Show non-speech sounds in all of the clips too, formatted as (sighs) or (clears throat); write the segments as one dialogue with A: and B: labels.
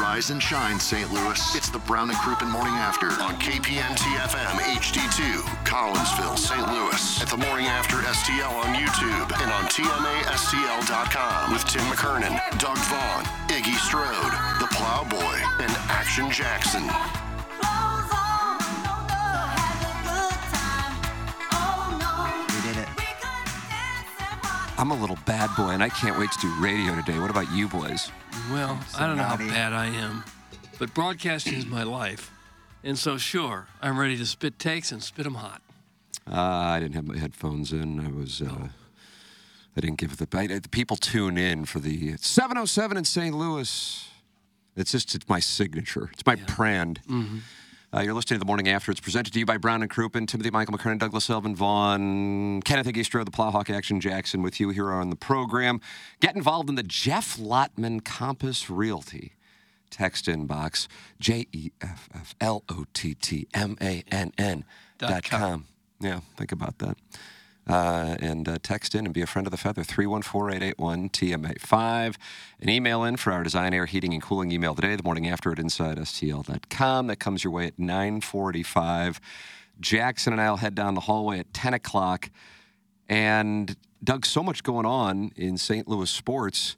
A: Rise and shine, St. Louis. It's the Brown and Crouppen Morning After on KPN TFM HD2, Collinsville, St. Louis. At the Morning After STL on YouTube and on TMASTL.com with Tim McKernan, Doug Vaughn, Iggy Strode, The Plowboy, and Action Jackson.
B: I'm a little bad boy, and I can't wait to do radio today. What about you, boys?
C: Well, I don't know how bad I am, but broadcasting is my life. And so, sure, I'm ready to spit takes and spit 'em hot.
B: Uh, I didn't have my headphones in. I was. Uh, I didn't give the. I, the people tune in for the 707 in St. Louis. It's just it's my signature. It's my brand.
C: Mm-hmm.
B: Uh, you're listening to the morning after. It's presented to you by Brown and Crouppen, Timothy Michael McKernan, Douglas Elvin Vaughn, Kenneth Eastro, the Plowhawk Action Jackson, with you here on the program. Get involved in the Jeff Lotman Compass Realty text inbox. J E F F L O T T M A N N dot com. Yeah, think about that. Uh, and uh, text in and be a friend of the feather 314-881-TMA5 and email in for our design air heating and cooling email today the morning after at insidestl.com that comes your way at 945 jackson and i'll head down the hallway at 10 o'clock and Doug, so much going on in St. Louis sports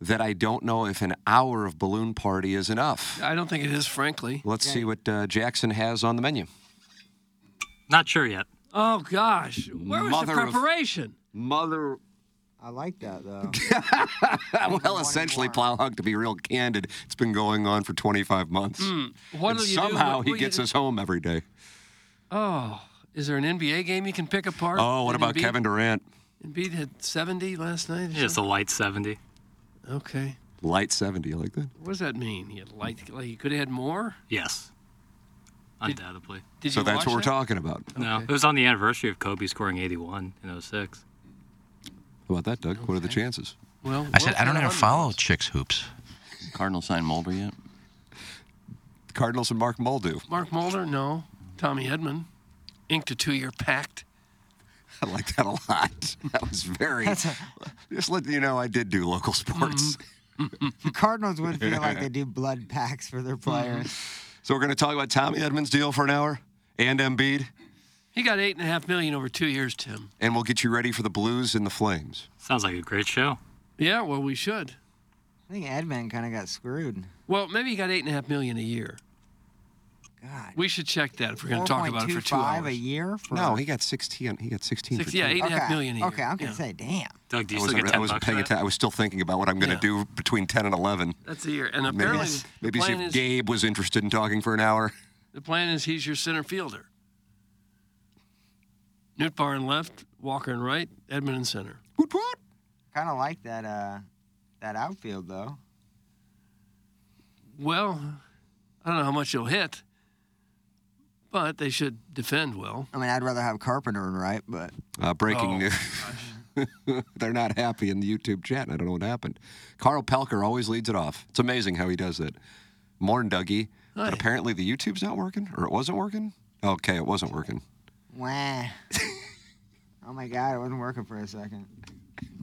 B: that I don't know if an hour of balloon party is enough.
C: I don't think it is, frankly.
B: Let's see what uh, Jackson has on the menu.
D: Not sure yet.
C: Oh, gosh. Where was
B: Mother
C: the
B: of-
C: preparation?
B: Mother.
E: I like that
B: (laughs)
E: though.
B: Well, essentially, Plowhog, to be real candid, it's been going on for 25
C: What
B: months. and
C: do Hmm, you do?
B: somehow
C: What-
B: he
C: what you
B: gets
C: do?
B: us home every day.
C: Oh, is there an NBA game you can pick apart?
B: Oh, what
C: Did
B: about
C: Embiid-
B: Kevin Durant?
C: Embiid had 70 last night? or
D: It's a light 70.
C: something? Okay.
B: Light 70, like that.
C: What does that mean? He had light, like he could have had more?
D: Yes. Undoubtedly.
C: Did
B: so
C: you
B: that's
C: watch
B: what we're
C: that?
B: talking about.
D: No, it was on the anniversary of Kobe scoring 81 in 06.
B: How about that, Doug? What are the chances?
C: Well,
F: I said,
C: World
F: I don't
C: Cup
F: even
C: on-
F: follow Chicks Hoops.
G: Cardinal signed Mulder yet?
B: The Cardinals and Mark Muldew.
C: Mark Mulder? No. Tommy Edmond inked a two year pact.
B: (laughs) I like that a lot. (laughs) That was very. (laughs) just let you know, I did do local sports.
D: Mm-hmm.
C: Mm-hmm.
E: the (laughs) Cardinals would
C: (laughs)
E: feel like they do blood packs for their players.
B: So we're going to talk about Tommy Edmonds' deal for an hour and Embiid,
C: He got eight and a half million over two years, Tim.
B: and we'll get you ready for the Blues and the Flames.
D: Sounds like a great show.
C: Yeah, well, we should.
E: I think Edmund kind of got screwed.
C: Well, maybe he got eight and a half million a year.
E: God.
C: We should check that if we're going to talk about it for two
E: 4.25
C: hours.
E: a year for
B: No, he got 16. He got 16.
C: Six,
B: for
C: yeah,
B: two.
C: eight and a half million a year.
E: Okay, I'm gonna
C: Yeah.
E: say, damn.
D: Doug, do
B: I
D: you still
B: wasn't,
D: get
B: re-
D: 10
B: I wasn't
D: bucks
B: paying
D: for that?
B: attention. I was still thinking about what I'm going to
C: Yeah.
B: do between 10 and 11.
C: That's a year. And
B: Maybe,
C: apparently,
B: s- maybe
C: the,
B: see
C: plan
B: if
C: is,
B: Gabe was interested in talking for an hour.
C: the plan is he's your center fielder. Newt Barn left, Walker in right, Edmund in center.
B: Woot woot.
E: Kind of like that uh, that outfield though.
C: Well, I don't know how much he'll hit, but they should defend well.
E: I mean, I'd rather have Carpenter in right, but
B: Uh, breaking
C: Oh,
D: Oh,
B: news. (laughs) They're not happy in the YouTube chat, and I don't know what happened. Carl Pelker always leads it off. It's amazing how he does it. Morn Dougie.
C: Hi.
B: But apparently the YouTube's not working, or it wasn't working. Okay, it wasn't working.
C: (laughs)
E: wah. oh my God, it wasn't working for a second.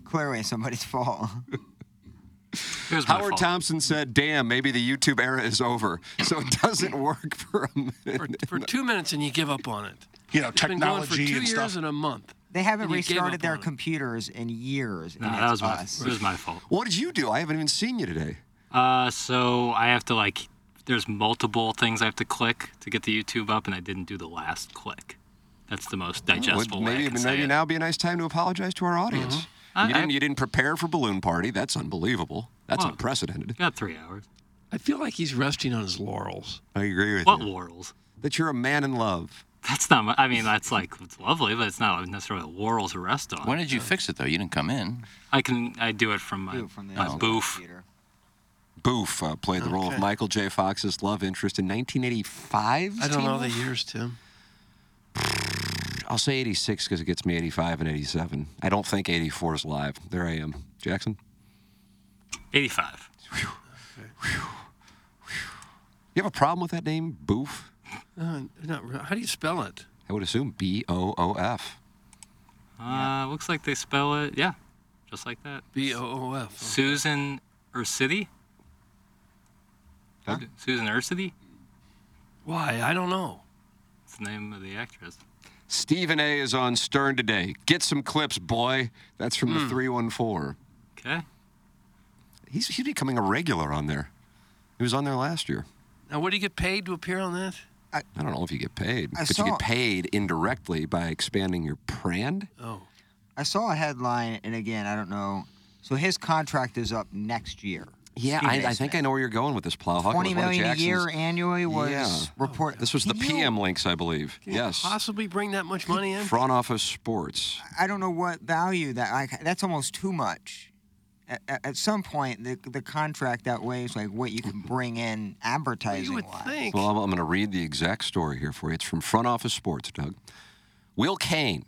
E: Clearly, somebody's (laughs) fault.
D: It was my
B: Howard
D: fault.
B: Thompson said, "Damn, maybe the YouTube era is over." So it doesn't
D: (laughs)
B: work for a minute.
C: For, for two minutes and you give up on it.
H: You know,
C: It's been going for two
H: technology and
C: years
H: stuff.
C: and a month.
E: They haven't
C: And you gave
E: restarted
C: up
E: their
C: on it.
E: computers in years. and
D: No, that
E: that's
D: was my,
E: us.
D: it was my fault.
B: What did you do? I haven't even seen you today.
D: Uh, so I have to like there's multiple things I have to click to get the YouTube up, and I didn't do the last click. That's the most digestible way. I
B: maybe
D: can say
B: maybe
D: it. Mm-hmm.
B: now be a nice time to apologize to our audience.
D: I-
B: You
D: I-
B: didn't you didn't prepare for balloon party. That's unbelievable. That's
D: Well-
B: unprecedented.
D: Got three hours.
C: I feel like he's resting on his laurels.
B: I agree with
D: What
B: you.
D: laurels?
B: That you're a man in love.
D: That's not. My, I mean, that's like it's lovely, but it's not necessarily a laurels to rest on.
G: When did you fix it though? You didn't come in.
D: I can. I do it from my,
E: Do it from the
D: my
E: outside
D: booth.
E: computer.
B: Boof uh, played the role of Michael J. Fox's love interest in 1985.
C: I don't know the years, Tim.
B: I'll say 86 because it gets me 85 and 87. I don't think 84 is live. There I am. Jackson?
D: 85.
B: You have a problem with that name, Boof?
C: Uh, not re- how do you spell it?
B: I would assume B O O F.
D: Uh, looks like they spell it. Yeah, just like that.
C: B O O F.
D: Susan Ursity. Susan Ursity.
C: Why? I don't know.
D: It's the name of the actress.
B: Stephen A is on Stern today. Get some clips, boy. That's from the 314.
D: Okay.
B: He's, he's becoming a regular on there. He was on there last year.
C: Now, what do you get paid to appear on that?
B: I don't know if you get paid,
E: I
B: but you
E: saw-
B: get paid indirectly by expanding your brand.
C: Oh,
E: I saw a headline, and again, I don't know. So his contract is up next year.
B: Yeah,
E: Stephen
B: I,
E: A.
B: I think I
E: Smith.
B: know where you're going with this plow. Hawking
E: Twenty
B: was one of
E: million a year
B: Jackson's-
E: annually was
B: Yeah.
E: report.
B: This was the
E: Can you-
B: PM links, I believe.
C: Can you
B: yes.
C: Possibly bring that much money in?
B: Front office sports.
E: I don't know what value that. Like that's almost too much. At, at- at some point, the the contract outweighs like what you can bring in
C: you
E: advertising
C: would
E: wise.
C: think.
B: Well, I'm, I'm going to read the exact story here for you. It's from Front Office Sports, Doug. Will Kane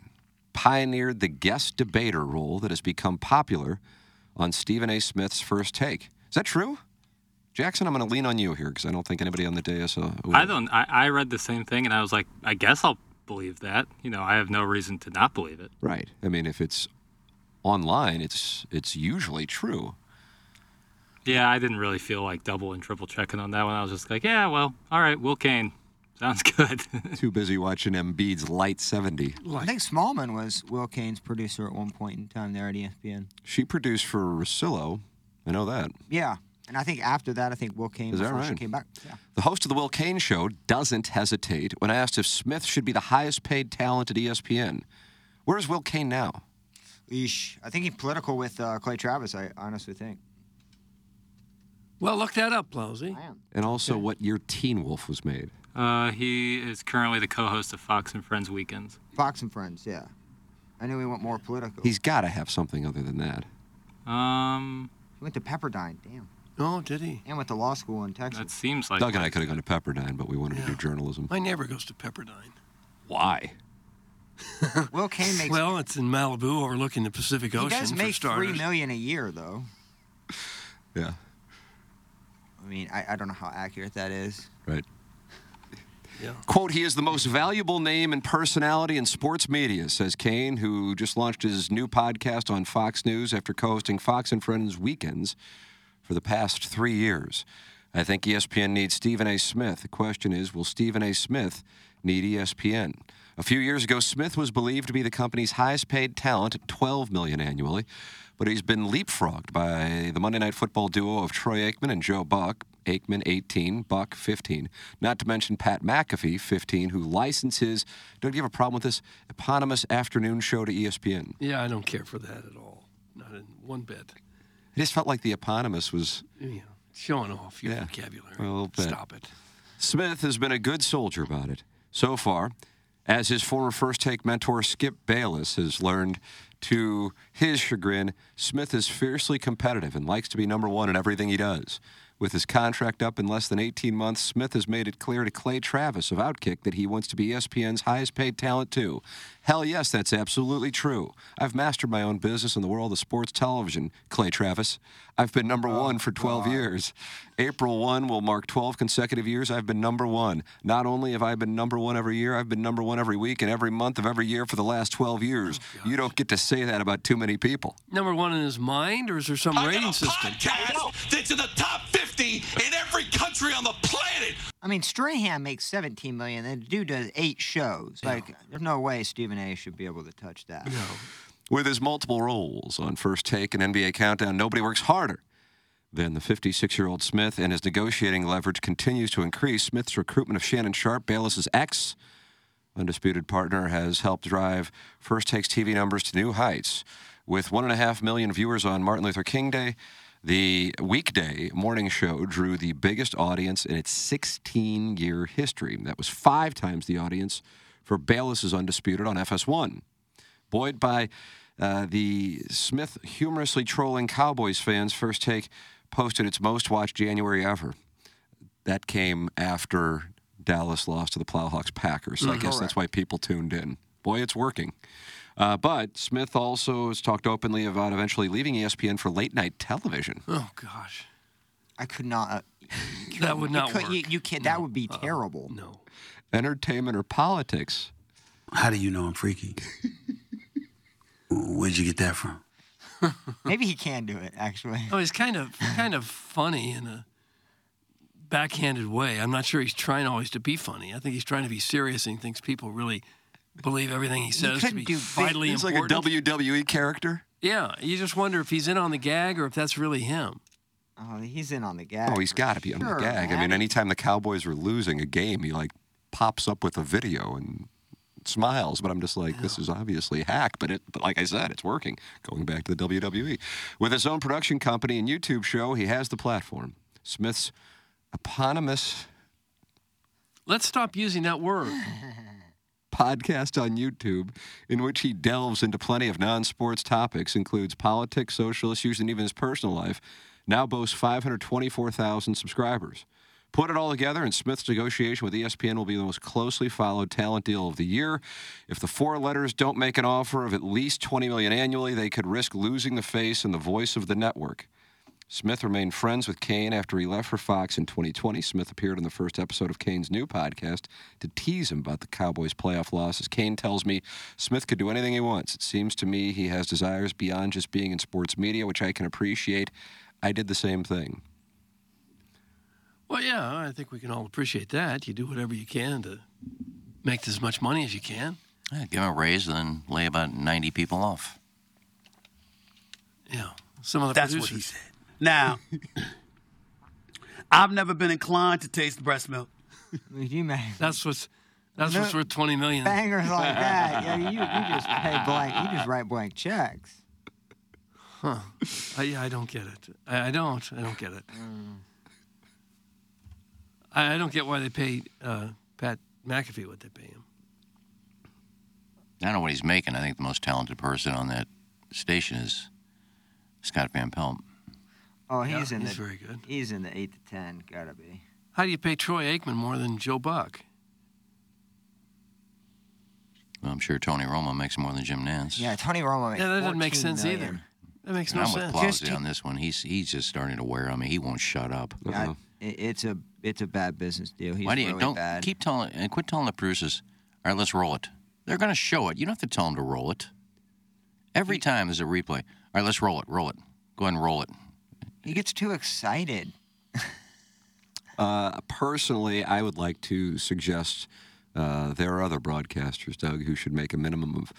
B: pioneered the guest debater role that has become popular on Stephen A. Smith's first take. Is that true? Jackson, I'm going to lean on you here because I don't think anybody on the dais. Uh, would-
D: I don't. I, I read the same thing, and I was like, I guess I'll believe that. You know, I have no reason to not believe it.
B: Right. I mean, if it's online, it's it's usually true.
D: Yeah, I didn't really feel like double and triple checking on that one. I was just like, yeah, well, all right, Will Kane, sounds good. (laughs)
B: Too busy watching Embiid's light 70.
E: I think Smallman was Will Kane's producer at one point in time there at E ESPN.
B: She produced for Rosillo. I know that.
E: Yeah, and I think after that, I think Will Kane
B: Is that
E: before she
B: right?
E: came back. Yeah.
B: The host of The Will Kane Show doesn't hesitate when asked if Smith should be the highest paid talent at E ESPN. Where is Will Kane now?
E: Eesh. I think he's political with uh, Clay Travis. I honestly think.
C: Well, look that up, Lousy.
B: And also, what year Teen Wolf was made?
D: uh, he is currently the co-host of Fox and Friends Weekends.
E: Fox and Friends. Yeah. I knew he went more political.
B: He's got to have something other than that.
D: Um,
E: he went to Pepperdine. Damn.
C: Oh, did he?
E: And went to law school in Texas.
D: that seems like
B: Doug and I could have gone to Pepperdine, but we wanted to do
C: Yeah.
B: journalism.
C: My neighbor goes to Pepperdine.
B: Why?
E: Will Kane makes.
C: Well, it's in Malibu overlooking the Pacific
E: he
C: Ocean.
E: does make
C: for starters.
E: three million a year though.
B: Yeah,
E: I mean, I, I don't know how accurate that is.
B: right.
C: Yeah.
B: Quote, he is the most valuable name and personality in sports media, says Kane, who just launched his new podcast on Fox News after co hosting Fox and Friends Weekends for the past three years. I think E ESPN needs Stephen A. Smith. The question is, will Stephen A. Smith need E ESPN? A few years ago, Smith was believed to be the company's highest paid talent at 12 million annually, but he's been leapfrogged by the Monday Night Football duo of Troy Aikman and Joe Buck. Aikman 18, Buck 15. Not to mention Pat McAfee 15, who licenses. Don't you have a problem with this eponymous afternoon show to E ESPN?
C: Yeah, I don't care for that at all. Not in one bit.
B: It just felt like the eponymous was
C: Yeah. Showing off your
B: Yeah.
C: vocabulary.
B: A little bit.
C: Stop it.
B: Smith has been a good soldier about it so far, as his former first take mentor Skip Bayless has learned. To his chagrin, Smith is fiercely competitive and likes to be number one in everything he does. With his contract up in less than 18 months, Smith has made it clear to Clay Travis of Outkick that he wants to be E ESPN's highest paid talent, too. Hell yes, that's absolutely true. I've mastered my own business in the world of sports television, Clay Travis. I've been number one for 12 years. April 1 will mark 12 consecutive years I've been number one. Not only have I been number one every year, I've been number one every week and every month of every year for the last 12 years. you don't get to say that about too many people.
C: Number one in his mind, or is there some rating system?
F: that's in the top 50 in every country on the planet.
E: I mean, Strahan makes 17 million, and the dude does eight shows. Like, there's no way Stephen A. should be able to touch that.
B: With his multiple roles on First Take and NBA Countdown, nobody works harder. than the 56 year old Smith, and his negotiating leverage continues to increase. Smith's recruitment of Shannon Sharp, Bayless's ex undisputed partner, has helped drive First Takes TV numbers to new heights. With 1.5 million viewers on Martin Luther King Day, the weekday morning show drew the biggest audience in its 16 year history. That was five times the audience for Bayless's Undisputed on FS1. Buoyed by uh, the Smith humorously trolling Cowboys fans, First Take posted its most watched January ever. That came after Dallas lost to the Plowhawks Packers. So I
C: Mm,
H: Mhm.
B: guess that's why people tuned in. Boy, it's working. Uh, but Smith also has talked openly about eventually leaving E ESPN for late night television. (laughs)
C: Oh gosh,
E: I could not. Uh,
C: (laughs) That would
E: you
C: not
E: could- You,
C: work. Uh-uh.
E: you can't. That would be terrible. No.
B: Entertainment or politics?
H: How do you know I'm freaky? Where'd you get that from?
C: (laughs)
E: Maybe he can do it. Actually.
C: Oh, he's kind of kind of funny in a backhanded way. I'm not sure he's trying always to be funny. I think he's trying to be serious and he thinks people really believe everything he says to
B: couldn't
C: be
B: do big-
C: vitally
B: He's like a
C: important.
B: WWE character.
C: yeah, you just wonder if he's in on the gag or if that's really him.
E: Oh, he's in on the gag.
B: Oh, he's got to be on
C: sure,
B: the gag. I
C: man.
B: mean, anytime the Cowboys were losing a game, he like pops up with a video and smiles. But I'm just like, this is obviously a hack. But it, but like I said, it's working. Going back to the WWE, with his own production company and YouTube show, he has the platform. Smith's eponymous
C: Let's stop using that word.
B: podcast on YouTube in which he delves into plenty of non-sports topics, includes politics, social issues, and even his personal life, now boasts 524,000 subscribers. Put it all together, and Smith's negotiation with E ESPN will be the most closely followed talent deal of the year. If the four letters don't make an offer of at least 20 million annually, they could risk losing the face and the voice of the network. Smith remained friends with Kane after he left for Fox in 2020. Smith appeared on the first episode of Kane's new podcast to tease him about the Cowboys' playoff losses. Kane tells me Smith could do anything he wants. It seems to me he has desires beyond just being in sports media, which I can appreciate. I did the same thing.
C: Well, yeah, I think we can all appreciate that. You do whatever you can to make as much money as you can.
G: Yeah, give him a raise and then lay about 90 people off.
C: Yeah, some of the
H: That's what he
C: producers.
H: said. Now, I've never been inclined to taste breast milk.
E: You man.
C: That's what's that's
H: No
C: what's worth 20 million.
E: Bangers
C: (laughs)
E: like that. Yeah, you, you just pay blank. You just write blank checks.
C: Huh. I, yeah, I don't get it. I, I don't. I don't get it. I, I don't get why they pay uh, Pat McAfee what they pay him.
G: I don't know what he's making. I think the most talented person on that station is Scott Van Pelt.
E: Oh, he's
C: Yeah,
E: in
C: he's
E: the.
C: very good.
E: He's in the eight to ten. Gotta be.
C: How do you pay Troy Aikman more than Joe Buck?
G: Well, I'm sure Tony Romo makes more than Jim Nance.
E: Yeah, Tony Romo.
C: Yeah, that doesn't make
E: 14
C: sense
E: million.
C: either. That makes
G: And
C: no
G: I'm with
C: sense.
G: Plowsy on this one. He's he's just starting to wear on me. He won't shut up.
E: Yeah, it- it's a it's a bad business deal. He's
G: Why do you
E: really
G: don't
E: bad.
G: keep telling and quit telling the producers? All right, let's roll it. They're going to show it. You don't have to tell them to roll it. Every time there's a replay. All right, let's roll it. Roll it. Go ahead
E: (laughs)
G: and roll it.
E: He gets too excited.
B: Uh, personally, I would like to suggest uh, there are other broadcasters, Doug, who should make a minimum of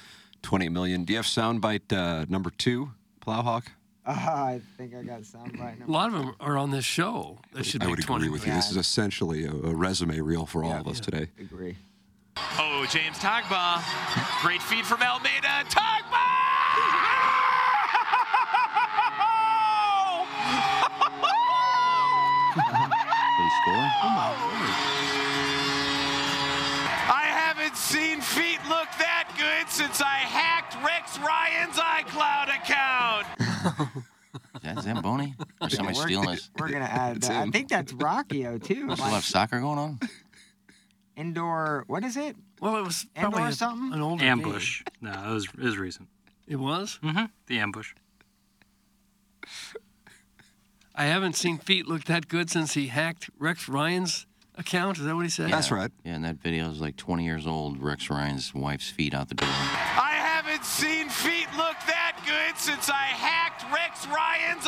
B: 20 million. Do you have soundbite uh, number two, Plowhawk?
E: Oh, (laughs) I think I got soundbite
C: A
E: number.
C: lot of them are on this show. They should
B: I
C: make
B: would
C: 20
B: agree with you. This is essentially a, a resume reel for all of us today.
E: Agree.
F: Oh, James Tagba. Great feed from Almeida. Tagba!
G: They score.
F: I haven't seen feet look that good since I hacked Rex Ryan's iCloud account.
G: Is that Zamboni? Or somebody
E: We're-
G: stealing his?
E: We're
G: (laughs)
E: gonna add that. I think that's Rockio too.
G: They still
E: like
G: have soccer going on?
E: indoor. What is it?
C: Well, it was
E: Indoor
C: probably a-
E: something?
C: an older
D: ambush. No, it was, it was recent.
C: game. It was.
D: Mm-hmm. The ambush.
C: I haven't seen feet look that good since he hacked Rex Ryan's account. Is that what he said?
B: That's right.
G: Yeah, and that video is like 20 years old. Rex Ryan's wife's feet out the door.
F: I haven't seen feet look that good since I hacked Rex Ryan's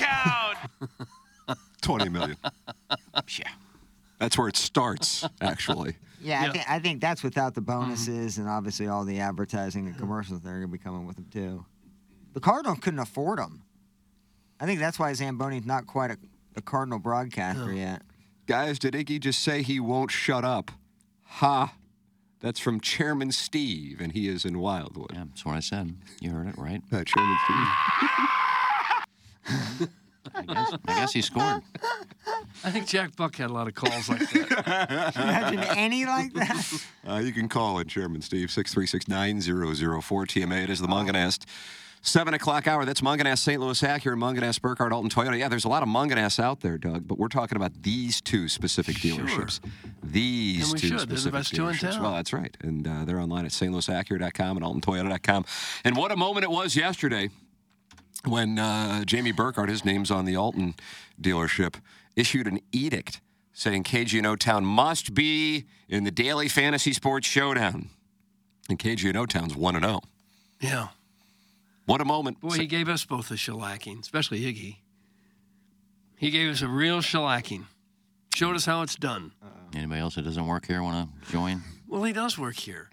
F: iCloud
B: (laughs)
F: account.
B: 20
C: (laughs)
B: million.
G: yeah.
B: That's where it starts, (laughs) actually.
E: Yeah, I, think, I think that's without the
C: Mm-hmm.
E: bonuses and obviously all the advertising and commercials that are going to be coming with them too. The Cardinals couldn't afford them. I think that's why Zamboni's not quite a, a Cardinal broadcaster yet.
B: Guys, did Iggy just say he won't shut up? Ha. That's from Chairman Steve, and he is in Wildwood. Yeah, that's what I said. You heard it right. Uh, Chairman Steve.
G: I guess, I guess he scored.
C: I think Jack Buck had a lot of calls like that.
E: (laughs) Imagine any like that.
B: (laughs) Uh, you can call in Chairman Steve, 636 9004 TMA. It is the Munganast. 7 o'clock hour. That's Munganast St. Louis Acura, Munganast Burkhardt Alton Toyota. Yeah, there's a lot of Munganast out there, Doug, but we're talking about these two specific dealerships.
C: And
B: These
C: we
B: two
C: should. They're the
B: specific
C: best
B: dealerships.
C: two in town.
B: Well, that's right. And uh, they're online at stlouisacura.com and altontoyota.com. And what a moment it was yesterday when uh, Jamie Burkhardt, his name's on the Alton dealership, issued an edict saying KGN Town must be in the daily fantasy sports showdown. And KGN Town's 1 0.
C: Yeah.
B: What a moment.
C: Boy, he gave us both a shellacking, especially Iggy. He gave us a real shellacking. Showed us how it's done.
G: Anybody else that doesn't work here want to join?
C: Well, he does work here.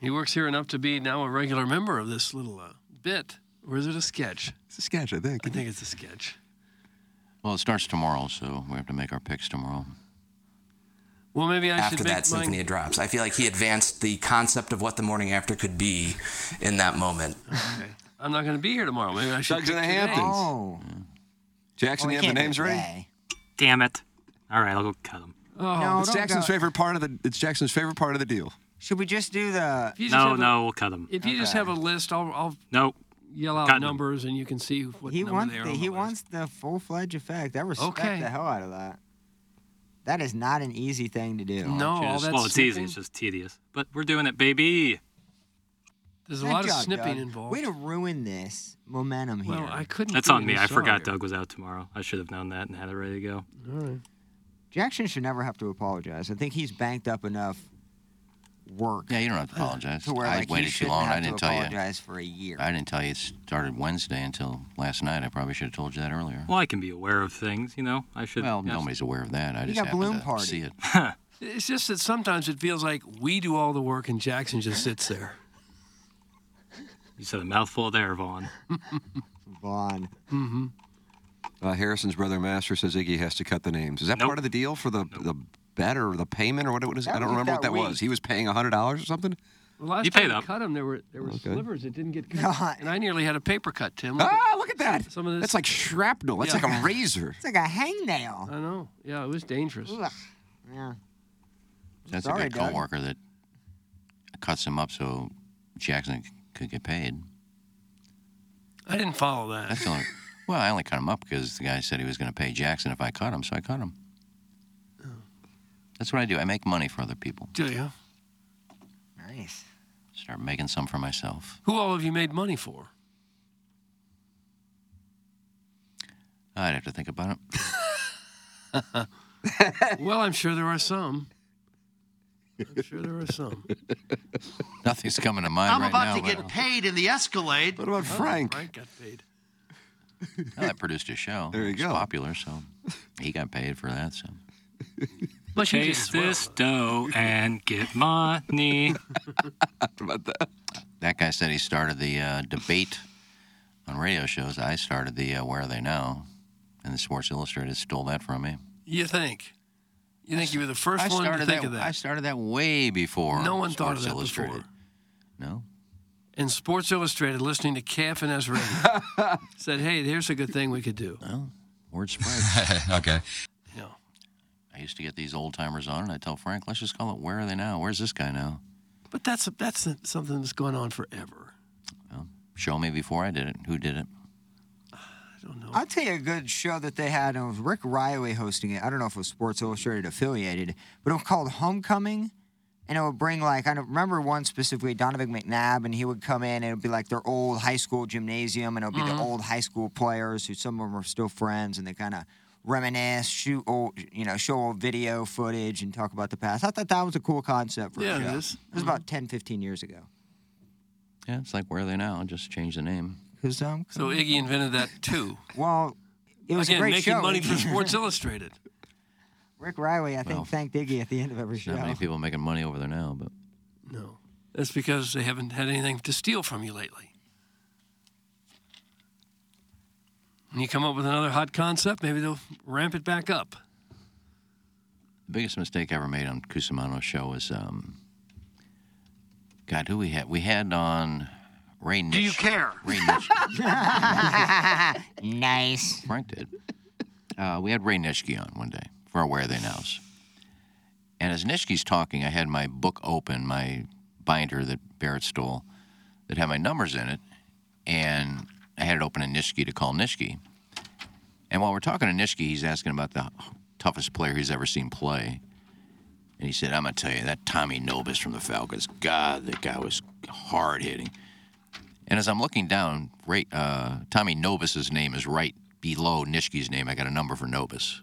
C: He works here enough to be now a regular member of this little uh, bit. Or is it a sketch?
B: It's a sketch, I think.
C: I think it's a sketch.
G: Well, it starts tomorrow, so we have to make our picks tomorrow.
C: Well, maybe I
I: after
C: should
I: that
C: make
I: symphony
C: mine.
I: of drops. I feel like he advanced the concept of what the morning after could be in that
E: (laughs)
I: moment.
C: I'm not going to be here tomorrow. Maybe I should.
B: Doug's in
C: pick
B: the
C: today.
B: Hamptons.
E: Oh,
G: Oh.
B: Jackson,
C: Well,
B: you
C: we
B: have
C: can't
B: the
C: do
B: names
C: it
B: ready?
D: Damn it. All right, I'll go cut him.
C: Oh,
B: it's Jackson's favorite part of the. It's Jackson's favorite part of the deal.
E: Should we just do the?
C: If you just
D: No,
C: have a-
D: no, we'll cut him.
C: If you just have a list, I'll, I'll
D: Nope.
C: yell out
D: Cut 'em.
C: numbers and you can see what
E: he
C: number
E: wants
C: they are.
E: the,
C: on
E: he
C: the list.
E: wants the full fledged effect. I respect
C: Okay.
E: the hell out of that. That is not an easy thing to do.
D: Just- well, it's easy. It's just tedious. But we're doing it, baby.
C: There's
E: Good job, Doug. Way to ruin this momentum here.
D: Well, I That's on me. I forgot Doug was out tomorrow. I should have known that and had it ready to go.
E: Jackson should never have to apologize. I think he's banked up enough work.
G: Yeah, you don't have to apologize.
E: To where,
G: I
E: like, he
G: waited too
E: shouldn't
G: long.
E: Have
G: I didn't
E: to
G: tell you.
E: apologize for a year.
G: I didn't tell you it started Wednesday until last night. I probably should have told you that earlier.
D: Well, I can be aware of things, you know. I should.
G: Well, nobody's aware of that. I
D: You
G: just
D: got
G: happened
D: Bloom
G: to
D: Party.
G: see it.
C: It's just that sometimes it feels like we do all the work and Jackson just sits there.
D: (laughs) You said a mouthful there, Vaughn.
E: Vaughn.
C: Mm-hmm.
B: Uh, Harrison's brother Master says Iggy has to cut the names. Is that part of the deal for the the bet or the payment or what it was?
C: That
B: I don't
C: was
B: remember
C: that
B: what that
C: week.
B: was. He was paying hundred dollars or something.
C: (laughs) Well, last
B: You
C: time
B: paid
C: we
B: up.
C: cut him, there were there were
B: Okay.
C: slivers that didn't get cut, and I nearly had a paper cut, Tim. Look
B: ah, look at that!
C: Some of this.
B: That's like shrapnel. That's
C: Yeah.
B: like a razor.
E: It's like a hangnail.
C: I know. Yeah, it was dangerous.
E: Yeah.
G: That's
E: Sorry,
G: a good
E: Doug.
G: coworker that cuts him up so Jackson c- could get paid.
C: I didn't follow that.
G: That's
E: (laughs)
G: the only, well, I only cut him up because the guy said he was going to pay Jackson if I cut him, so I cut him.
E: Oh.
G: That's what I do. I make money for other people.
C: Do you?
E: Nice.
G: Start making some for myself.
C: Who all have you made money
B: (laughs)
C: for?
G: I'd have to think about (laughs) it.
C: well, I'm sure there are some. I'm sure there are
B: (laughs)
C: some.
G: Nothing's coming to mind
J: I'm
G: right
J: about
G: now.
J: to
G: but-
J: get paid in the Escalade. What
B: about
G: Frank?
C: Oh, Frank got paid.
G: Well, I produced a show. There you go. Popular, so he got paid for that. (laughs) So.
C: But
G: he
D: Chase
G: just-
D: this
G: (laughs)
D: dough and get money.
G: That guy said he started the uh, debate on radio shows. I started the uh, Where Are They Now, and the Sports Illustrated stole that from me.
C: You think? You think you were the first
G: I
C: one to
G: started
C: think
G: that-
C: of that?
G: I started that way before.
C: No one thought of
G: Sports
C: that
G: Illustrated.
C: before.
G: No.
C: And Sports Illustrated, listening to KFNS
G: (laughs)
C: radio, said, "Hey, here's a good thing we could do."
G: Oh. Word spreads. (laughs) okay.
C: Yeah.
G: I used to get these old timers on, and I tell Frank, let's just call it Where Are They Now? Where's this guy now?
C: But that's that's something that's going on forever.
G: Show me before I did it. Who did it?
E: I'll tell you a good show that they had. It was Rick Riley hosting it. I don't know if it was Sports Illustrated affiliated, but it was called Homecoming. And it would bring like I don't remember one specifically, Donovan McNabb, and he would come in and it would be like their old high school gymnasium, and it would be
C: Mhm.
E: the old high school players who some of them are still friends, and they kind of reminisce, shoot old, you know, show old video footage and talk about the past. I thought that was a cool concept for
C: Yeah,
E: a
C: it
E: show.
C: is.
E: It was about 10, 15 years ago.
G: Yeah, it's like Where Are They Now? Just change the name.
E: Who's um?
C: So Iggy invented that too.
E: Well, it was
C: Again,
E: a great
C: making
E: show.
C: money for Sports
E: (laughs)
C: Illustrated.
E: Rick Riley, I think,
G: Well,
E: thanked Iggy at the end of every show.
G: Not many people making money over there now, but
C: No, that's because they haven't had anything to steal from you lately. When you come up with another hot concept, maybe they'll ramp it back up.
G: The biggest mistake I ever made on Cusimano's show was, um, God, who we had? We had on Ray Nitsch. Do you care? Ray (laughs) Nitsch.
C: (laughs)
G: nice. Frank did. Uh, we had Ray Nitschke on one day for our Where Are They Nows. And as Nitschke's talking, I had my book open, my binder that Barrett stole, that had my numbers in it. And I had it open to Nitschke to call Nitschke. And while we're talking to Nitschke, he's asking about the toughest player he's ever seen play. And he said, I'm going to tell you, that Tommy Nobis from the Falcons, God, that guy was hard hitting. And as I'm looking down, right, uh, Tommy Nobis's name is right below Nishki's name. I got a number for Nobis.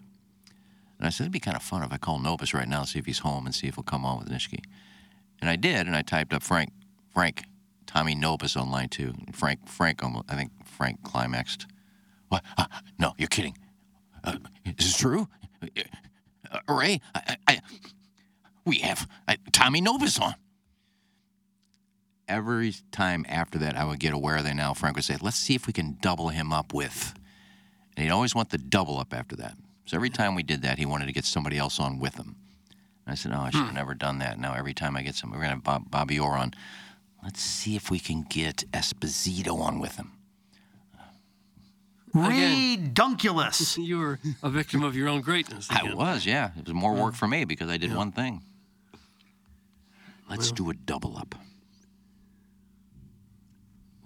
G: And I said, it'd be kind of fun if I call Nobis right now, see if he's home and see if he'll come on with Nishki. And I did, and I typed up Frank, Frank, Tommy Nobis on line two. And Frank, Frank, almost, I think Frank climaxed. What? Uh, no, you're kidding. Uh, is this true? Uh, Ray, I, I, I, we have uh, Tommy Nobis on every time after that I would get aware of that now, Frank would say, let's see if we can double him up with. And he'd always want the double up after that. So every time we did that, he wanted to get somebody else on with him. And I said, oh, I should have never done that. Now every time I get some, we're going to have Bob, Bobby Orr on. Let's see if we can get Esposito on with him.
C: Redunculus. (laughs) you were a victim of your own greatness.
G: I was, yeah. It was more work for me because I did one thing. Let's
C: Well.
G: do a double up.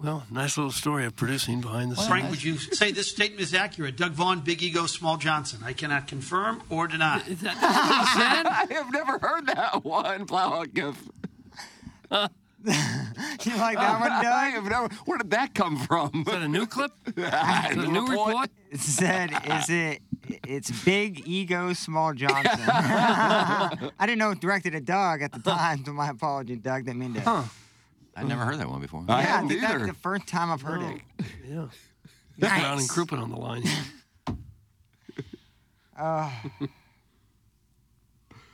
C: Well, nice little story of producing behind the scenes.
J: Frank, would you say this statement is accurate? Doug Vaughn, Big Ego, Small Johnson. I cannot confirm or deny.
B: I have never heard that one, Plowgiff.
E: you like
B: (laughs)
E: that one, Doug?
B: I have never. Where did that come from? Is that
C: a new
E: (laughs)
C: clip?
B: a new report?
E: It said, is it? It's big ego, small Johnson. (laughs) I didn't know it directed at Doug at the time, so my apology, Doug. Didn't mean to.
G: I'd
E: Hmm.
G: never heard that one before.
E: yeah, I think that's the first time I've heard it.
C: Yeah. Got Brown and Crouppen on the line.
E: Uh,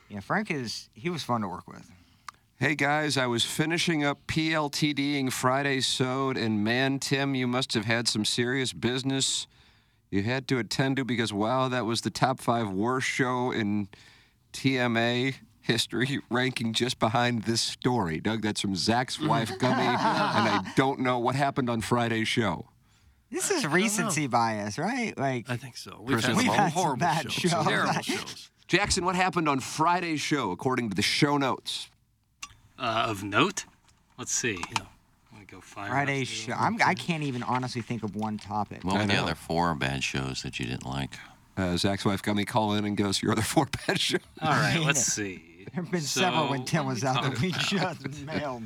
E: yeah, Frank is. He was fun to work with.
B: Hey guys, I was finishing up PLTDing Friday Sode, and man, Tim, you must have had some serious business you had to attend to because wow, that was the top five worst show in TMA history, (laughs) ranking just behind this story. Doug, that's from Zach's wife, Gummy, and I don't know what happened on Friday's show.
E: This is recency bias, right? Like I
C: think so.
B: We've had some horrible
E: bad
B: shows, some terrible
E: (laughs)
C: shows.
B: Jackson, what happened on Friday's show according to the show notes?
D: Uh, of note? Let's see. Let me go fire up
E: Friday
D: the-
E: show. I'm, I can't even honestly think of one topic.
G: What were the other four bad shows that you didn't like?
B: Uh, Zach's wife got me call in and goes, "Your other four (laughs) bad shows."
D: All right, let's see.
E: (laughs) There have been several when
D: So,
E: Tim
D: what
E: was
D: are we
E: out there.
D: talking
E: We
D: about?
C: (laughs)
E: just mailed.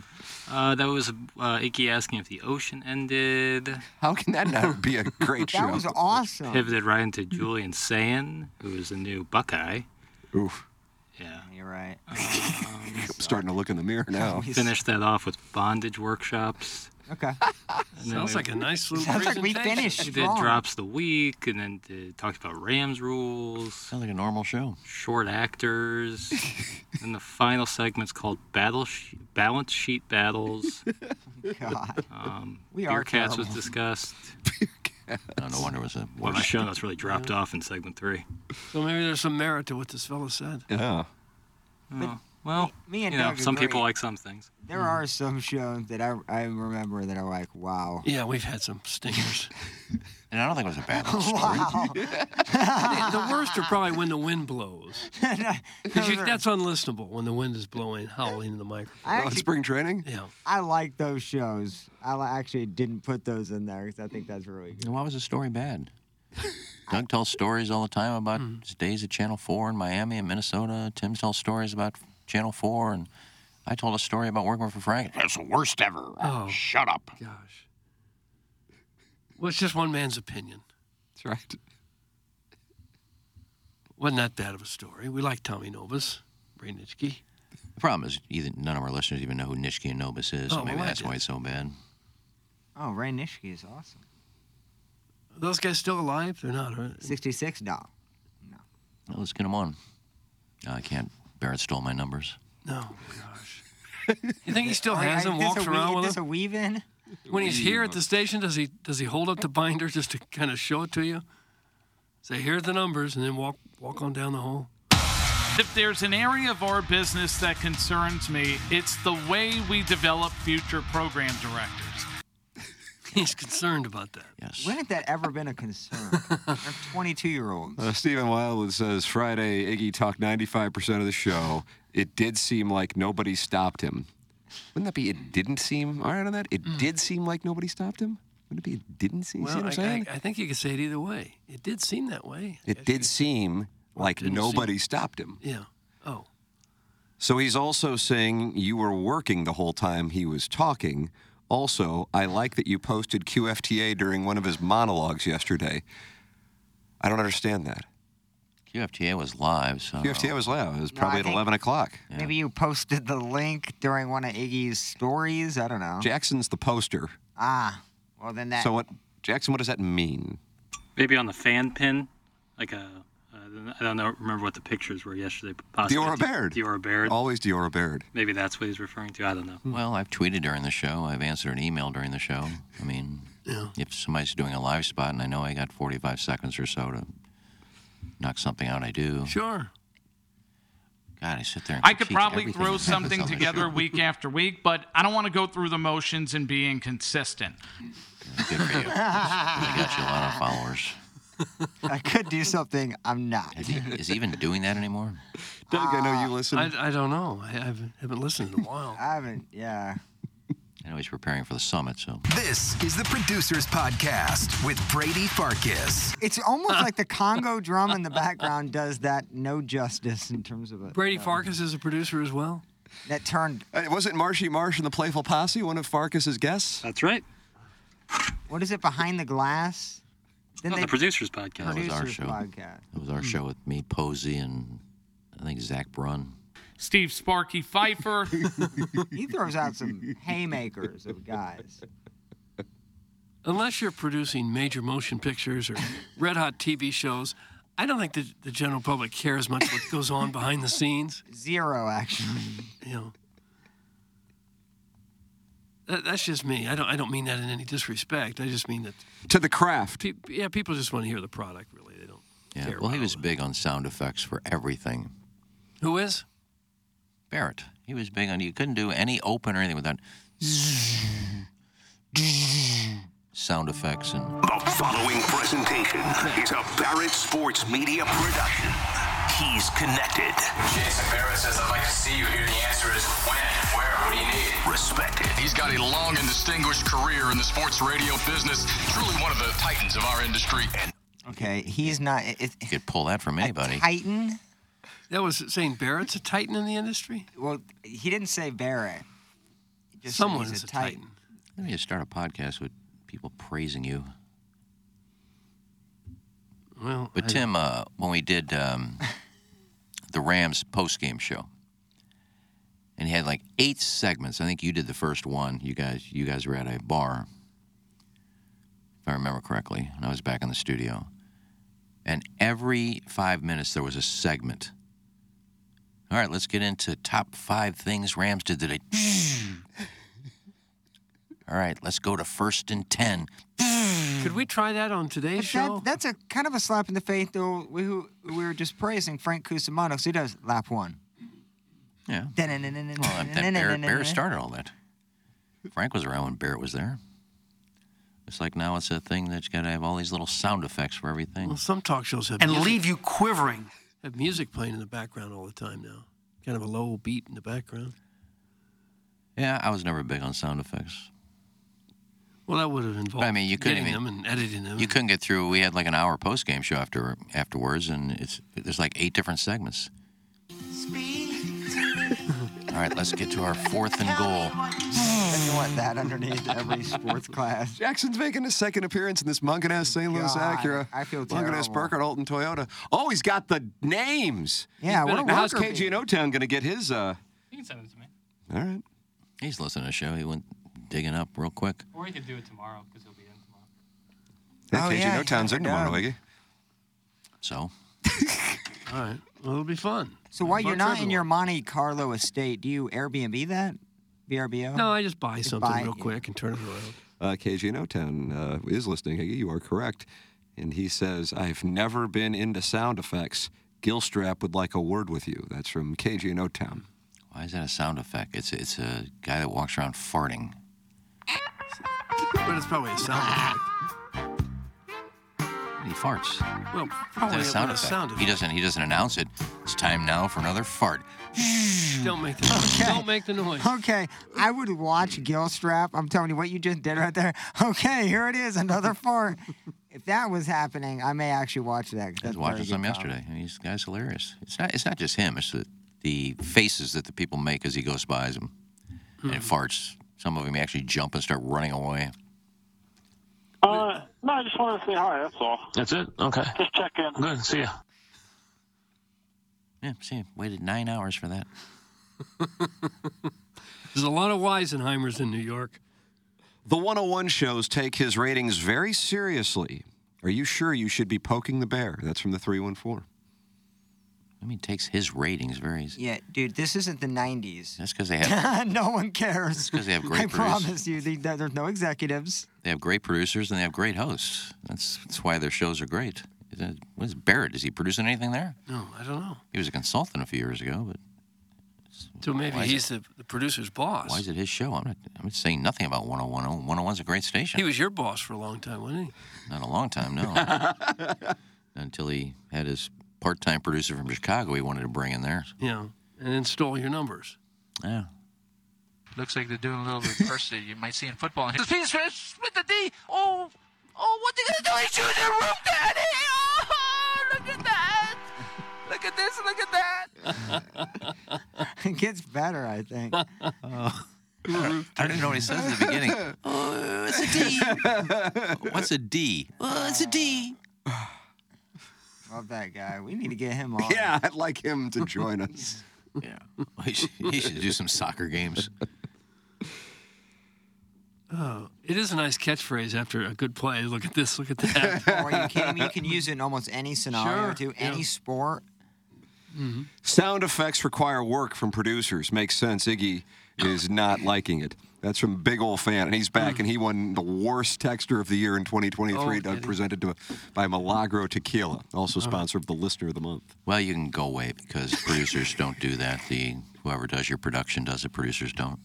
D: Uh, that was uh, Icky asking if the ocean ended.
B: How can that not be a (laughs) great
E: That
B: (laughs)
E: was awesome.
D: Pivoted right into Julian Sayin, who is the new Buckeye.
B: Oof.
D: Yeah.
E: You're right.
B: (laughs) I'm starting to look in the mirror now.
D: Finished that off with bondage workshops.
C: (laughs)
E: Okay.
D: And then
C: Sounds
D: we-
C: like a nice little
E: Sounds like we
C: presentation.
E: finished
D: We did drops the week, and then did, talked about Rams rules. Sounds
G: like a normal show. (laughs)
D: Short actors, and the final segment's called Battle Sh- Balance
G: (laughs)
D: Sheet Battles.
E: God.
D: Um,
E: We
D: Beer
E: are
D: Cats was
E: terrible.
D: discussed.
G: Oh, no wonder it was a
D: Well, my
G: worst.
D: show notes really dropped off in segment three.
C: So maybe there's some merit to what this fella
E: (laughs)
C: said.
B: Yeah.
D: Oh, well,
E: me and
D: you know,
E: Doug
D: some people
E: agree.
D: like some things.
E: There are some shows that I, I remember that are like, wow.
C: Yeah, we've had some
E: (laughs)
C: stingers.
G: And I don't think it was a bad one. (laughs)
E: wow.
C: the, the worst are probably when the wind
E: (laughs)
C: blows. 'Cause you- that's unlistenable when the wind is blowing, howling in the microphone.
E: I actually-
B: spring training?
C: Yeah.
E: I like those shows. I li- actually didn't put those in there because I think that's really good.
G: And why was the story bad? Doug tells stories all the time about
C: Hmm.
G: his days at Channel 4 in Miami and Minnesota. Tim tells stories about Channel 4. And I told a story about working for Frank. That's the worst ever.
C: Oh.
G: Shut up.
C: Gosh. Well, it's just one man's opinion.
B: That's right.
C: Wasn't that bad of a story. We like Tommy Novus, Ray Nitschke.
G: The problem is either none of our listeners even know who Nishki and Nobis is.
C: Oh,
G: so maybe
C: well, I
G: that's
C: did.
G: why it's so bad.
E: Oh, Ray Nishki is awesome.
C: Are those guys still alive? They're not, right?
E: 66 doll.
G: Well, let's get him on. No, I can't. Barrett stole my numbers.
C: No, gosh. You think he still has
E: Alright,
C: him,
E: this a
C: walks
E: wee-
C: around with
E: this
C: him?
E: a weave in?
C: When he's here at the station, does he does he hold up the binder just to kind of show it to you? Say, here are the numbers, and then walk walk on down the hall.
K: If there's an area of our business that concerns me, it's the way we develop future program directors.
C: (laughs) He's concerned about that.
E: Yes. When had that ever been a
D: (laughs)
E: concern? They're 22 year olds.
B: Uh, Stephen Wildwood says Friday, Iggy talked 95% of the show. It did seem like nobody stopped him. Wouldn't that be it didn't seem? All right on that? It did seem like nobody stopped him? Wouldn't it be it didn't seem? see
C: Well,
B: what
C: I,
B: I'm saying?
C: I, I think you could say it either way. It did seem that way.
B: it did seem like
C: didn't
B: nobody
C: seem-
B: stopped him.
C: Yeah. Oh.
B: So he's also saying you were working the whole time he was talking. Also, I like that you posted QFTA during one of his monologues yesterday. I don't understand that.
G: QFTA was live, so.
B: QFTA was live. It was
E: No, I
B: probably at
E: think-
B: 11 o'clock.
E: Maybe you posted the link during one of Iggy's stories. I don't know.
B: Jackson's the poster.
E: Ah, well then
D: (laughs)
E: that.
B: So what, Jackson? What does that mean?
D: Maybe on the fan pin, like a. Uh, I don't know, remember what the pictures were yesterday. but Possibly
B: Diora Baird.
D: Diora Baird.
B: Always Diora Baird.
D: Maybe that's what he's referring to. I don't
B: Hmm.
D: know.
G: Well, I've tweeted during the show. I've answered an email during the show. I mean, if somebody's doing a live spot and I know I got 45 seconds or so to knock something out, I do.
C: Sure.
G: God, I sit there. And
K: I could
G: critique (laughs)
K: probably
G: everything that
K: throw
G: happens
K: something
G: on the
K: together
G: show. (laughs)
K: week after week, but I don't want to go through the motions and be inconsistent.
G: Good for you. I got you a lot of followers.
E: I could do something. I'm not.
G: Is he, is he even doing that anymore?
B: Doug, I know you listen.
C: I, I don't know. I haven't, haven't listened in a
D: Oh.
C: while.
E: I haven't. Yeah.
G: I know he's preparing for the summit, so.
L: This is the Producers Podcast with Brady Farkas.
E: It's almost like the Congo drum in the background does that no justice in terms of uh, it.
C: Brady Farkas is a producer as well.
E: That turned.
B: Uh, wasn't Marshy Marsh and the Playful Posse one of Farkas's guests?
D: That's right.
E: What is it behind the glass? Then
D: Oh, the producers podcast.
G: That was our
E: Producers
G: show.
E: podcast.
G: It was our
B: Hmm.
G: show with me, Posey, and I think Zach Brunn.
K: Steve Sparky Pfeiffer.
E: (laughs) he throws out some haymakers of
D: (laughs)
E: guys.
C: Unless you're producing major motion pictures
B: (laughs)
C: or red hot TV shows, I don't think the, the general public cares much what goes on behind the scenes.
E: Zero, actually.
C: You know, that, that's just me. I don't. I don't mean that in any disrespect. I just mean that.
B: To the craft.
C: Pe- yeah, people just want to hear the product, really. They don't.
G: Yeah. Well, he was big on sound effects for everything.
C: Who is?
G: Barrett. He was big on. You couldn't do any open or anything without (laughs) sound effects and.
A: The following presentation is a Barrett Sports Media production. He's connected.
M: Jason Barrett says, I'd like to see you here. The answer is when, where, what do you need? Respected. He's got a long and distinguished career in the sports radio business. Truly one of the titans of our industry.
E: Okay, he's not. It, it,
G: you could pull that from anybody.
E: Titan.
C: That was saying Barrett's a titan in the industry.
E: Well, he didn't say Barrett. He just said
C: Someone
E: he's
C: is a titan.
G: Maybe you start a podcast with people praising you.
C: Well,
G: But
C: I-
G: Tim, uh, when we did um, the Rams post-game show, and he had like eight segments. I think you did the first one. You guys, you guys were at a bar, if I remember correctly, and I was back in the studio. And every five minutes there was a segment. All right, let's get into top five things Rams did today. All right, let's go to first and ten.
C: Could we try that on today's show?
E: That, that's a kind of a slap in the face, though. We, who, we were just praising Frank Cusimano because he does lap one.
G: Yeah.
E: Well,
G: Well, that that Barrett, Barrett started all that. Frank was around when Barrett was there. It's like now it's a thing that's got to have all these little sound effects for everything.
C: Well, some talk shows have
G: And
C: leave you quivering. Have music playing in the background all the time now. Kind of a low beat in the background.
G: Yeah, I was never big on sound effects.
C: Well, that would have
G: But
C: involved
G: I mean, you couldn't
C: getting
G: even
C: them and editing them.
G: You couldn't get through. We had like an hour post game show after afterwards, and it's there's like eight different segments. All right, let's get to our fourth and goal.
E: And you want that underneath every sports class.
B: Jackson's making his second appearance in this Munkin-ass St. Louis
E: God,
B: Acura.
E: I feel
B: Munkin-ass
E: terrible.
B: Burkhardt Alton Toyota. Oh, he's got the names.
E: Yeah, He's been what a a
B: now how's
E: worker
B: KG and O-Town going to get his? Uh,
K: You can send it to me.
G: All right. He's listening to the show. He went digging up real quick.
K: Or you could do it tomorrow because he'll be in
B: yeah,
K: tomorrow.
G: Oh,
B: KG
G: yeah,
B: and
G: he
B: O-Town's in
G: never
B: tomorrow,
G: knows.
B: Iggy.
G: So
C: All right. Well, it'll be fun.
E: So while you're
C: Fun for
E: not in
C: everyone.
E: your Monte Carlo estate, do you Airbnb that? VRBO?
C: No, I just buy
E: Just
C: something
E: buy-
C: real
E: yeah.
C: quick and turn it around.
B: Uh, KGNO Town uh, is listening. Higgy, You are correct. And he says, I've never been into sound effects. Gilstrap would like a word with you. That's from KGNO Town.
G: Why is that a sound effect? It's it's a guy that walks around farting.
C: But it's probably a sound
E: Ah.
C: effect.
G: He farts.
C: Well,
G: That's
C: probably
G: a
C: Oh,
G: sound
C: with
G: effect.
C: a sound
G: He doesn't he doesn't announce it. It's time now for another fart.
C: effect. Don't make the noise. Don't make the noise.
E: Okay, I would watch Gilstrap. I'm telling you what you just did right there. Okay, here it is, another four. if that was happening, I may actually watch that. 'cause
G: I was
E: that's
G: watching
E: very
G: some
E: good
G: yesterday, and he's guy's hilarious. It's not it's not just him. It's the, the faces that the people make as he goes by him, and farts. Some of them actually jump and start running away.
N: Uh, no, I just wanted to say hi. That's all.
G: That's it. Okay.
N: Just check in.
G: Good. See ya. Yeah. See, ya. waited nine hours for that.
C: There's a lot of Weisenheimers in New York.
B: The 101 shows take his ratings very seriously. Are you sure you should be poking the bear? That's from the 314.
G: I mean, takes his ratings very.
E: comedy. Yeah, dude, this isn't the 90s.
G: That's because they
E: (laughs)
G: have (laughs)
E: no one cares.
G: 'cause they have great
E: I
G: producers.
E: promise you, they, there's no
G: (laughs)
E: executives.
G: they have great producers and they have great hosts. That's that's why their shows are great. Is that- What is Barrett? Is he producing anything there?
C: No, I don't know.
G: He was a consultant a few years ago, but
C: So maybe
G: Why is
C: he's the, the producer's boss.
G: why is it his show? I'm not. I'm not saying nothing about 101. 101's a great station.
C: He was your boss for a long time, wasn't he?
G: (laughs) Not a long
C: (laughs)
G: time, no. Until he had his part-time producer from Chicago he wanted to bring in there.
C: Yeah. And then stole your numbers.
G: Yeah.
O: Looks like they're doing a little reverse that you might see in football. It's Peter Smith with the D. Oh, oh, what they gonna do? He's shooting the roof, Daddy. Oh, look at that. Look at this. Look at that.
E: it gets better, I think.
G: (laughs) I don't even know what he says at
E: (laughs)
G: the beginning. Oh, it's a D. What's a D? Oh, it's a D.
E: (sighs) Love that guy. We need to get him on.
B: Yeah, I'd like him to join us.
G: yeah. He should, he should do some soccer games.
C: Oh, it is a nice catchphrase after a good play. Look at this. Look at that. (laughs)
E: Are you kidding
B: (laughs)
E: me? You can use it in almost any scenario,
C: Sure,
E: too.
C: yeah.
E: Any sport.
B: Mm-hmm. Sound effects require work from producers. Makes sense. Iggy is not liking it. That's from Big Ol' Fan, and he's back, and he won the worst texture of the year in 2023,
G: Oh,
B: done-
G: did he?
B: presented to by Milagro Tequila, also sponsor of the Listener of the Month.
G: Well, you can go away because producers don't do that. The whoever does your production does it. Producers don't.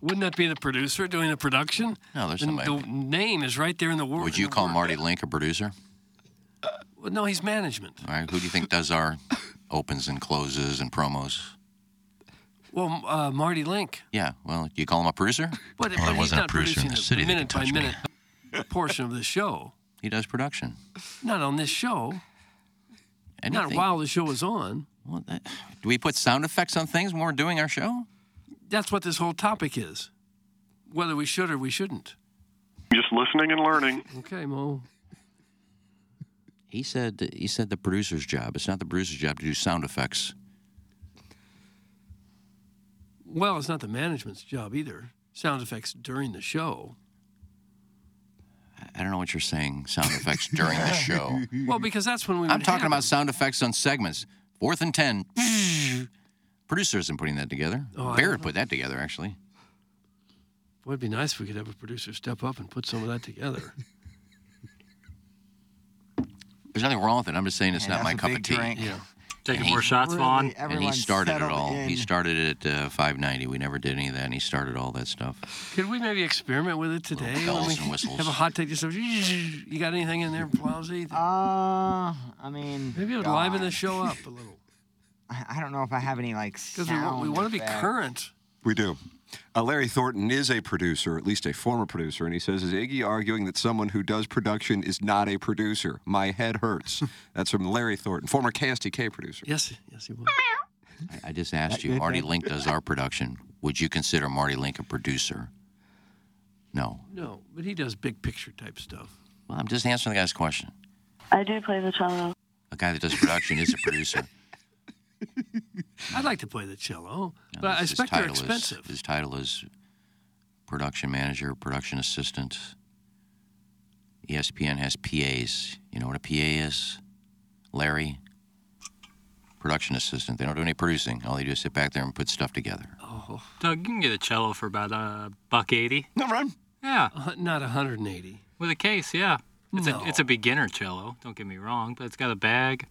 C: Wouldn't that be the producer doing the production?
G: No, there's
C: the,
G: somebody-
C: the name is right there in the word.
G: Would you call Marty Link a producer?
C: Well, no, he's management.
G: All right. Who do you think does our opens and closes and promos?
C: Well, uh, Marty Link.
G: Yeah. Well, you call him a producer?
C: But,
G: well,
C: but
G: there
C: he's
G: wasn't
C: not
G: a producer in
C: producing
G: the city that could
C: minute by
G: touch me.
C: minute portion of the show.
G: He does production.
C: Not on this show. Not
G: Anything.
C: while the show is on.
G: Well, that, do we put sound effects on things when we're doing our show?
C: That's what this whole topic is. Whether we should or we shouldn't.
P: Just listening and learning.
C: Okay, Mo.
G: He said he said the producer's job. It's not the producer's job to do sound effects.
C: Well, it's not the management's job either. Sound effects during the show.
G: I don't know what you're saying. Sound effects
C: (laughs)
G: during the show.
C: Well, because that's when we.
G: I'm
C: would
G: talking
C: have
G: about sound effects on segments. Fourth
C: (laughs)
G: and ten. Producer isn't putting that together.
C: Oh, I
G: Barrett put that together, actually.
C: Boy, it'd be nice if we could have a producer step up and put some of that
G: (laughs)
C: together.
G: There's nothing wrong with it. I'm just saying it's
C: Yeah,
G: not my
C: that's a
G: cup of
C: big
G: tea.
C: drink. Yeah.
D: Taking
G: And
D: more shots, Really, Vaughn?
G: And he
C: everyone's
G: started it
C: settled
G: all. He
C: in.
G: started it at uh, 590. We never did any of that, and he started all that stuff.
C: Could we maybe experiment with it today? when
G: bells
C: we
G: and whistles.
C: Have a hot take. Just you got anything in there, Blousy?
E: Uh, I mean,
C: Maybe it would liven the show up a little.
E: (laughs) I I don't know if I have any like.
C: Because we, wa- we want to be current.
B: We do. Uh, Larry Thornton is a producer, at least a former producer, and he says, Is Iggy arguing that someone who does production is not a producer? My head
C: (laughs)
B: hurts. That's from Larry Thornton, former KSTK producer.
C: Yes, yes, he was.
G: I, I just asked
B: That
G: you.
B: good
G: Marty
B: thing?
G: Link does our production. Would you consider Marty Link a producer? No.
C: No, but he does big picture type stuff.
G: Well, I'm just answering the guy's question.
Q: I do play the cello.
G: A guy that does production is a producer.
C: I'd like to play the cello,
G: No,
C: but I
G: his- his
C: expect they're
G: title is-
C: expensive.
G: his title is production manager, production assistant. E ESPN has PAs. You know what a PA is? Larry, production assistant. They don't do any producing. All they do is sit back there and put stuff together.
D: Oh. Doug, you can get a cello for about a buck eighty.
B: No, right?
D: Yeah.
C: not a hundred and eighty.
D: With a case, yeah. It's
C: No.
D: a it's a beginner cello. Don't get me wrong, but it's got a bag,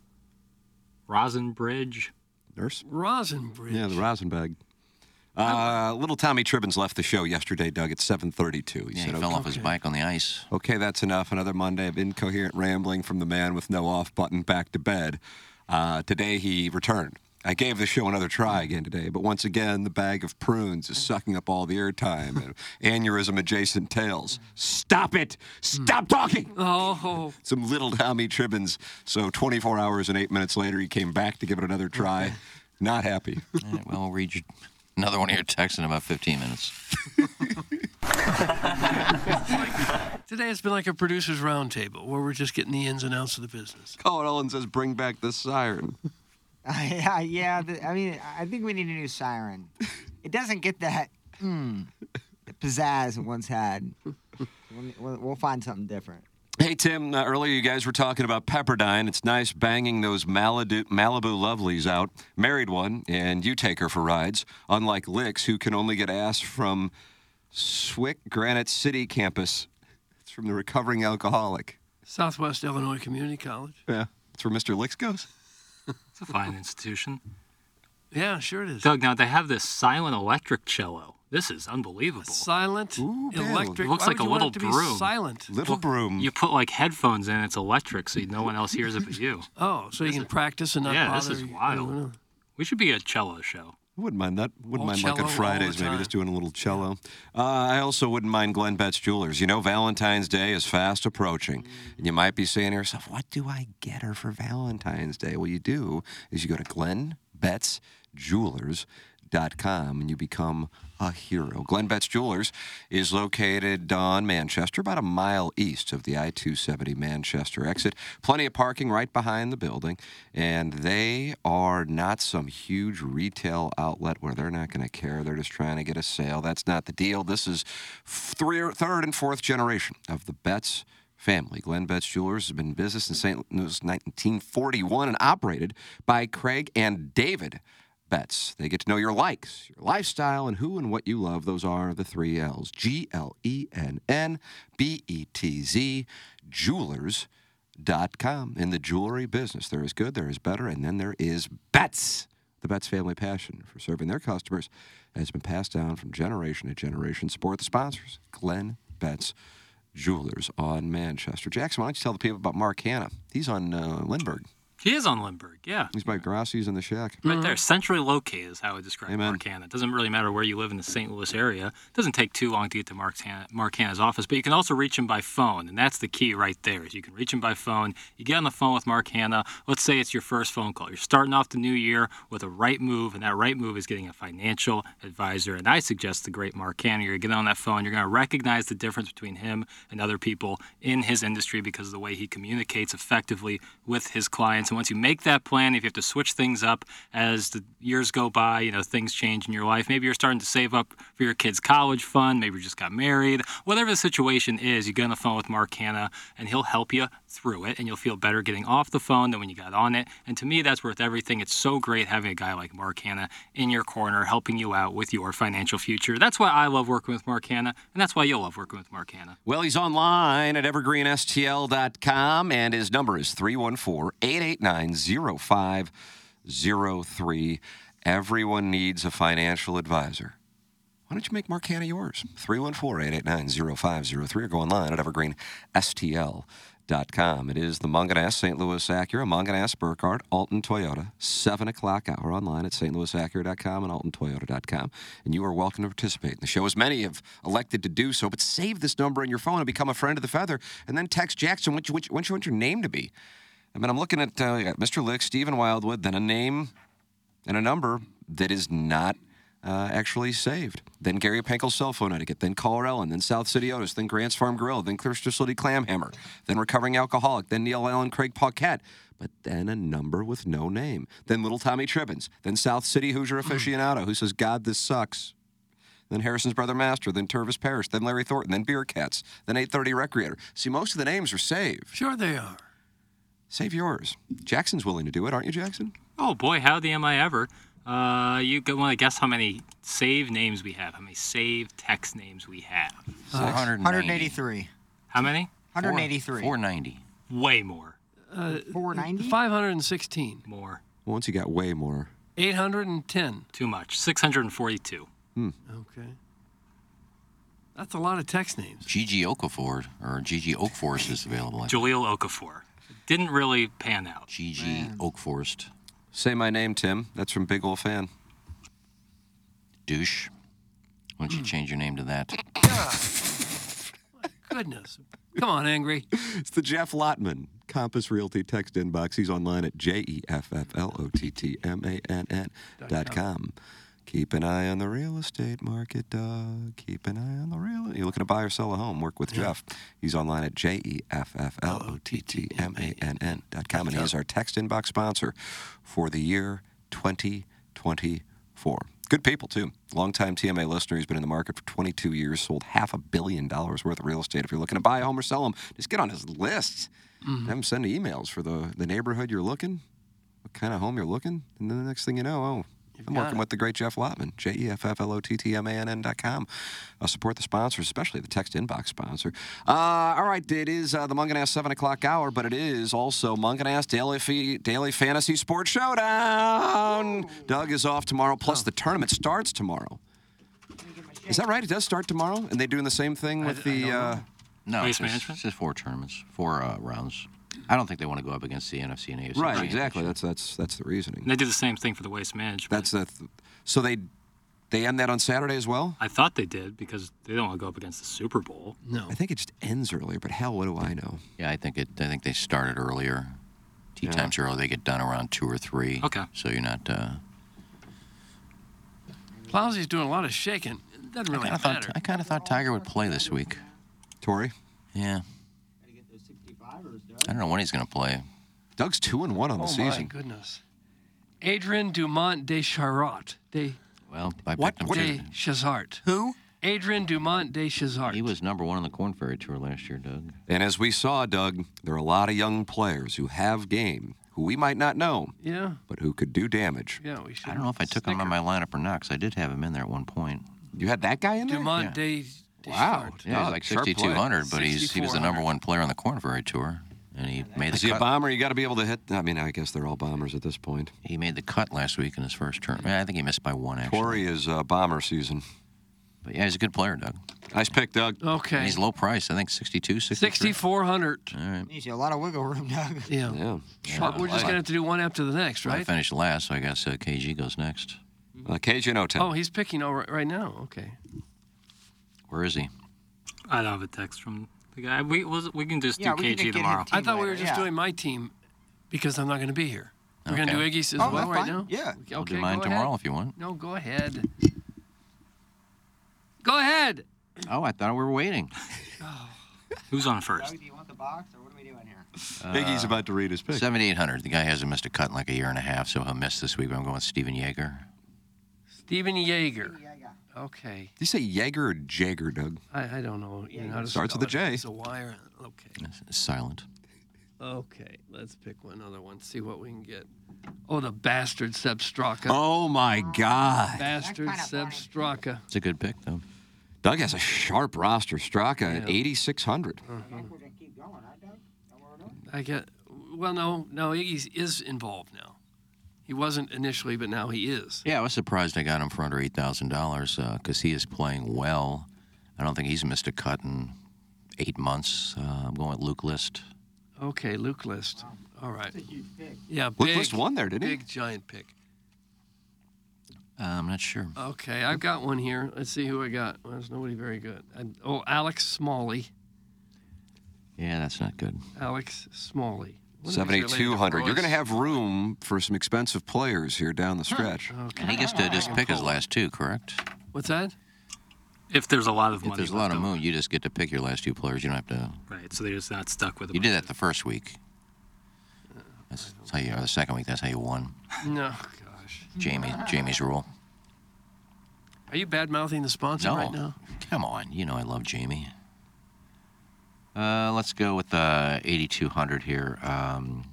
D: rosin bridge.
B: Nurse.
C: Rosin bridge.
B: Yeah, the rosin bag. Uh, little Tommy Tribbins left the show yesterday, Doug, at 7:32. He
G: Yeah, he
B: said,
G: fell off his bike on the ice.
B: Okay, that's enough. Another Monday of incoherent rambling from the man with no off button back to bed. Uh, today he returned. I gave the show another try again today, but once again, the bag of prunes is sucking up all the airtime and (laughs) aneurysm adjacent tales. Stop it! Stop talking!
G: Hmm.
C: Oh.
B: Some little Tommy Tribbins. So 24 hours and eight minutes later, he came back to give it another try. Not happy.
G: well, we'll read another one of your texts in about 15 minutes.
C: Today it's been like a producer's roundtable where we're just getting the ins and outs of the business.
B: Colin Ellen says, "Bring back the siren."
E: (laughs) yeah, yeah. The, I mean, I think we need a new
B: (laughs)
E: siren. It doesn't get that mm, pizzazz it once
B: (laughs)
E: had. We'll- We'll, we'll find something different.
B: (laughs) Hey, Tim, uh, earlier you guys were talking about Pepperdine. It's nice banging those Malibu, Malibu lovelies out. Married one, and you take her for rides, unlike Licks, who can only get ass from Swick Granite City campus. It's from the recovering alcoholic.
C: Southwest Illinois Community College.
B: Yeah, that's where Mr. Licks goes.
D: It's a fine institution.
C: Yeah, sure it is.
D: Doug, now they have this silent electric cello. This is unbelievable.
C: Silent, electric.
D: It looks
C: Why would
D: like a
C: you want
D: little
C: it to be
D: broom.
C: silent.
B: Little broom.
D: You put like headphones in, it's electric, so no one else hears it but
C: (laughs)
D: you.
C: Oh, so you can practice and not
D: yeah,
C: bother.
D: this is wild. We should be a cello show.
B: I wouldn't mind that. Wouldn't
D: All
B: mind like
D: cello
B: on
D: all the
B: Fridays, maybe
D: time.
B: just doing a little cello. Uh, I also wouldn't mind Glenn Betts Jewelers. You know, Valentine's Day is fast approaching, and you might be saying to yourself, "What do I get her for Valentine's Day?" Well, you do is you go to GlennBettsJewelers.com and you become a hero. Glenn Betts Jewelers is located on Manchester, about a mile east of the I 270 Manchester exit. Plenty of parking right behind the building, and they are not some huge retail outlet where they're not going to care. They're just trying to get a sale. That's not the deal. This is three, third and fourth generation of the Betts family. Glenn Betts Jewelers has been in business in St. Louis 1941 and operated by Craig and David Betts. They get to know your likes, your lifestyle, and who and what you love. Those are the three L's G L E N N B E T Z, jewelers.com. In the jewelry business, there is good, there is better, and then there is Betts. The Betts family passion for serving their customers has been passed down from generation to generation. Support the sponsors, Glenn Betts Jewelers on Manchester. Jackson, why don't you tell the people about Mark Hanna? He's on uh, Lindbergh.
D: He is on Lindbergh, yeah.
B: He's by Grassi's in the shack.
D: Right there, centrally located is how I describe
B: Mm-hmm. Amen.
D: Mark Hanna. It doesn't really matter where you live in the St. Louis area. It doesn't take too long to get to Mark, Hanna, Mark Hanna's office, but you can also reach him by phone, and that's the key right there. Is you can reach him by phone. You get on the phone with Mark Hanna. Let's say it's your first phone call. You're starting off the new year with a right move, and that right move is getting a financial advisor. And I suggest the great Mark Hanna. You're going to get on that phone. You're going to recognize the difference between him and other people in his industry because of the way he communicates effectively with his clients. And once you make that plan, if you have to switch things up as the years go by, you know, things change in your life. Maybe you're starting to save up for your kid's college fund. Maybe you just got married. Whatever the situation is, you get on the phone with Mark Hanna and he'll help you through it. And you'll feel better getting off the phone than when you got on it. And to me, that's worth everything. It's so great having a guy like Mark Hanna in your corner, helping you out with your financial future. That's why I love working with Mark Hanna. And that's why you'll love working with Mark Hanna.
B: Well, he's online at evergreenstl.com, and his number is 314 889 0503. Everyone needs a financial advisor. Why don't you make Mark Hanna yours? 314 889 0503 or go online at evergreenstl.com. It is the Munganass St. Louis Acura, Munganass Burkhardt, Alton Toyota, 7 o'clock hour online at stlouisacura.com and altontoyota.com. And you are welcome to participate in the show, as many have elected to do so. But save this number on your phone and become a friend of the feather, and then text Jackson what you, what you, what you want your name to be. I mean, I'm looking at uh, you got Mr. Lick, Stephen Wildwood, then a name and a number that is not uh, actually saved. Then Gary Pankel's cell phone etiquette, then Caller Ellen, then South City Otis, then Grant's Farm Grill, then Clearster City Clam Hammer, then Recovering Alcoholic, then Neil Allen Craig Paquette, but then a number with no name. Then Little Tommy Tribbins, then South City Hoosier Aficionado, who says, God, this sucks. Then Harrison's Brother Master, then Turvis Parrish, then Larry Thornton, then Beer Cats, then 830 Recreator. See, most of the names are saved.
C: Sure they are.
B: Save yours. Jackson's willing to do it, aren't you, Jackson?
D: Oh boy, howdy am I ever. Uh, you want to guess how many save names we have? How many save text names we have?
E: Uh, 190. 183.
D: How many?
E: 183.
G: 490.
D: Way more.
C: Uh,
E: 490?
C: 516.
D: More.
B: Once you got way more.
C: 810.
D: Too much. 642.
B: Hmm.
C: Okay. That's a lot of text names.
G: Gigi Okafor or Gigi Oakforest is available. I think.
D: Jaleel Okafor. Didn't really pan out.
G: Gigi Oakforest.
B: Mm. Say my name, Tim. That's from Big Ol' Fan.
G: Douche. Why
C: Hmm.
G: don't you change your name to that?
C: Goodness. Come on, angry.
B: It's the Jeff Lotman Compass Realty text inbox. He's online at j e f f l o t t m a n n dot com. Keep an eye on the real estate market, Doug. Keep an eye on the real. You're looking to buy or sell a home? Work with Jeff. He's online at j e f f l o t t m a n n dot com, and he is our text inbox sponsor for the year 2024. Good people too. Longtime TMA listener. He's been in the market for 22 years. Sold half a billion dollars worth of real estate. If you're looking to buy a home or sell them, just get on his list.
C: Hmm.
G: Mm-hmm.
B: Have him send emails for the, the neighborhood you're looking, what kind of home you're looking, and then the next thing you know, oh, I'm
G: got
B: working
G: it.
B: with the great Jeff Lotman, J E F F L O T T M A N N dot com. Uh, support the sponsors, especially the text inbox sponsor. Uh, all right, it is uh, the Munganass 7 o'clock hour, but it is also Munganass Daily, Fe- Daily Fantasy Sports Showdown. Doug is off tomorrow, plus
G: Oh.
B: the tournament starts tomorrow. Is that right? It does start tomorrow? And they're doing the same thing with the. Uh,
G: No, it's just, it's just four tournaments, four uh, rounds. I don't think they want to go up against the NFC and AFC.
B: Right,
G: champions.
B: exactly. That's that's that's the reasoning.
D: And they did the same thing for the waste management.
B: That's the. Th- so they they end that on Saturday as well.
D: I thought they did because they don't want to go up against the Super Bowl.
B: No, I think it just ends earlier. But hell, what do I know?
G: Yeah, I think it. I think they started earlier. Tea times early. They get done around two or three.
C: Okay.
G: So you're not. Uh,
C: Plowsy's doing a lot of shaking. It doesn't really
G: I thought.
C: matter.
G: I kind of thought Tiger would play this week.
B: Tori.
G: Yeah. I don't know when he's going to play.
B: Doug's two and one on
C: oh, my goodness. Adrian Dumont de Charot. De,
G: Well, I
C: What-
G: picked him
C: what-
G: to-
C: Day Chazart. Who? Adrian Dumont de Chazart.
G: He was number one on the Corn Ferry Tour last year, Doug.
B: And as we saw, Doug, there are a lot of young players who have game who we might not know,
C: Yeah.
B: but who could do damage.
C: Yeah, we should.
G: I don't know if I took him on my lineup or not, because I did have him in there at one point.
B: You had that guy in there?
C: Dumont de, de
B: Wow.
C: Chazart.
G: Yeah, he's like 6,200, but he's, he was the number one player on the Corn Ferry Tour, and he made the
B: Is he a
G: cut.
B: bomber? You got to be able to hit. I mean, I guess they're all bombers at this point.
G: He made the cut last week in his first turn. Yeah, I think he missed by one. Actually.
B: Tori is uh, bomber season.
G: But yeah, he's a good player, Doug.
B: Nice pick, Doug.
C: Okay.
G: And he's low price. I think 62, 63.
C: 6,400.
G: All right.
E: Needs you a lot of wiggle room, (laughs) Doug.
C: Yeah.
B: Yeah.
C: But We're just going to have to do one after the next,
G: I
C: right?
G: finished last, so I guess uh, KG goes next.
B: Uh, KG and
C: Oh, he's picking all right, right now. Okay.
G: Where is he?
D: I don't have a text from the guy. We we'll, we can just do KG tomorrow.
C: I thought we were just doing my team because I'm not going to be here. We're going to do
G: Okay.
C: Iggy's as
G: Oh,
C: well
G: that's
C: right
G: fine.
C: now?
G: Yeah.
C: Okay,
G: I'll do
C: go
G: mine
C: ahead.
G: tomorrow if you want.
C: No, go ahead. Go ahead.
G: Oh, I thought we were waiting.
D: (sighs) Who's on first?
B: Biggie's Uh, about to read his pick.
G: 7,800. The guy hasn't missed a cut in like a year and a half, so he'll miss this week. But I'm going with Steven Yeager.
C: Steven Yeager. Okay.
B: Did you say Jaeger or Jaeger, Doug?
C: I, I don't know. You know how to
B: Starts with a
C: spell it.
B: J.
C: It's a wire. Okay.
G: It's silent.
C: Okay. Let's pick one other one. See what we can get. Oh, the bastard Seb Straka.
B: Oh, my God.
C: Bastard Seb Straka.
G: It's a good pick, though.
B: Doug has a sharp roster. Straka at 8,600.
C: I get. Well, no, no. Iggy is involved now. He wasn't initially, but now he is.
G: Yeah, I was surprised I got him for under $8,000 because uh, he is playing well. I don't think he's missed a cut in eight months. Uh, I'm going with Luke List.
C: Okay, Luke List. All right. Yeah,
G: Luke
C: big,
G: List won there, didn't he?
C: Big giant pick.
G: Uh, I'm not sure.
C: Okay, I've got one here. Let's see who I got. Well, there's nobody very good. I, oh, Alex Smalley.
G: Yeah, that's not good.
C: Alex Smalley. What if he's related to
B: 7,200. You're
C: Royce?
B: going to have room for some expensive players here down the stretch.
G: And he gets to just pick his last two, correct?
C: What's that?
D: If there's a lot of
G: If
D: money.
G: there's a lot of
D: left
G: moon, you just get to pick your last two players. You don't have to.
D: over. Right, so they're just not stuck with. a
G: You did
D: bunch
G: that the first week. That's that's how you. Or the second week, that's how you won.
C: No.
G: Jamie, Jamie's rule.
C: Are you bad mouthing the sponsor
G: No.
C: right now?
G: Come on, you know I love Jamie. Uh, let's go with uh, 8,200 here. Um,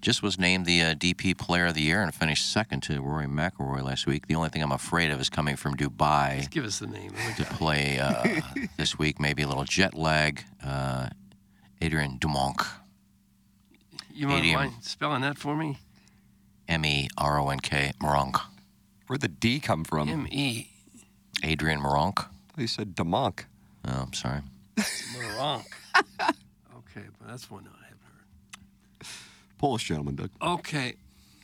G: Just was named the uh, DP Player of the Year and finished second to Rory McIlroy last week. The only thing I'm afraid of is coming from Dubai
C: Give us the name.
G: to play (laughs) uh, this week. Maybe a little jet lag. Uh, Adrian Dumonc,
C: You want to
G: Medium.
C: mind spelling that for me?
G: M E R O N K, Moronk. Where'd the D come from?
C: M E.
G: Adrian Moronk. You said Dumonc. Oh, I'm sorry. (laughs)
C: Moronk. okay, but that's one I have.
B: Polish gentleman, Doug.
C: Okay.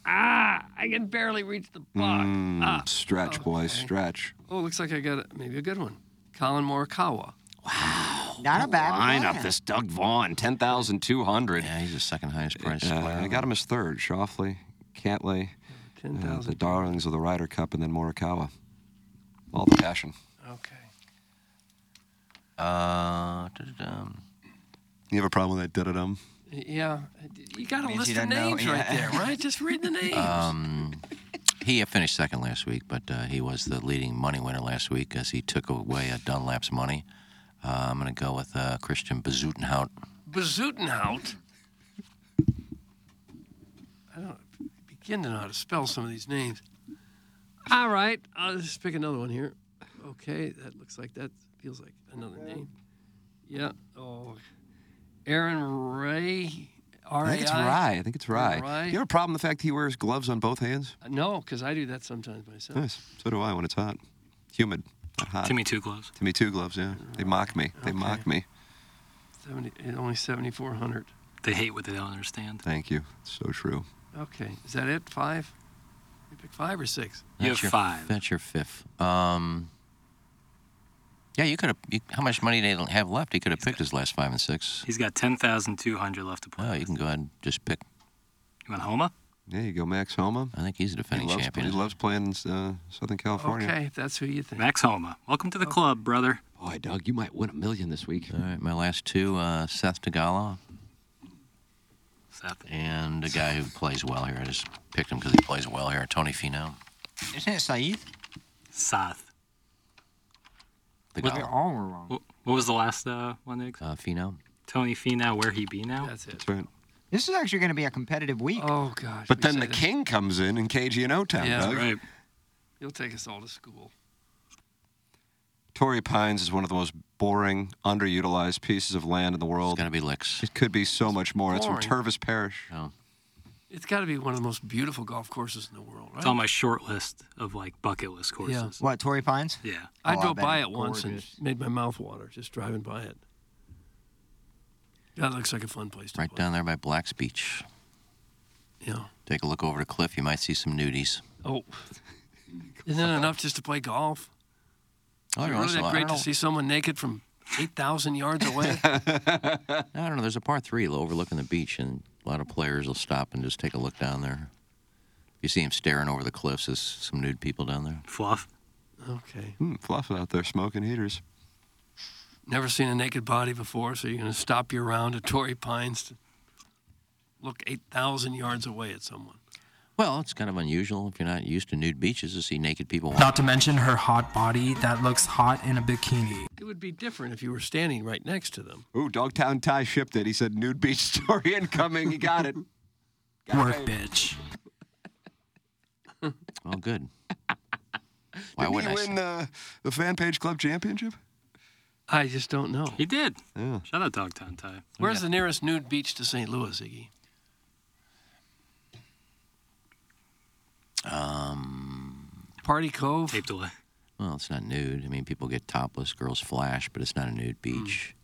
C: Ah, I can barely reach the block.
B: Mm,
C: ah.
B: stretch, boys,
C: okay.
B: stretch.
C: Oh, looks like I got a- maybe a good one. Colin Morikawa.
E: Not a bad
B: Line up
E: lineup.
B: this Doug Vaughn, 10,200. Yeah,
G: he's the second highest
B: price. I got him as third. Shoffley, Cantley, uh, the
C: 10,000.
B: darlings of the Ryder Cup, and then Morikawa. All the passion.
C: Okay.
G: Uh, da-da-dum.
B: You have a problem with that? Da-da-dum?
C: Yeah, you got to
B: Means
C: list
B: you
C: the
B: don't know,
C: names right
B: yeah. Uh,
C: there, right? Just read
B: (laughs)
C: the names.
G: Um, he had finished second last week, but uh, he was the leading money winner last week as he took away a Dunlap's money. Uh, I'm going to go with uh, Christian Bezutenhout.
C: Bezutenhout. I don't begin to know how to spell some of these names. All right, I'll just pick another one here. Okay, that looks like that feels like another name. Yeah. Oh, Aaron Ray.
B: I think it's Rye. I think it's Rye.
C: Rye.
B: You have a problem with the fact he wears gloves on both hands?
C: No, because I do that sometimes myself.
B: Nice. So do I when it's hot. Humid. Not hot.
C: Timmy Two Gloves.
B: Timmy Two Gloves, yeah. They mock me. They mock me.
C: 70, and eh, only 7,400.
D: They hate what they don't understand.
B: Thank you. It's so true.
C: Okay, is that it? Five? You pick five or six?
G: That's your- That's your fifth. Um, yeah, you could have. you- How much money did he have left? He could have picked his last five and six.
D: He's got 10,200 left to play.
G: Oh, you can go ahead and just pick.
D: You want Homa?
B: Yeah, you go Max Homa.
G: I think he's a defending
B: he loves,
G: champion.
B: He loves playing in uh, Southern California.
C: Okay, if that's who you think.
D: Max Homa. Welcome to the club, brother.
G: Boy, Oh, Doug, you might win a million this week. All right, my last two uh, Seth Tagala.
D: Seth.
G: And a guy who plays well here. I just picked him because he plays well here, Tony Finau.
E: Isn't it Saeed?
D: Seth.
G: The
D: What-
G: Gala.
E: All were wrong.
D: What, what was the last uh, one? Nick?
G: Uh, Finau.
D: Tony Finau, where he be now?
C: That's it.
B: That's right.
E: This is actually going to be a competitive week.
C: Oh gosh.
B: But then the king comes in in KG and O Town,
C: Yeah,
B: Doug.
C: right. You'll take us all to school.
B: Torrey Pines is one of the most boring, underutilized pieces of land in the world. It's
G: going to be licks.
B: It could be so much more. It's from
C: boring.
B: Tervis Parish.
G: Oh.
C: It's got to be one of the most beautiful golf courses in the world, right?
D: It's on my short list of like bucket list courses.
E: What, Torrey Pines?
D: Yeah.
C: I
E: Oh, I
C: drove
E: bet
C: by
E: it's
C: it once and
E: gorgeous.
C: made my mouth water just driving by it. That looks like a fun place to
G: Right down there by Black's Beach.
C: Yeah.
G: Take a look over to Cliff. You might see some (laughs) nudies.
E: (laughs)
C: Oh. Isn't it enough just to play golf?
G: Oh,
C: Is it
G: every
C: really
G: once in a
C: that
G: while.
C: great to see someone naked from 8,000 yards
E: (laughs)
C: away?
G: I don't know. There's a par three overlooking the beach, and a lot of players will stop and just take a look down there. If you see him staring over the cliffs, there's some nude people down there.
D: Fluff.
C: okay.
B: Hmm, Fluff out there smoking heaters.
C: Never seen a naked body before, so you're going to stop your round at Torrey Pines to look 8,000 yards away at someone.
G: Well, it's kind of unusual if you're not used to nude beaches to see naked people.
R: Not to mention her hot body that looks hot in a bikini.
C: It would be different if you were standing right next to them.
B: Ooh, Dogtown Ty shipped it. He said nude beach story incoming. He got it.
R: Work,
G: (laughs)
R: bitch.
G: Oh, good.
B: Why Didn't
G: wouldn't
B: he
G: I
B: win uh, the Fan Page Club Championship?
C: I just don't know.
D: He did.
B: Yeah. Oh,
D: Shout out Dogtown Ty.
C: Where's the nearest nude beach to St. Louis, Iggy? (laughs)
G: Um,
C: Party Cove.
D: Taped away.
G: well, it's not nude. I mean, people get topless, girls flash, but it's not a nude beach.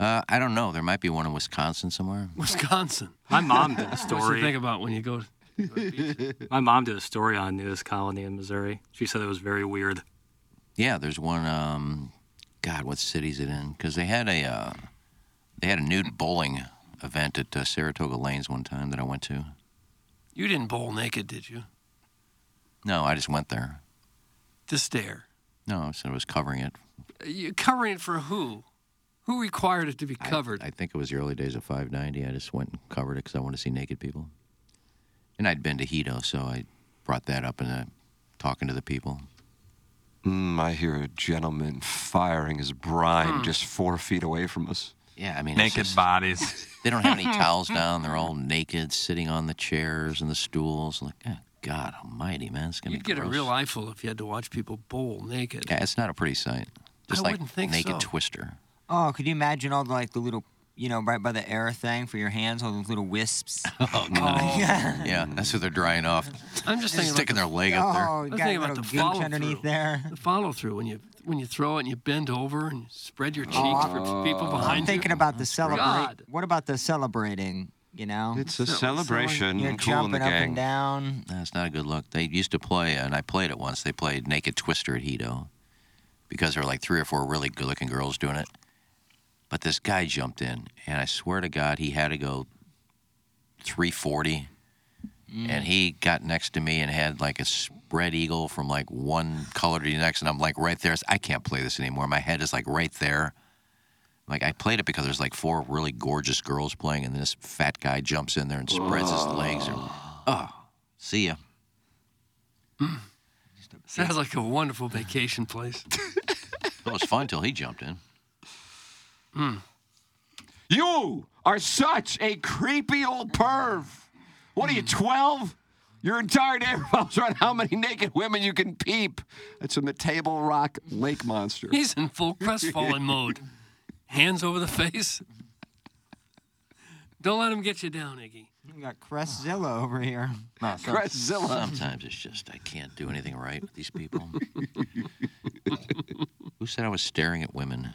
G: Uh, I don't know. There might be one in Wisconsin somewhere.
C: Wisconsin.
D: My mom
C: (laughs)
D: did a
C: What's to
D: story.
C: think about when you go.
B: (laughs)
D: My mom did a story on nudist colony in Missouri. She said it was very weird.
G: Yeah, there's one. Um, God, what city's it in? Because they had a uh, they had a nude bowling event at uh, Saratoga Lanes one time that I went to.
C: You didn't bowl naked, did you?
G: No, I just went there.
C: To stare.
G: No, I said I was covering it.
C: You covering it for who? Who required it to be covered?
G: I think it was the early days of 590. I just went and covered it because I wanted to see naked people. And I'd been to Hito, so I brought that up and uh, talking to the people.
B: Hmm, Mm, I hear a gentleman firing his brine
C: Hmm.
B: just four feet away from us.
G: Yeah, I mean, it's
S: naked
G: just-
T: (laughs)
S: bodies. (laughs)
G: They don't
C: (laughs)
G: have any towels down. They're all naked, sitting on the chairs and the stools. Like, oh, God Almighty, man, it's gonna
C: You'd
G: be
C: get a
G: gross.
C: real eyeful if you had to watch people bowl naked.
G: Yeah, it's not a pretty sight. Just
C: I
G: like
C: wouldn't think
G: naked
C: so.
G: twister.
E: Oh, could you imagine all the like the little, you know, right by the air thing for your hands, all those
C: (laughs)
E: little wisps?
G: (laughs) Oh,
E: God.
G: yeah. that's what they're drying off.
C: I'm just thinking about
G: sticking
C: the-
G: their leg up there.
E: Oh,
C: I was
E: got
C: thinking
E: a
C: about
E: little
C: the
E: gooch
C: follow
E: underneath
C: through.
E: there.
C: The follow through when you when you throw it and you bend over and spread your cheeks for people behind
E: Oh,
C: Oh,
E: I'm thinking about the celebrate.
C: God.
E: What about the celebrating? You know,
B: It's a celebration.
E: You're
B: Cool in the
E: jumping up
B: gang.
C: (laughs)
E: and down.
G: That's not a good look. They used to play, and I played it once. They played Naked Twister at Hito because there were like three or four really good looking girls doing it. But this guy jumped in, and I swear to God, he had to go 340. And he got next to me and had like a spread eagle from like one color to the next. And I'm like, right there. I can't play this anymore. My head is like right there. Like, I played it because there's like four really gorgeous girls playing, and this fat guy jumps in there and spreads his legs. And, oh, see ya.
C: Sounds like a wonderful vacation place.
G: Well, it was fun till he (laughs) jumped in.
B: Hmm.
S: You are such a creepy old perv. What
C: Hmm.
S: are you, 12? Your entire day
B: (laughs)
S: revolves around how many naked women you can peep. That's from the Table Rock Lake Monster.
C: (laughs) He's in full
B: (laughs)
C: crestfallen mode. Hands over the face. Don't let him get you down, Iggy.
E: You got Crestzilla over here.
G: Sometimes it's just I can't do anything right with these
B: (laughs)
G: people. Who said I was staring at women?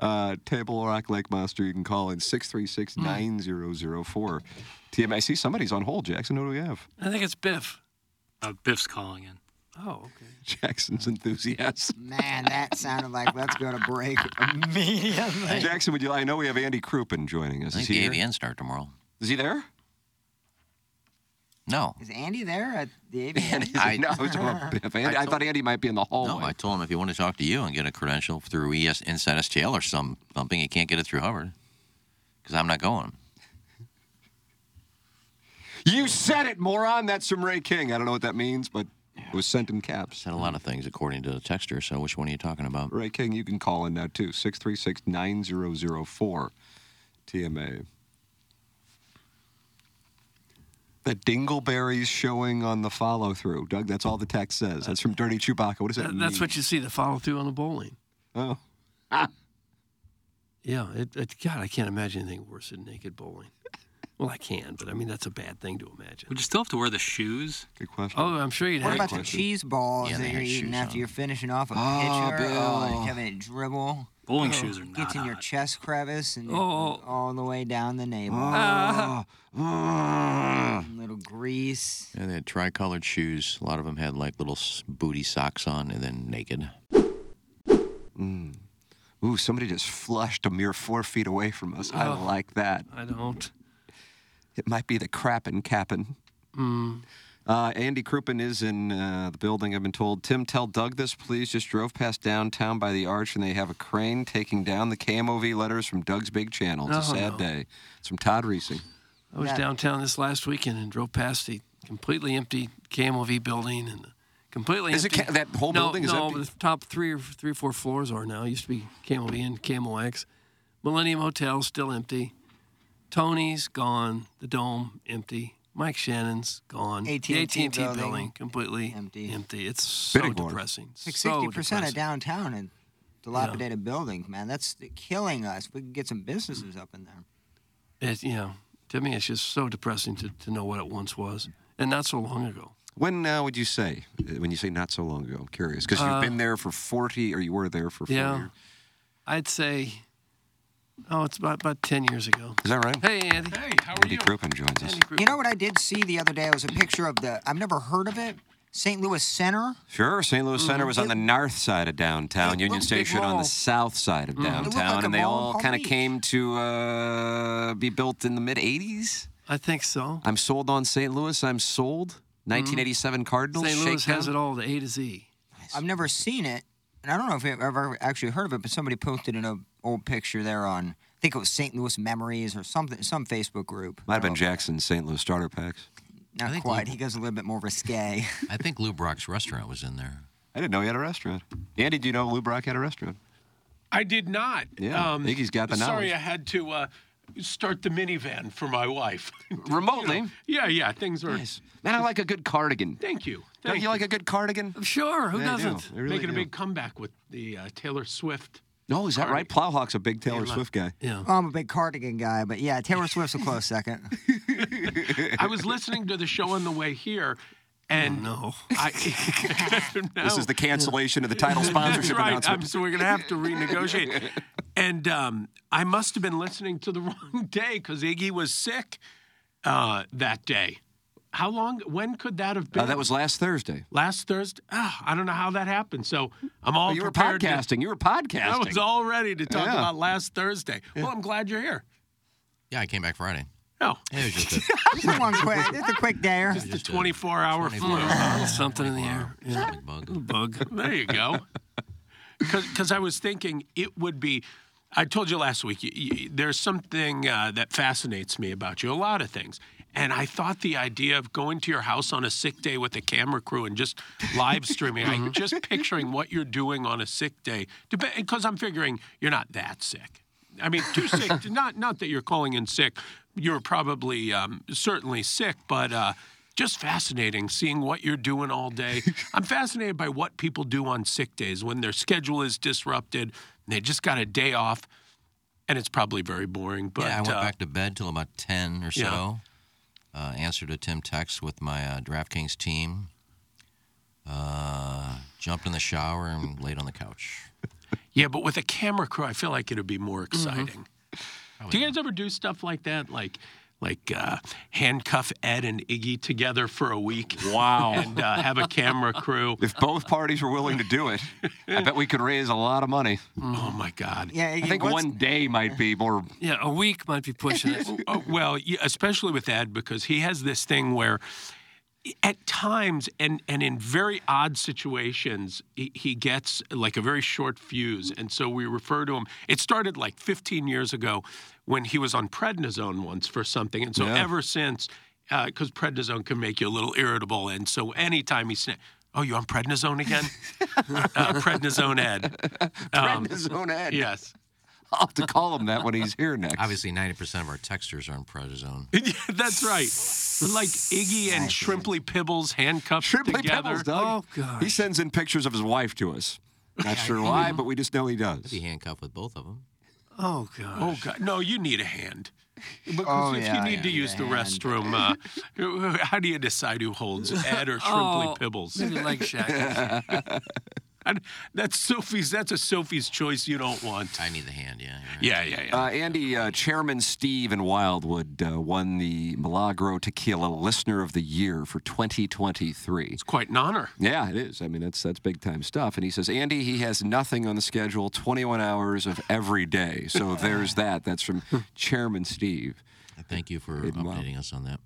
B: Uh, Table Rock Lake Monster, you can call in
C: Hmm.
B: 636 9004. TM, I see somebody's on hold. Jackson, who do we have?
C: I think it's Biff.
D: Uh, Biff's calling in.
C: Oh, okay.
B: Jackson's enthusiast.
E: Man, that sounded like let's go to
C: (laughs)
E: break immediately.
B: Jackson, would you? I know we have Andy Crouppen joining us.
G: I
B: Is
G: think
B: he
G: the
B: here?
G: AVN start tomorrow.
B: Is he there?
G: No.
E: Is Andy there at
C: (laughs)
E: the ABN?
G: I-
B: no, I
E: (laughs)
B: was talking about Biff. Andy- I thought Andy might be in the hallway.
G: No, I told him if you want to talk to you and get a credential through ES Inside STL or some something, you can't get it through Hubbard because I'm not
B: (sighs)
G: going.
B: You said it, moron. That's from Ray King. I don't know what that means, but it was sent in caps.
G: Said a lot of things according to the texter. So which one are you talking about?
B: Ray King, you can call in now too. 636 9004 TMA. The dingleberries showing on the follow through. Doug, that's all the text says. That's from Dirty Chewbacca. What does that
C: That-
B: mean?
C: that's what you see the follow through on the bowling.
B: Oh.
C: (laughs) Yeah, it, it, God, I can't imagine anything worse than naked bowling. Well, I can, but I mean that's a bad thing to imagine.
D: Would you still have to wear the shoes?
B: Good question.
C: Oh, I'm sure you'd
E: What
C: have
E: about
C: to.
E: the cheese balls
C: Yeah, they
E: that you're
C: had
E: eating
C: shoes
E: after
C: on.
E: you're finishing off a
C: Oh,
E: pitcher? Oh,
C: Bill.
E: and having it dribble. Oh,
C: Bowling shoes are
E: Gets in your chest crevice and
C: Oh.
E: all the way down the navel.
C: Ah.
E: And little grease.
G: And they had tricolored shoes. A lot of them had like little s- booty socks on and then naked.
B: Mm. Ooh, somebody just flushed a mere four feet away from us. I
C: Oh.
B: like that.
C: I don't.
B: It might be the crappin' cappin'.
C: Mm.
B: Uh, Andy Crouppen is in uh, the building, I've been told. Tim, tell Doug this, please. Just drove past downtown by the arch, and they have a crane taking down the KMOV letters from Doug's big channel. It's
C: Oh,
B: a sad
C: no.
B: day. It's from Todd Reesing.
C: I was
B: Yeah.
C: downtown this last weekend and drove past the completely empty KMOV building and the completely
B: Is it
C: empty.
B: ca- that whole
C: no,
B: building is
C: no,
B: empty?
C: the top three or three or four floors are now. Used to be KMOV and KMOX. Millennium Hotel still empty. Tony's gone. The Dome empty. Mike Shannon's gone.
E: AT&T
C: the AT&T building,
E: building
C: completely empty. Empty. It's so
E: Bidding war.
C: depressing.
E: Like
C: so
E: 60%
C: depressing.
E: of downtown and dilapidated buildings, man. That's killing us. We could get some businesses up in there.
C: It, you know, to me, it's just so depressing to, to know what it once was, and not so long ago.
B: When uh, would you say, when you say not so long ago? I'm curious, because you've
C: Uh,
B: been there for 40, or you were there for 40
C: yeah,
B: years.
C: I'd say, oh, it's about about ten years ago.
B: Is that right?
C: Hey, Andy. Hey, how
B: Andy Crouppen joins us.
E: You know what I did see the other day? It was a picture of the, I've never heard of it, St. Louis Center.
B: Sure, St. Louis
T: Mm-hmm.
B: Center was on the north side of downtown, Union
E: big
B: Station on
E: mall.
B: the south side of
T: Mm-hmm.
E: Mhm. It looked
B: downtown,
E: like a
B: and they
E: mall in
B: all
E: Palm
B: kind of
E: Beach.
B: came to uh, be built in the mid 80s.
C: I think so.
B: I'm sold on St. Louis. I'm sold.
T: Mm-hmm.
B: 1987 Cardinals.
C: St. Louis has
B: shakedown.
C: it all, the A to Z.
E: I've never seen it, and I don't know if I've ever actually heard of it, but somebody posted an o- old picture there on, I think it was St. Louis Memories or something, some Facebook group.
B: Might have been Jackson's St. Louis starter packs.
E: Not quite. He goes a little bit more risque. (laughs)
G: I think Lou Brock's restaurant was in there.
B: I didn't know he had a restaurant. Andy, do you know Lou Brock had a restaurant?
T: I did not. Um,
S: Yeah, Iggy's got the
T: Sorry,
S: knowledge.
T: I had to uh, start the minivan for my wife. (laughs)
S: Remotely?
T: yeah, yeah. Things are.
S: Man, I like a good cardigan.
T: Thank (laughs) you.
S: Don't
T: Thank
S: you like a good cardigan?
T: Sure. Who
S: Yeah, I do.
T: doesn't?
S: I really
T: Making
S: do.
T: a big comeback with the uh, Taylor Swift.
S: No, is that right? Plowhawk's a big Taylor
T: Yeah.
S: Swift guy.
T: Yeah.
E: Well, I'm a big cardigan guy, but yeah, Taylor Swift's a close second.
T: I was listening to the show on the way here, and I,
S: Oh,
T: (laughs)
S: This
T: No.
S: is the cancellation of the title sponsorship
T: That's right.
S: announcement.
T: I'm- so we're going to have to renegotiate. and um, I must have been listening to the (laughs) wrong day because Iggy was sick uh, that day. How long? When could that have been?
S: Uh, that was last Thursday.
T: last Thursday. Ah, I don't know how that happened. So I'm all
S: Oh, you were
T: prepared to-
S: podcasting. You were podcasting.
T: I was all ready to talk
S: Yeah.
T: about last Thursday. Well, I'm glad you're here.
G: Yeah, I came back Friday.
T: Oh.
G: It was just a
E: Just one quick, just a quick dare.
T: Just a 24 hour flu. Something in the air. Bug. Bug. There you go. (laughs) Because I was thinking it would be. I told you last week, you, you, there's something uh, that fascinates me about you, a lot of things. And I thought the idea of going to your house on a sick day with a camera crew and just (laughs) live streaming, I, just picturing what you're doing on a sick day, because I'm figuring you're not that sick. I mean, too sick. to- not not that you're calling in sick. You're probably um, certainly sick, but uh, just fascinating seeing what you're doing all day. I'm fascinated by what people do on sick days when their schedule is disrupted. And they just got a day off, and it's probably very boring. But
G: yeah, I went
T: uh,
G: back to bed till about ten or
T: Yeah.
G: so. Uh, answered a Tim text with my uh, DraftKings team. Uh, jumped in the shower and laid on the couch.
T: yeah, but with a camera crew, I feel like it'd be more
C: Mm-hmm.
K: Mm-hmm.
T: exciting. Do you guys ever do stuff like that? Like. Like uh, handcuff Ed and Iggy together for a week. Wow! (laughs) And uh, have a camera crew.
S: If both parties were willing to do it, I bet we could raise a lot of money.
T: Oh my God!
E: Yeah,
S: I think
T: what's-
S: one day might be more.
C: Yeah, a week might be pushing
S: (laughs)
C: it.
T: Oh, well, yeah, especially with Ed because he has this thing where at times and and in very odd situations he, he gets like a very short fuse and so we refer to him it started like 15 years ago when he was on prednisone once for something and so
S: Yeah.
T: ever since because prednisone can make you a little irritable and so anytime he sna- oh you on prednisone
S: (laughs)
T: again uh, prednisone ed Um,
S: Prednisone Ed.
T: yes
S: I'll have to call him that when he's here next.
G: Obviously, ninety percent of our texters are on
T: (laughs)
G: prednisone.
T: That's right. Like Iggy and Shrimply Pibbles handcuffed
S: (laughs) Play Pebbles,
T: together.
S: Doug.
G: Oh,
S: He sends in pictures of his wife to
G: (laughs)
S: us. Not sure why, but we just know he does.
G: Be handcuffed with both of them.
T: Oh god. Oh god. No, you need a hand. Because
G: Oh,
T: if
G: yeah,
T: you need
G: yeah,
T: to use the
G: hand.
T: restroom, uh, (laughs) how do you decide who holds Ed or Shrimply
C: (laughs) Oh,
T: Pibbles?
C: maybe leg shackles.
T: (laughs) And that's Sophie's. That's a Sophie's choice you don't want.
G: I need the hand. Yeah.
T: Yeah, yeah, yeah.
S: Uh, Andy, uh, Chairman Steve in Wildwood uh, won the Milagro Tequila Listener of the Year for 2023. It's
T: quite an honor.
S: Yeah, it is. I mean, that's that's big time stuff. And he says, Andy, he has nothing on the schedule, 21 hours of every day. So there's that. That's
G: (laughs)
S: from Chairman Steve.
G: Thank you for updating us on that.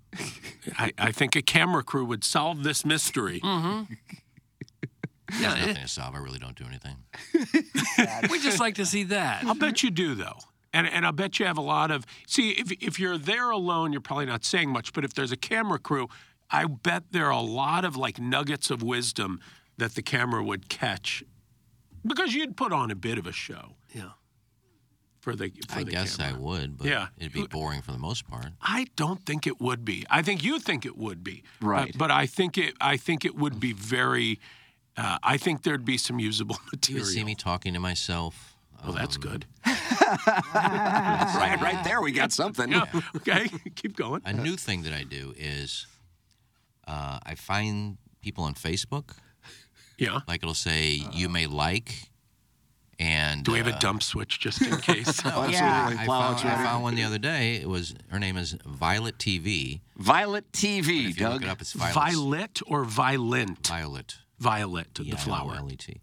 T: I, I think a camera crew would solve this mystery. Mm-hmm.
C: Mm.
G: There's nothing to solve. I really don't do anything.
C: we just like to see that.
T: I'll bet you do though. And, and I bet you have a lot of see if if you're there alone, you're probably not saying much. But if there's a camera crew, I bet there are a lot of like nuggets of wisdom that the camera would catch, because you'd put on a bit of a show. Yeah. For the for
G: I
T: the
G: guess
T: camera.
G: I would, but
T: Yeah.
G: it'd be boring for the most part.
T: I don't think it would be. I think you think it would be.
G: Right.
T: But, but I think it. I think it would be very. Uh, I think there'd be some usable (laughs)
G: You would
T: material.
G: see me talking to myself.
T: Well, that's good.
S: right, right there, we got something.
T: Ah.
S: (laughs)
T: Okay, (laughs) keep going.
G: A new thing that I do is uh, I find people on Facebook.
T: Yeah.
G: Like it'll say, you may like. And
T: Do we have a
G: uh,
T: dump switch just in case?
G: (laughs)
S: Oh,
G: No, I, found, I found one the other day. It was her name is Violet TV.
S: Violet TV,
G: if you look it up, it's Violet.
T: Violet or violent?
G: Violet.
T: Violet,
G: the flower. L-E-T.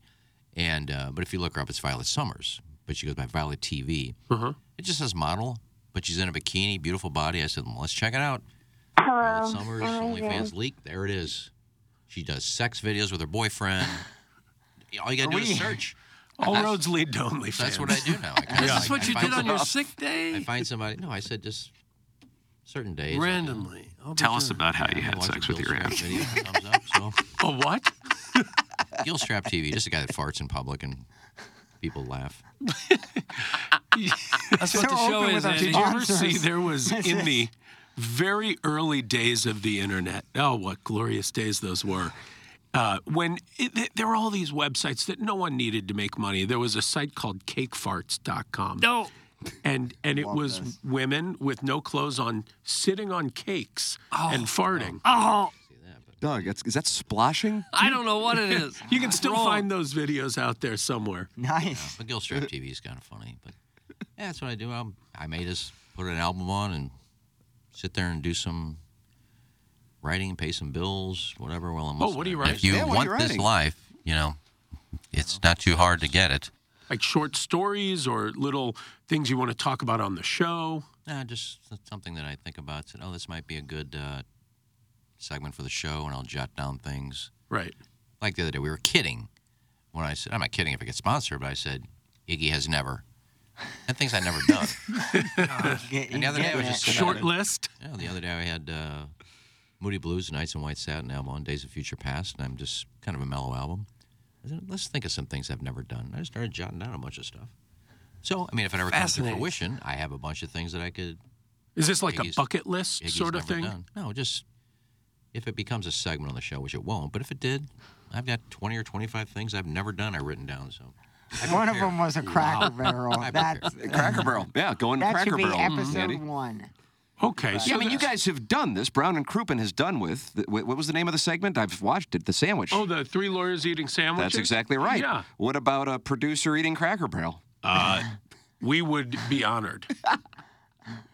G: And uh, but if you look her up, it's Violet Summers. But she goes by Violet TV.
T: Uh-huh.
G: It just says model, but she's in a bikini, beautiful body. I said, well, let's check it out.
Q: Hello.
G: Summers,
Q: How are you?
G: OnlyFans leak. There it is. She does sex videos with
C: (laughs)
G: her boyfriend. All you gotta Oh, do (laughs)
C: Are we-
G: is search.
T: All
G: That's-
T: roads lead to OnlyFans.
G: That's what I do
C: (laughs)
G: (laughs) now. I kinda
C: This
G: like-
C: is what
G: I
C: you
G: find
C: did on your
G: somebody-
C: sick day?
G: I find somebody. No, I said just certain days. I do.
C: randomly. I'll be darned.
G: Watch a Bill Street video,
T: (laughs)
G: thumbs up, so.
T: A what?
G: (laughs) Gilstrap TV, just a guy that farts in public and People laugh.
T: That's what
O: So
T: the show
O: open
T: is.
O: with our
T: Andy. Did you ever
O: sponsors.
T: see there was
O: That's
T: in
O: it.
T: the very early days of the internet? Oh, what glorious days those were. Uh, when it, th- there were all these websites that no one needed to make money, there was a site called cakefarts.com. No. And and it was women with no clothes on sitting on cakes and farting.
C: Oh,
T: Doug, that's, is that splashing?
C: I don't know what it
G: (laughs)
C: is.
T: (laughs) you can still
C: Wrong.
T: find those videos out there somewhere.
E: Nice.
G: But Gill Strap TV is kind of funny. But yeah, that's what I do. i I may just put an album on and sit there and do some writing, pay some bills, whatever. While I'm
T: Oh,
G: listening.
T: what are you
G: If
T: writing?
G: you
T: Yeah, what
G: want
T: are you
G: this
T: writing?
G: life, you know, it's not too hard to get it.
T: Like short stories or little things you want to talk about on the show.
G: No, just something that I think about. Said, oh, this might be a good uh, segment for the show, and I'll jot down things.
T: Right.
G: Like the other day, we were kidding when I said, I'm not kidding if I get sponsored, but I said, Iggy has never. And things I'd never
T: (laughs)
G: done. and the other day, I was just sitting
T: short
G: there-
T: list.
G: Yeah, the other day I had uh, Moody Blues, Nights in White Satin album on, Days of Future Past, and I'm just kind of a mellow album. I said, let's think of some things I've never done. And I just started jotting down a bunch of stuff. So, I mean, if it ever comes to
T: Fascinating.
G: fruition, I have a bunch of things that I could.
T: Is this like
G: Iggy's-
T: a bucket list
G: Iggy's
T: sort of
G: never
T: thing?
G: done. No, just if it becomes a segment on the show, which it won't. But if it did, I've got 20 or 25 things I've never done I've written down. So
E: One of them was a Cracker
G: Wow.
E: Barrel.
G: (laughs)
E: (laughs)
G: I
E: That's uh,
G: prepare. Cracker Barrel.
B: Yeah, going
E: that
B: Cracker
E: should be
B: Barrel.
E: episode
B: Andy.
E: one.
T: Okay,
B: Yeah, I mean, you guys have done this. Brown and Crouppen has done with. the- wh- What was the name of the segment? I've watched it. The sandwich.
T: Oh, the three lawyers eating sandwiches.
B: That's exactly right.
T: Yeah.
B: What about a producer eating Cracker Barrel?
T: Uh,
B: (laughs)
T: we would be honored.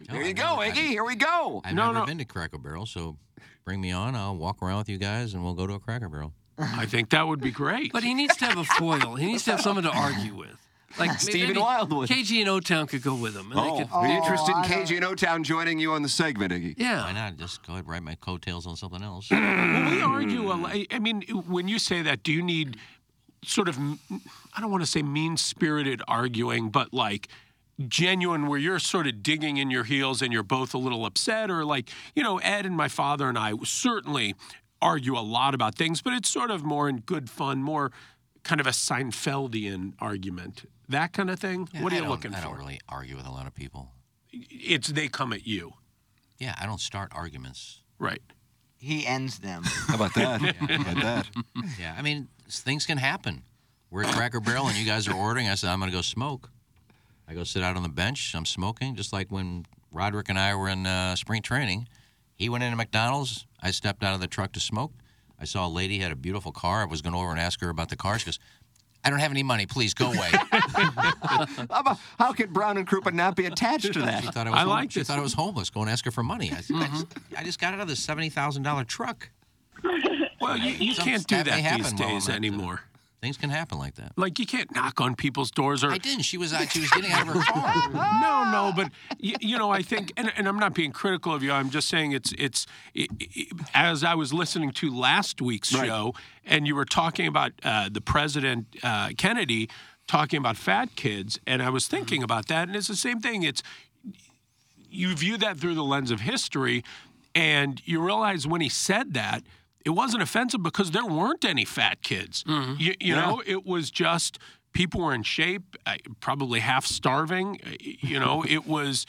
B: There you go, Iggy. Here we go.
G: I've never been to Cracker Barrel, so bring me on. I'll walk around with you guys and we'll go to a Cracker Barrel.
T: I think that would be great.
C: But he needs to have a foil.
G: (laughs)
C: He needs to have someone to argue with. Like may-
B: Stephen
C: maybe
B: Wildwood.
C: KG and O Town could go with him. And
B: Oh,
C: they could,
B: are you interested in KG and O Town joining you on the segment, Iggy?
C: Yeah.
G: Why not? Just go ahead and write my coattails on something else.
T: (clears throat) Well,
B: (laughs)
T: we argue
G: Mm.
T: a lot. I mean, when you say that, do you need sort of, I don't want to say mean spirited arguing, but like genuine, where you're sort of digging in your heels and you're both a little upset? Or like, you know, Ed and my father and I certainly argue a lot about things, but it's sort of more in good fun, more kind of a Seinfeldian argument. That kind of thing.
G: Yeah,
T: what are
G: I
T: you
G: don't-
T: looking
G: I
T: for?
G: don't really argue with a lot of people.
T: It's they come at you.
G: Yeah, I don't start arguments.
T: Right.
E: He ends them.
G: How
B: about
G: (laughs)
B: that?
G: yeah.
B: How about that?
G: Yeah, I mean, s- things can happen. We're at Cracker Barrel and you guys are ordering. I said, I'm going to go smoke. I go sit out on the bench. I'm smoking, just like when Roderick and I were in uh, spring training. He went into McDonald's. I stepped out of the truck to smoke. I saw a lady had a beautiful car. I was going over and ask her about the car. She goes, I don't have any money. Please go
B: (laughs)
G: away.
B: How, about, how could Brown and Crouppen not be attached to that?
G: She thought I was, home- she thought I was homeless. Go and ask her for money. I, said, "I just-
T: Mm-hmm.
G: I just got out of this seventy thousand dollar truck.
T: Well, you, you
G: Some-
T: can't do
G: may
T: that
G: happen
T: these
G: while I'm
T: days
G: at the-
T: anymore.
G: Things can happen like that.
T: Like you can't knock on people's doors or
G: I didn't. She was out. She was getting
T: (laughs)
G: out of her car.
T: no, no, but you, you know, I think, and, and I'm not being critical of you. I'm just saying it's it's i i as I was listening to last week's
B: Right.
T: show, and you were talking about uh, the president uh, Kennedy talking about fat kids, and I was thinking about that, and it's the same thing. It's you view that through the lens of history, and you realize when he said that. It wasn't offensive because there weren't any fat kids. You, you
B: Yeah.
T: know, it was just people were in shape, uh, probably half starving. uh, You know, it was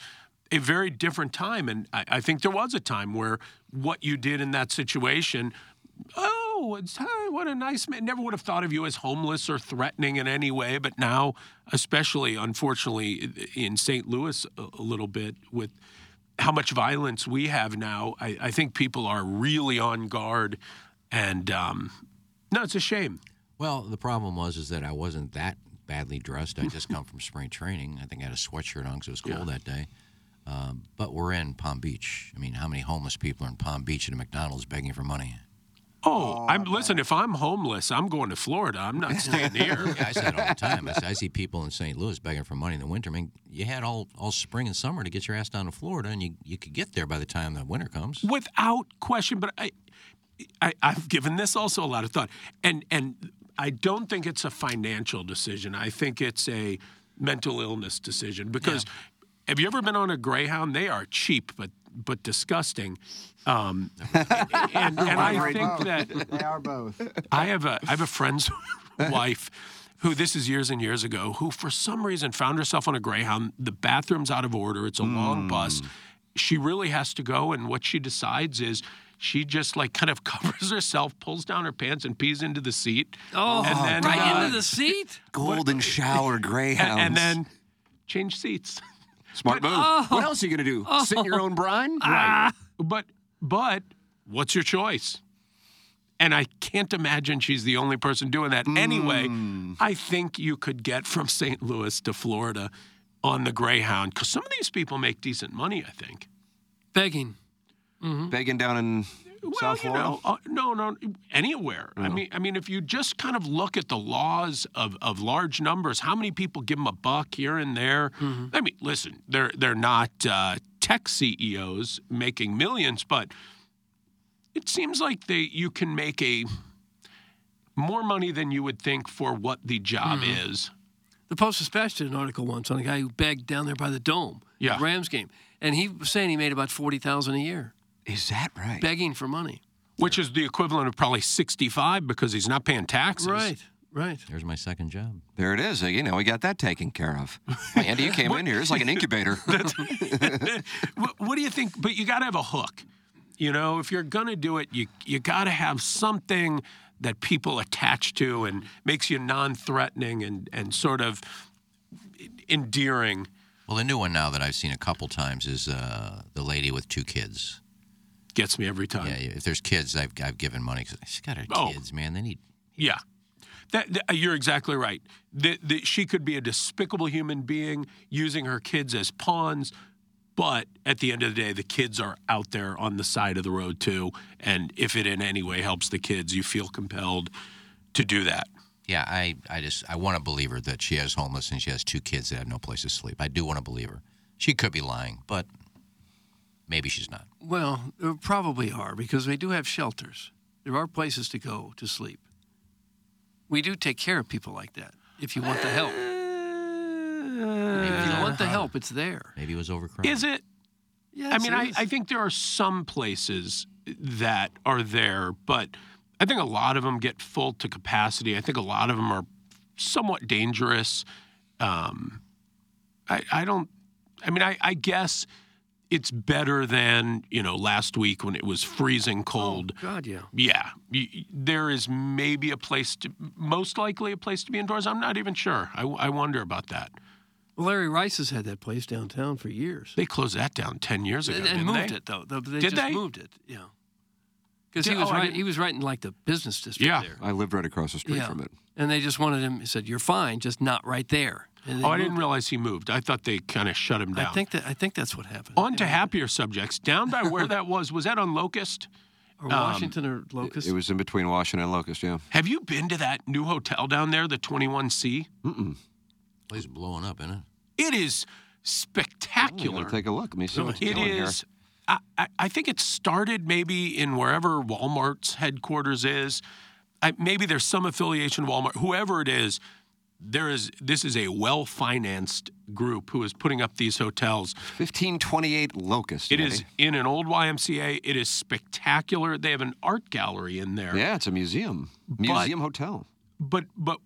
T: a very different time. And I, I think there was a time where what you did in that situation, oh, it's, hi, what a nice man. Never would have thought of you as homeless or threatening in any way. But now, especially unfortunately i- in St. Louis, a, a little bit with how much violence we have now, I, I think people are really on guard. And um, no, it's a shame.
G: Well, the problem was is that I wasn't that badly dressed. I just come from spring training. I think I had a sweatshirt on because it was cold that day. Um, but we're in Palm Beach. I mean, how many homeless people are in Palm Beach at a McDonald's begging for money?
T: Oh, I'm listen. If I'm homeless, I'm going to Florida. I'm not staying here.
G: (laughs) Yeah, I say it all the time. I, say, I see people in St. Louis begging for money in the winter. I mean, you had all, all spring and summer to get your ass down to Florida, and you, you could get there by the time the winter comes.
T: without question. But I, I, I've given this also a lot of thought, and and I don't think it's a financial decision. I think it's a mental illness decision because have you ever been on a Greyhound? They are cheap, but but disgusting. Um, and and I think that
E: they are both.
T: I have a I have a friend's (laughs) wife who this is years and years ago, who for some reason found herself on a Greyhound. The bathroom's out of order. It's a long bus. She really has to go, and what she decides is. She just like kind of (laughs) covers herself, pulls down her pants, and pees into the seat.
C: Oh,
T: and then,
C: right
T: uh,
C: into the seat?
T: (laughs)
B: Golden shower greyhounds.
T: and then change seats.
B: Smart move. What else are you gonna do? Sit in your own brine?
T: Right. But but what's your choice? And I can't imagine she's the only person doing that.
B: Hmm.
T: Anyway, I think you could get from St. Louis to Florida on the Greyhound because some of these people make decent money. I think
C: begging,
B: begging down in South
T: you
B: Florida.
T: know, uh, no, no, anywhere. I
B: No.
T: mean, I mean, if you just kind of look at the laws of, of large numbers, how many people give them a buck here and there? I mean, listen, they're they're not uh, tech CEOs making millions, but it seems like they you can make a more money than you would think for what the job is.
C: The Post Dispatch did an article once on a guy who begged down there by the dome,
T: Yeah.
C: at Rams game, and he was saying he made about forty thousand a year.
B: Is that right?
C: Begging for money.
T: Which is the equivalent of probably 65 because he's not paying taxes. Right,
C: right.
G: There's my second job.
B: There it is. You know, we got that taken care
T: (laughs)
B: of. Andy, you came in here. It's like an incubator.
T: what, what do you think? But you got to have a hook. You know, if you're gonna do it, you you got to have something that people attach to and makes you non-threatening and and sort of endearing.
G: Well, the new one now that I've seen a couple times is uh, the lady with two kids.
T: Gets me every time.
G: Yeah, if there's kids, I've, I've given money. 'cause She's got her
T: Oh.
G: kids, man. They need.
T: Yeah. That, that- uh, you're exactly right. That that she could be a despicable human being using her kids as pawns, but at the end of the day, the kids are out there on the side of the road too. And if it in any way helps the kids, you feel compelled to do that.
G: Yeah, I, I just I want to believe her that she has homeless and she has two kids that have no place to sleep. I do want to believe her. She could be lying, but maybe she's not.
C: Well, there probably are because they do have shelters. There are places to go to sleep. We do take care of people like that. If you want the help, if you want the help, it's there.
G: Maybe it was overcrowded.
T: Uh, Is it?
C: Yeah,
T: I mean, I,
C: serious.
T: I think there are some places that are there, but I think a lot of them get full to capacity. I think a lot of them are somewhat dangerous. Um, I, I don't, I mean, I, I guess it's better than, you know, last week when it was freezing cold.
C: Oh, God, yeah.
T: Yeah, y- y- there is maybe a place to, most likely a place to be indoors. I'm not even sure. I, I wonder about that.
C: Well, Larry Rice has had that place downtown for years.
T: They closed that down 10 years ago.
C: And-
T: didn't
C: and moved
T: they?
C: it though. They, they
T: Did
C: just
T: they?
C: moved it. Yeah, because he
T: Did-
C: was
T: oh, I
C: right.
T: didn't-
C: He was right in like the business district
B: yeah,
C: there.
B: I lived right across the street
C: Yeah.
B: from it.
C: And they just wanted him. He said, "You're fine, just not right there." And they
T: Oh, I
C: moved
T: didn't realize he moved. I thought they kind of shut him
C: it.
T: down.
C: I think that I think that's what happened.
T: On to happier subjects. Down by where that (laughs) was, was that on Locust?
C: Or
T: Um,
C: Washington or Locust.
B: It was in between Washington and Locust, yeah.
T: Have you been to that new hotel down there, the 21C?
C: Hmm?
B: Mm-mm.
G: Place is blowing up, isn't it?
T: It is
B: Well, I
T: spectacular.
B: gotta take a look. Let me see what's
T: It
B: going
T: is. I, I- I think it started maybe in wherever Walmart's headquarters is. I, maybe there's some affiliation to Walmart. Whoever it is, there is. This is a well-financed group who is putting up these hotels.
B: 1528 Locust.
T: It is
B: Andy.
T: in an old YMCA. It is spectacular. They have an art gallery in there.
B: Yeah, it's a museum.
T: But-
B: Museum hotel.
T: But but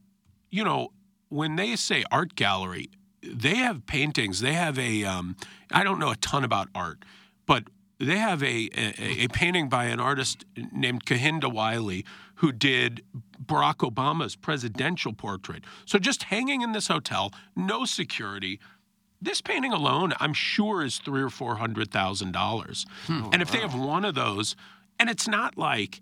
T: you know when they say art gallery, they have paintings. They have a um, I don't know a ton about art, but they have a a, a painting by an artist named Kahinda Wiley who did Barack Obama's presidential portrait. So just hanging in this hotel, no security. This painting alone, I'm sure, is three or four hundred thousand dollars.
C: Hmm.
B: Oh,
T: And if they have one of those, and it's not like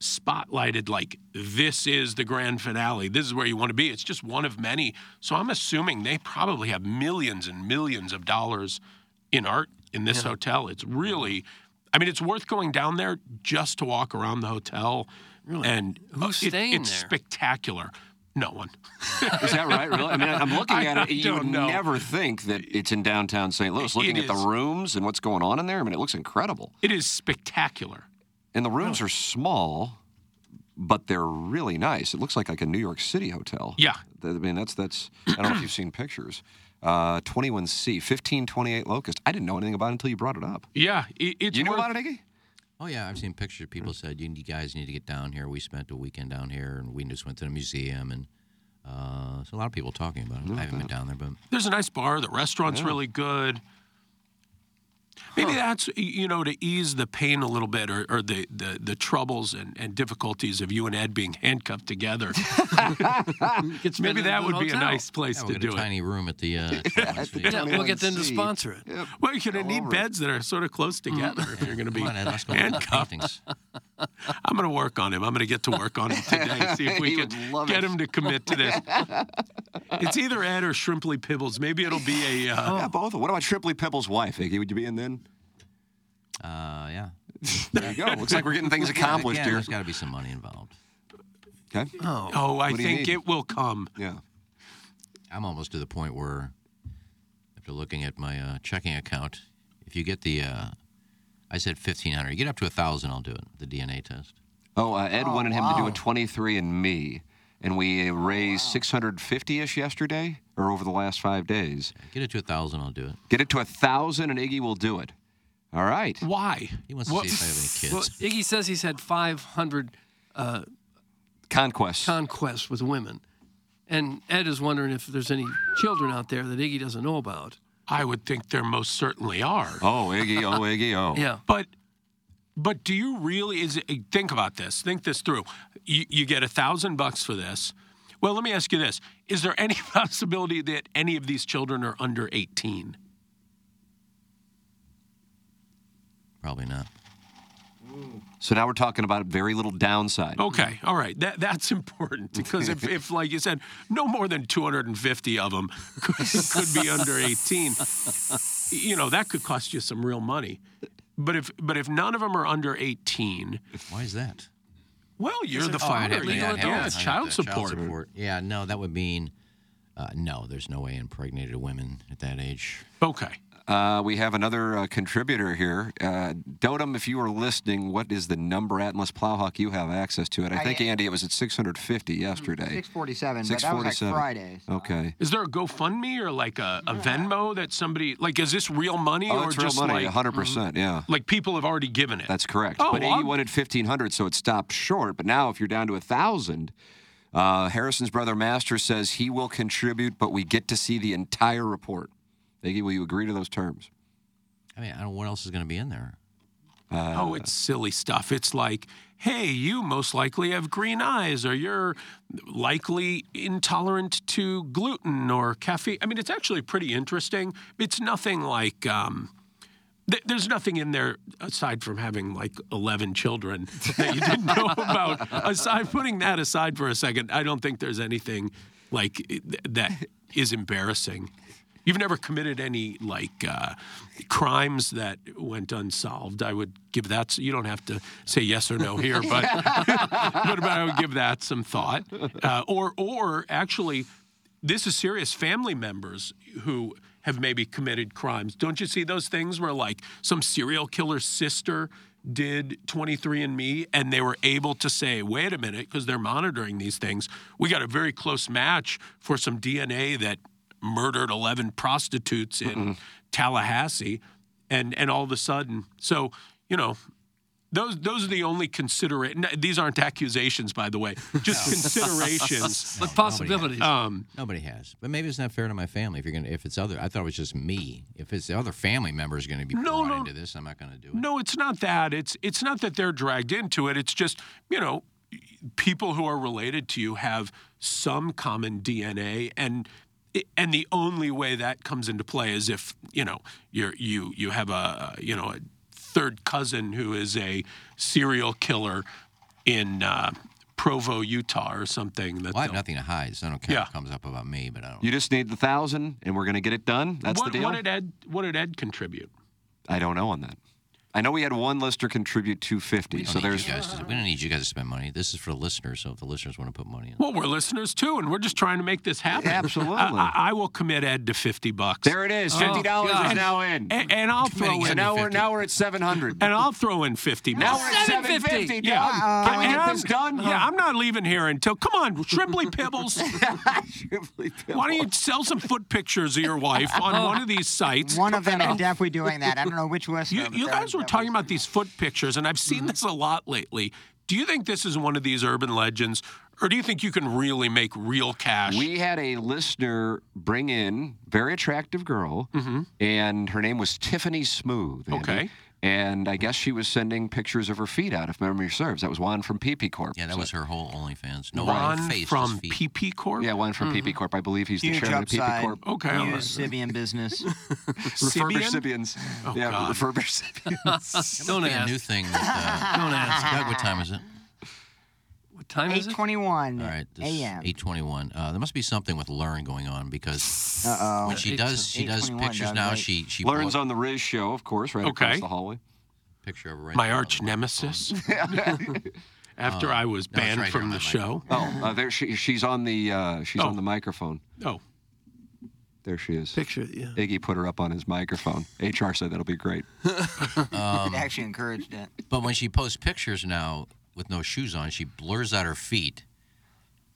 T: spotlighted like this is the grand finale. This is where you want to be. It's just one of many. So I'm assuming they probably have millions and millions of dollars in art in this hotel. It's really I mean it's worth going down there just to walk around the hotel. Really? And uh,
C: Who's
T: it-
C: staying
T: it's
C: there?
T: spectacular. No one.
B: Is that right? Really? I mean, I- I'm looking
T: (laughs) I-
B: at
T: I
B: it. You would
T: don't know.
B: never think that it's in downtown St. Louis.
T: It
B: Looking at the
T: is.
B: rooms and what's going on in there, I mean, it looks incredible.
T: It is spectacular.
B: And the rooms are small, but they're really nice. It looks like like a New York City hotel.
T: Yeah.
B: Th- I mean, that's that's. I don't know if you've seen pictures. Uh, 21C, 1528 Locust. I didn't know anything about it until you brought it up.
T: Yeah, it, it's
B: You knew
T: worth-
B: about it, Iggy?
G: Oh yeah, I've seen pictures. People said you, you guys need to get down here. We spent a weekend down here, and we just went to the museum and Uh, so a lot of people talking about it. I haven't been down there, but
T: There's a nice bar. The restaurant's
G: Yeah.
T: really good. Maybe that's you know to ease the pain a little bit, or, or the, the the troubles and, and difficulties of you and Ed being
C: (laughs)
T: handcuffed together. Maybe that would be a nice place
G: Yeah,
T: to
G: we'll get
T: do
G: a
T: it.
C: (laughs)
G: tiny room at the.
T: (laughs)
G: Uh,
C: Yeah, we'll get them to sponsor it.
T: Well, you're going to need beds that are sort of close together if you're going to be
G: Mm. Come on, Ed, let's go look at the
T: handcuffed. (laughs) I'm going to work on him. I'm going to get to work on him today. See if
C: (laughs)
T: we
S: He
T: can
S: would love
T: get
S: it.
T: him to commit to this. Uh, it's either Ed or Shrimply Pibbles. Maybe it'll be a. Uh,
S: Yeah, both. What about
B: E
S: Shrimply Pibble's wife, Iggy? Would you be in then?
G: uh,
B: (laughs)
G: yeah.
S: There
G: (laughs)
S: you go. Looks like we're getting things accomplished
G: yeah,
S: here.
G: There's got to be some money involved.
S: Okay.
T: Oh, I
G: What do you
T: think
G: need?
T: it um, will come.
S: Yeah.
G: I'm almost to the point where, after looking at my uh, checking account, if you get the, uh, I said 1,500. You get up to 1,000, I'll do it. The DNA test.
B: Oh, uh, Ed
G: Oh,
B: wanted him to do
G: wow.
B: a 23 and me, and
T: Oh,
B: we uh, raised 650 ish yesterday or over the last five days.
G: Get it to 1,000, I'll do it.
B: Get it to a thousand, and Iggy will do it. All right.
T: Why?
G: He wants to see if
C: (laughs)
G: I have any
C: Well,
G: kids.
C: Iggy says he's had 500 uh,
B: conquests
C: conquests with women, and Ed is wondering if there's any children out there that Iggy doesn't know about.
T: I would think there most certainly are.
B: Oh, Iggy,
T: (laughs)
B: oh, Iggy, oh.
C: Yeah.
B: (laughs)
T: But but do you really is it, eh, think about this? Think this through. You, you get a thousand bucks for this. Well, let me ask you this: Is there any (laughs) possibility that any of these children are under eighteen?
G: Probably not.
B: So now we're talking about very little downside.
T: Okay, all right. That that's (laughs) important because if, if like you said, no more than two hundred and fifty of them (laughs) could, could be under eighteen. You know that could cost you some real money. But if but if none of them are under eighteen,
G: why is that?
T: Well, you're the
G: Oh, I'd
T: father.
G: have to- yeah,
T: legal
G: I'd have to- I'd
T: adult.
G: have
T: It's
G: to-
T: child support.
G: Yeah, no, that would mean uh, no. There's no way impregnated women at that age.
T: Okay.
B: Uh, we have another uh, contributor here. Uh, Dotem, if you were listening, what is the number at? Unless Plowhawk, you have access to it. I
E: I-
B: think, Andy, it was at 650 yesterday.
E: 647, but that was like Friday.
B: Okay.
T: Is there a GoFundMe or like a, a Venmo that somebody like? Is this real money
B: Oh,
T: or
B: it's real
T: just
B: money,
T: like mm-hmm. mm,
B: 100%, yeah.
T: Like people have already given it.
B: That's correct.
T: Oh,
B: but
T: well,
B: Iggy
T: I'm-
B: wanted 1,500, so it stopped short. But now, if you're down to 1,000, uh, Harrison's brother Master says he will contribute, but we get to see the entire report. Iggy, will you agree to those terms?
G: I mean, I don't. What else is going to be in there?
B: Uh,
T: oh, it's silly stuff. It's like, hey, you most likely have green eyes, or you're likely intolerant to gluten or caffeine. I mean, it's actually pretty interesting. It's nothing like. Um, th- there's nothing in there aside from having like 11 children that you didn't know about. Aside putting that aside for a second, I don't think there's anything like i- th- that is embarrassing. You've never committed any like uh, crimes that went unsolved. I would give that. s- You don't have to say yes or no here, but but about I would give that some thought. Uh, or or actually, this is serious. Family members who have maybe committed crimes. Don't you see those things where like some serial killer's sister did 23andMe and they were able to say, wait a minute, because they're monitoring these things. We got a very close match for some DNA that murdered 11 prostitutes in Tallahassee. And, and all of a sudden, so, you know, those those are the only considerate. n- These aren't accusations, by the way.
G: (laughs)
T: Just considerations.
G: No, nobody has.
T: Um,
G: nobody has. But maybe it's not fair to my family. If you're gonna, if it's other, I thought it was just me. If it's the other family members going to be
T: No,
G: brought
T: no.
G: into this, I'm not going to do it.
T: no, it's not that. It's it's not that they're dragged into it. It's just you know, people who are related to you have some common DNA, and and the only way that comes into play is if you know you're you you have a you know a third cousin who is a serial killer in uh, Provo, Utah, or something. That
G: Well, I have
T: they'll-
G: nothing to hide, so I don't care if it comes up about me. But uh, I don't.
B: You just need the 1,000, and we're going to get it done? That's
T: what,
B: the deal?
T: What did Ed? What did Ed contribute?
B: I don't know on that. I know we had one lister contribute 250,
G: We don't
B: so
G: need
B: there's.
G: you guys to- we don't need you guys to spend money. This is for the listeners. So if the listeners want to put money in,
T: Well, we're listeners too, and we're just trying to make this happen. Uh,
B: Absolutely.
T: I, I- I will commit Ed to fifty bucks. There
B: it is. $50 is now in.
T: And, Oh, and I'll throw in.
B: So now we're now we're at 700.
T: And I'll throw in fifty.
B: Now
T: bucks.
B: we're at 750. 750,
T: Yeah,
B: Doug. Can we
T: and
B: get
T: I'm-
B: this done?
T: Yeah, I'm not leaving here until. Come
B: (laughs)
T: on, Shrimply Pibbles. Why don't you sell some foot pictures of your wife
B: (laughs)
T: on one of these sites?
E: One of them is definitely doing that. I don't know which listener.
B: Mm-hmm.
T: You, you guys were talking about these foot pictures, and I've seen this a lot lately. Do you think this is one of these urban legends, or do you think you can really make real cash?
B: We had a listener bring in very attractive girl,
T: Mhm.
B: and her name was Tiffany Smooth. Andy.
T: Okay.
B: And I guess she was sending pictures of her feet out, if memory serves. That was Juan from PP Corp.
G: Yeah, that was her whole OnlyFans. No
B: Juan
G: one faced
B: from
T: PP Corp. Hmm.
B: Yeah, Juan from PP Corp. I believe he's the
E: Mm-hmm. Huge
B: chairman of PP
E: upside.
B: Corp.
E: Huge Sibian
B: (laughs)
E: business.
B: Refurbished Sibians.
T: Oh,
B: yeah, refurbished (laughs)
T: (laughs)
B: Sibians.
G: Don't ask. new thing. That, uh,
E: Don't ask.
G: Doug, what time is it?
E: What time is it? 821
G: All right, this
E: a.m.
G: 8:21. Uh, there must be something with Lauren going on because
E: Uh-oh.
G: when she does she does
E: 8:21,
G: pictures
E: Doug,
G: now.
E: right?
G: She she
B: Lauren's on the Riz show, of course, right
T: Okay.
B: across the hallway.
G: Picture of her right Uh,
T: My
G: now.
T: arch nemesis.
B: (laughs)
T: (laughs) After
B: Um, Uh,
T: I was
B: no, it's
T: banned
B: right here
T: from
B: on
T: the
B: the mic.
T: show.
B: Oh, (laughs) uh, there she, she's on the uh, she's on the microphone.
T: Oh.
B: There she is.
T: Picture, yeah.
B: Iggy put her up on his microphone. HR said that'll be great. (laughs)
E: it actually encouraged it.
G: um, But when she posts pictures now with no shoes on, she blurs out her feet,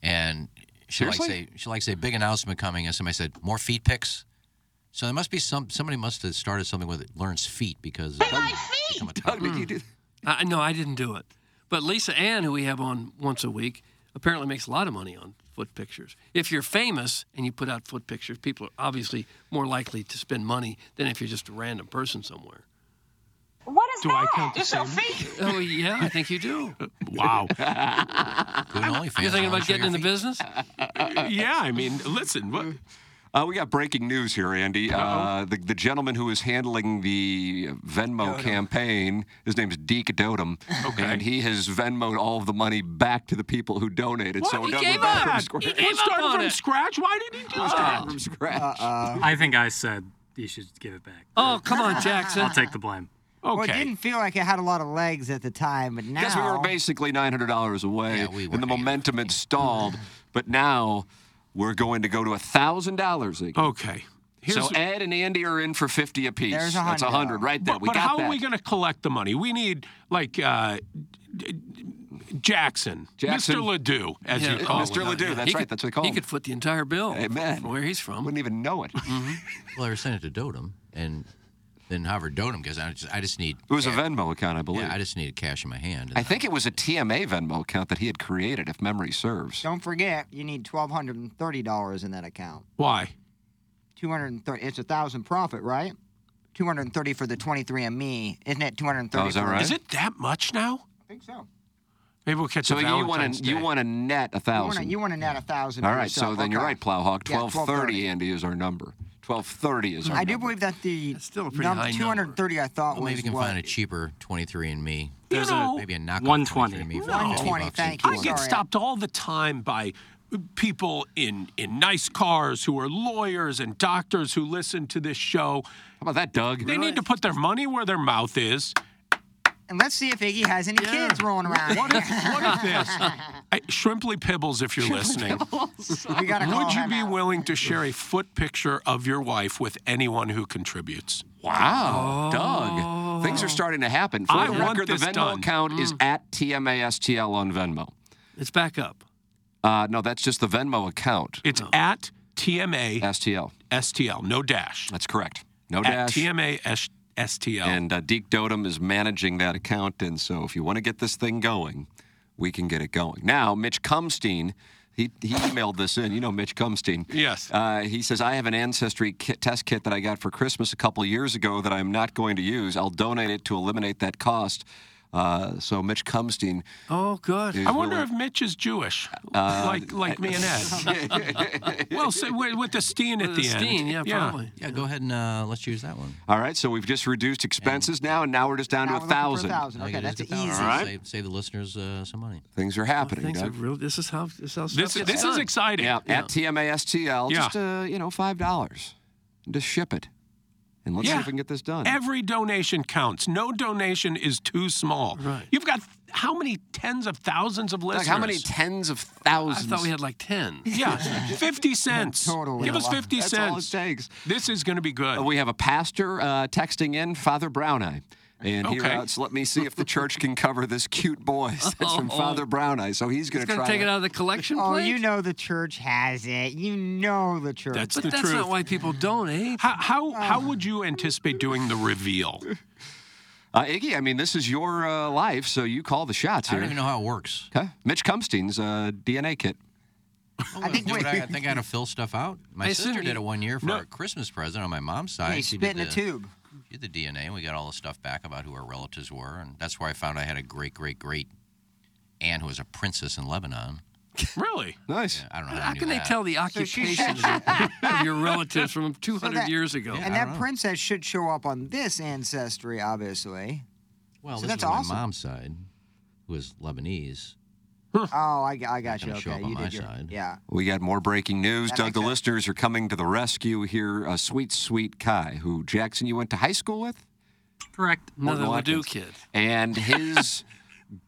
G: and she like
B: Seriously?
G: say she like say big announcement coming, and somebody said more feet pics. So there must be some somebody must have started something with Lauren's feet because my feet.
B: you do
C: Mm. I, no, I didn't do it. But Lisa Ann, who we have on once a week, apparently makes a lot of money on foot pictures. If you're famous and you put out foot pictures, people are obviously more likely to spend money than if you're just a random person somewhere.
O: What
C: Do I count the same? (laughs) Oh yeah, I think you do.
T: Wow.
C: You're thinking about getting in the business?
T: yeah, I mean, listen, what? Mm-hmm.
B: Uh, we got breaking news here, Andy. Uh, the, the gentleman who is handling the Venmo campaign, his name's Deke Dotum, and he has Venmoed all of the money back to the people who donated. So
T: He
B: Doug, we're
T: gave
B: back
T: up.
B: from square-
T: He gave up on it. scratch? Why did he do
B: that? From scratch. Uh-uh.
D: I think I said you should give it back.
C: Oh, come on, Jackson.
D: I'll take the blame.
E: Well, it didn't feel like it had a lot of legs at the time, but now.
B: Because we were basically nine hundred dollars away, and the momentum had
T: (laughs)
B: stalled. But now we're going to go to thousand dollars.
T: Okay.
B: so Ed and Andy are in for fifty apiece.
T: There's a
B: That's a
T: $100.
B: hundred right there.
T: But,
B: we
T: but
B: got
T: how
B: that.
T: are we going to collect the money? We need like uh, d- d- Jackson,
B: Jackson.
T: Mr. Ledoux, as
B: Yeah,
T: you call
B: Mr.
T: him.
B: Ledoux, that's
T: He
B: right,
T: could-
B: that's what they call
T: he
B: him.
T: could
C: foot the entire bill.
B: Amen.
C: Where he's from. Mm-hmm.
B: Wouldn't even know it.
G: Well, they were sending it to Dotem, and then however Dotem goes, I just I just need
B: It was a Venmo account, I believe.
G: yeah, I just needed cash in my hand.
B: I think it was a TMA Venmo account that he had created, if memory serves.
E: Don't forget, you need twelve hundred and thirty dollars in that account.
T: Why?
E: Two hundred and thirty. It's a thousand profit, right? Two hundred and thirty for the twenty-three and me, isn't it? Two hundred and thirty.
B: Oh, is that right? Is
T: it that much now?
E: I think so.
T: Maybe we'll catch
B: So
T: a
B: you want
T: Valentine's
B: to you
T: Day.
B: want to net
E: You want
B: a
E: to
B: thousand.
E: you want to net a thousand.
B: All
E: for
B: right, so
E: yourself,
B: then you're
E: okay.
B: right, Plowhawk.
E: Yeah,
B: Twelve thirty, Andy is our number. Twelve thirty is
E: Mm,
B: our
E: I
B: number.
E: do believe that the
B: a pretty high number.
E: two hundred and thirty I thought
G: Well, maybe
E: was
G: you can
E: what?
G: find a cheaper 23andMe.
T: There's a-
G: maybe a knockoff 23andMe. for 50 bucks.
T: I get stopped all the time by people in in nice cars who are lawyers and doctors who listen to this show. How
B: about that, Doug?
T: They need to put their money where their mouth is.
E: And let's see if Iggy has any kids rolling around.
T: What if,
E: (laughs)
T: what if this? I, Shrimply Pibbles, if you're listening.
E: we gotta call
T: Would you
E: him
T: be
E: out.
T: willing to share a foot picture of your wife with anyone who contributes?
B: Wow, Doug, things are starting to happen. For
T: I
B: the
T: want
B: record, the
T: this
B: Venmo
T: done. Mm.
B: account is at TMASTL on Venmo.
C: It's back up.
B: Uh, no, that's just the Venmo account.
T: It's at TMA
B: STL.
T: STL, no dash.
B: That's correct. No
T: At
B: dash.
T: TMA S- STL.
B: And uh, Deke Dotum is managing that account. And so if you want to get this thing going, we can get it going. Now, Mitch Cumstein, he, he emailed this in. You know Mitch Cumstein.
T: Yes.
B: Uh, he says, I have an ancestry kit, test kit that I got for Christmas a couple years ago that I'm not going to use. I'll donate it to eliminate that cost. Uh, so Mitch Cumstein.
C: Oh, good.
T: I wonder if Mitch is Jewish,
B: Uh,
T: like like me
B: (laughs)
T: and Ed. well, so with, with the Steen at the, end.
G: Yeah, go ahead and uh, let's use that one.
B: All right, so we've just reduced expenses now, and now we're just down to
G: Now
B: a
G: we're looking for a
B: thousand.
G: thousand. Okay, Now you just that's get that. easy.
B: All right,
G: Save, save the listeners uh, some money.
B: things are happening.
C: Things are
B: Doug.
C: real. This is how this is how
B: This
C: stuff
B: is-
C: gets
B: this is
C: done.
T: exciting.
B: Yeah, at TMASTL, just uh, you know, five dollars, just ship it, and let's see
T: Yeah.
B: if we can get this done.
T: Every donation counts. No donation is too small. Right. You've got th- how many tens of thousands of
B: Doug,
T: listeners?
B: how many tens of thousands?
T: I thought we had
C: like ten.
T: (laughs) Yeah, fifty cents.
B: Totally.
T: Give us fifty
B: That's all
T: cents.
B: it takes.
T: This is going to be good.
B: Uh, we have a pastor uh, texting in, Father Brown Eye. And he
T: Okay.
B: writes, let me see if the church can cover this cute boy. (laughs) That's from
C: Oh.
B: Father Brown Eye. So he's going to try
C: of the collection
E: Oh,
C: plate?
E: you know the church has it. You know the church.
T: That's But the that's truth. not eh?
C: why people donate.
T: How how, how would you anticipate doing the reveal?
B: Uh, Iggy, I mean, this is your uh, life, so you call the shots
G: I
B: here.
G: don't even know how it works.
B: Okay. Mitch Kumstein's uh, DNA kit.
G: I think I, I think I
E: (laughs)
G: had to fill stuff out. My
B: I assume
G: sister
B: you-
G: did it one year for
B: No.
G: a Christmas present on my mom's side.
E: Yeah, you
G: She
E: spit
G: did
E: in a tube.
G: She did the DNA, and we got all the stuff back about who our relatives were, and that's where I found I had a great, great, great aunt who was a princess in Lebanon.
T: Really?
B: Nice.
G: I don't know. How,
C: How
G: I knew
C: can they
G: that.
C: tell the
E: So she- (laughs)
C: occupation of of your relatives from 200
E: that-
C: years ago?
E: and that princess should show up on this ancestry, obviously.
G: Well,
E: so
G: this
E: that's
G: was
E: awesome.
G: my mom's side, who was Lebanese.
E: oh, I, g- I got you.
G: gonna show
E: Okay,
G: up on
E: you
G: my
E: did your
G: side.
E: yeah.
B: We got more breaking news.
E: That
B: Doug,
E: makes
B: the listeners are coming to the rescue here. Uh, sweet, sweet Kai, who Jackson, you went to high school with?
D: Correct.
B: Morgan
C: Another Ledoux
B: Watkins.
C: kid.
B: And his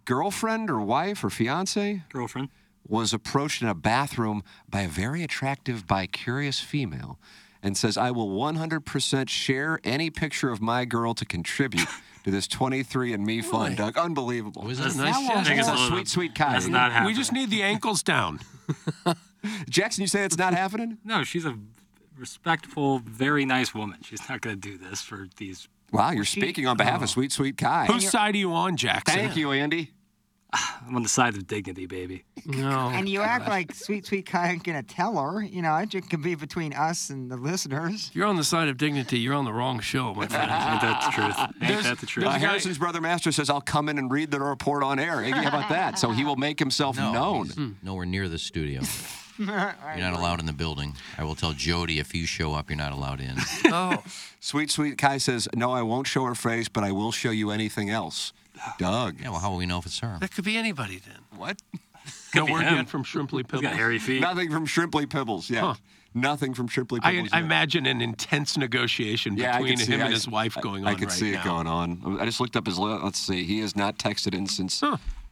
B: girlfriend or wife or fiance?
D: Girlfriend.
B: Was approached in a bathroom by a very attractive, bi curious female and says, I will 100% share any picture of my girl to contribute to this 23andMe fund,
T: Really?
B: Doug. Unbelievable.
T: Was that That's a nice nice gesture. gesture.
B: That's a sweet, sweet Kai.
D: That's not
T: We just need the ankles down.
B: (laughs) Jackson, you say it's not happening?
D: No, she's a respectful, very nice woman. She's not going to do this for these.
B: Wow, you're speaking on behalf
D: Oh.
B: of Sweet Sweet Kai.
D: Whose side
T: are you on, Jackson?
B: Thank you, Andy.
D: (sighs) I'm on the side of dignity, baby.
G: Oh,
C: No.
E: And you act like sweet, sweet Kai ain't gonna tell her. You know, it just can be between us and the listeners. (laughs)
C: If you're on the side of dignity, you're on the wrong show, my
B: (laughs)
C: friend.
D: (laughs) Ain't that the truth? Ain't that the truth?
B: Uh, Harrison's brother Master says, I'll come in and read the report on air. Iggy, how about that? So he will make himself known.
C: Hmm.
G: Nowhere near the studio. (laughs)
E: All
G: You're
E: right.
G: not allowed in the building. I will tell Jody if you show up, you're not allowed
T: (laughs)
G: in.
C: Oh.
B: Sweet, sweet Kai says, No, I won't show her face, but I will show you anything else. Doug.
G: Yeah, well, how will we know if it's her?
C: That could be anybody then.
B: What?
T: No word yet from Shrimply Pibbles.
B: Nothing from Shrimply Pibbles, yeah.
T: Huh.
B: Nothing from Shrimply
T: I,
B: Pibbles.
T: I
B: yet.
T: imagine an intense negotiation
B: yeah, I
T: between
B: could see,
T: him
B: I-
T: and his wife
B: I-
T: going on
B: I could
T: right
B: see
T: now.
B: it going on. I just looked up his. li- Let's see. He has not texted in since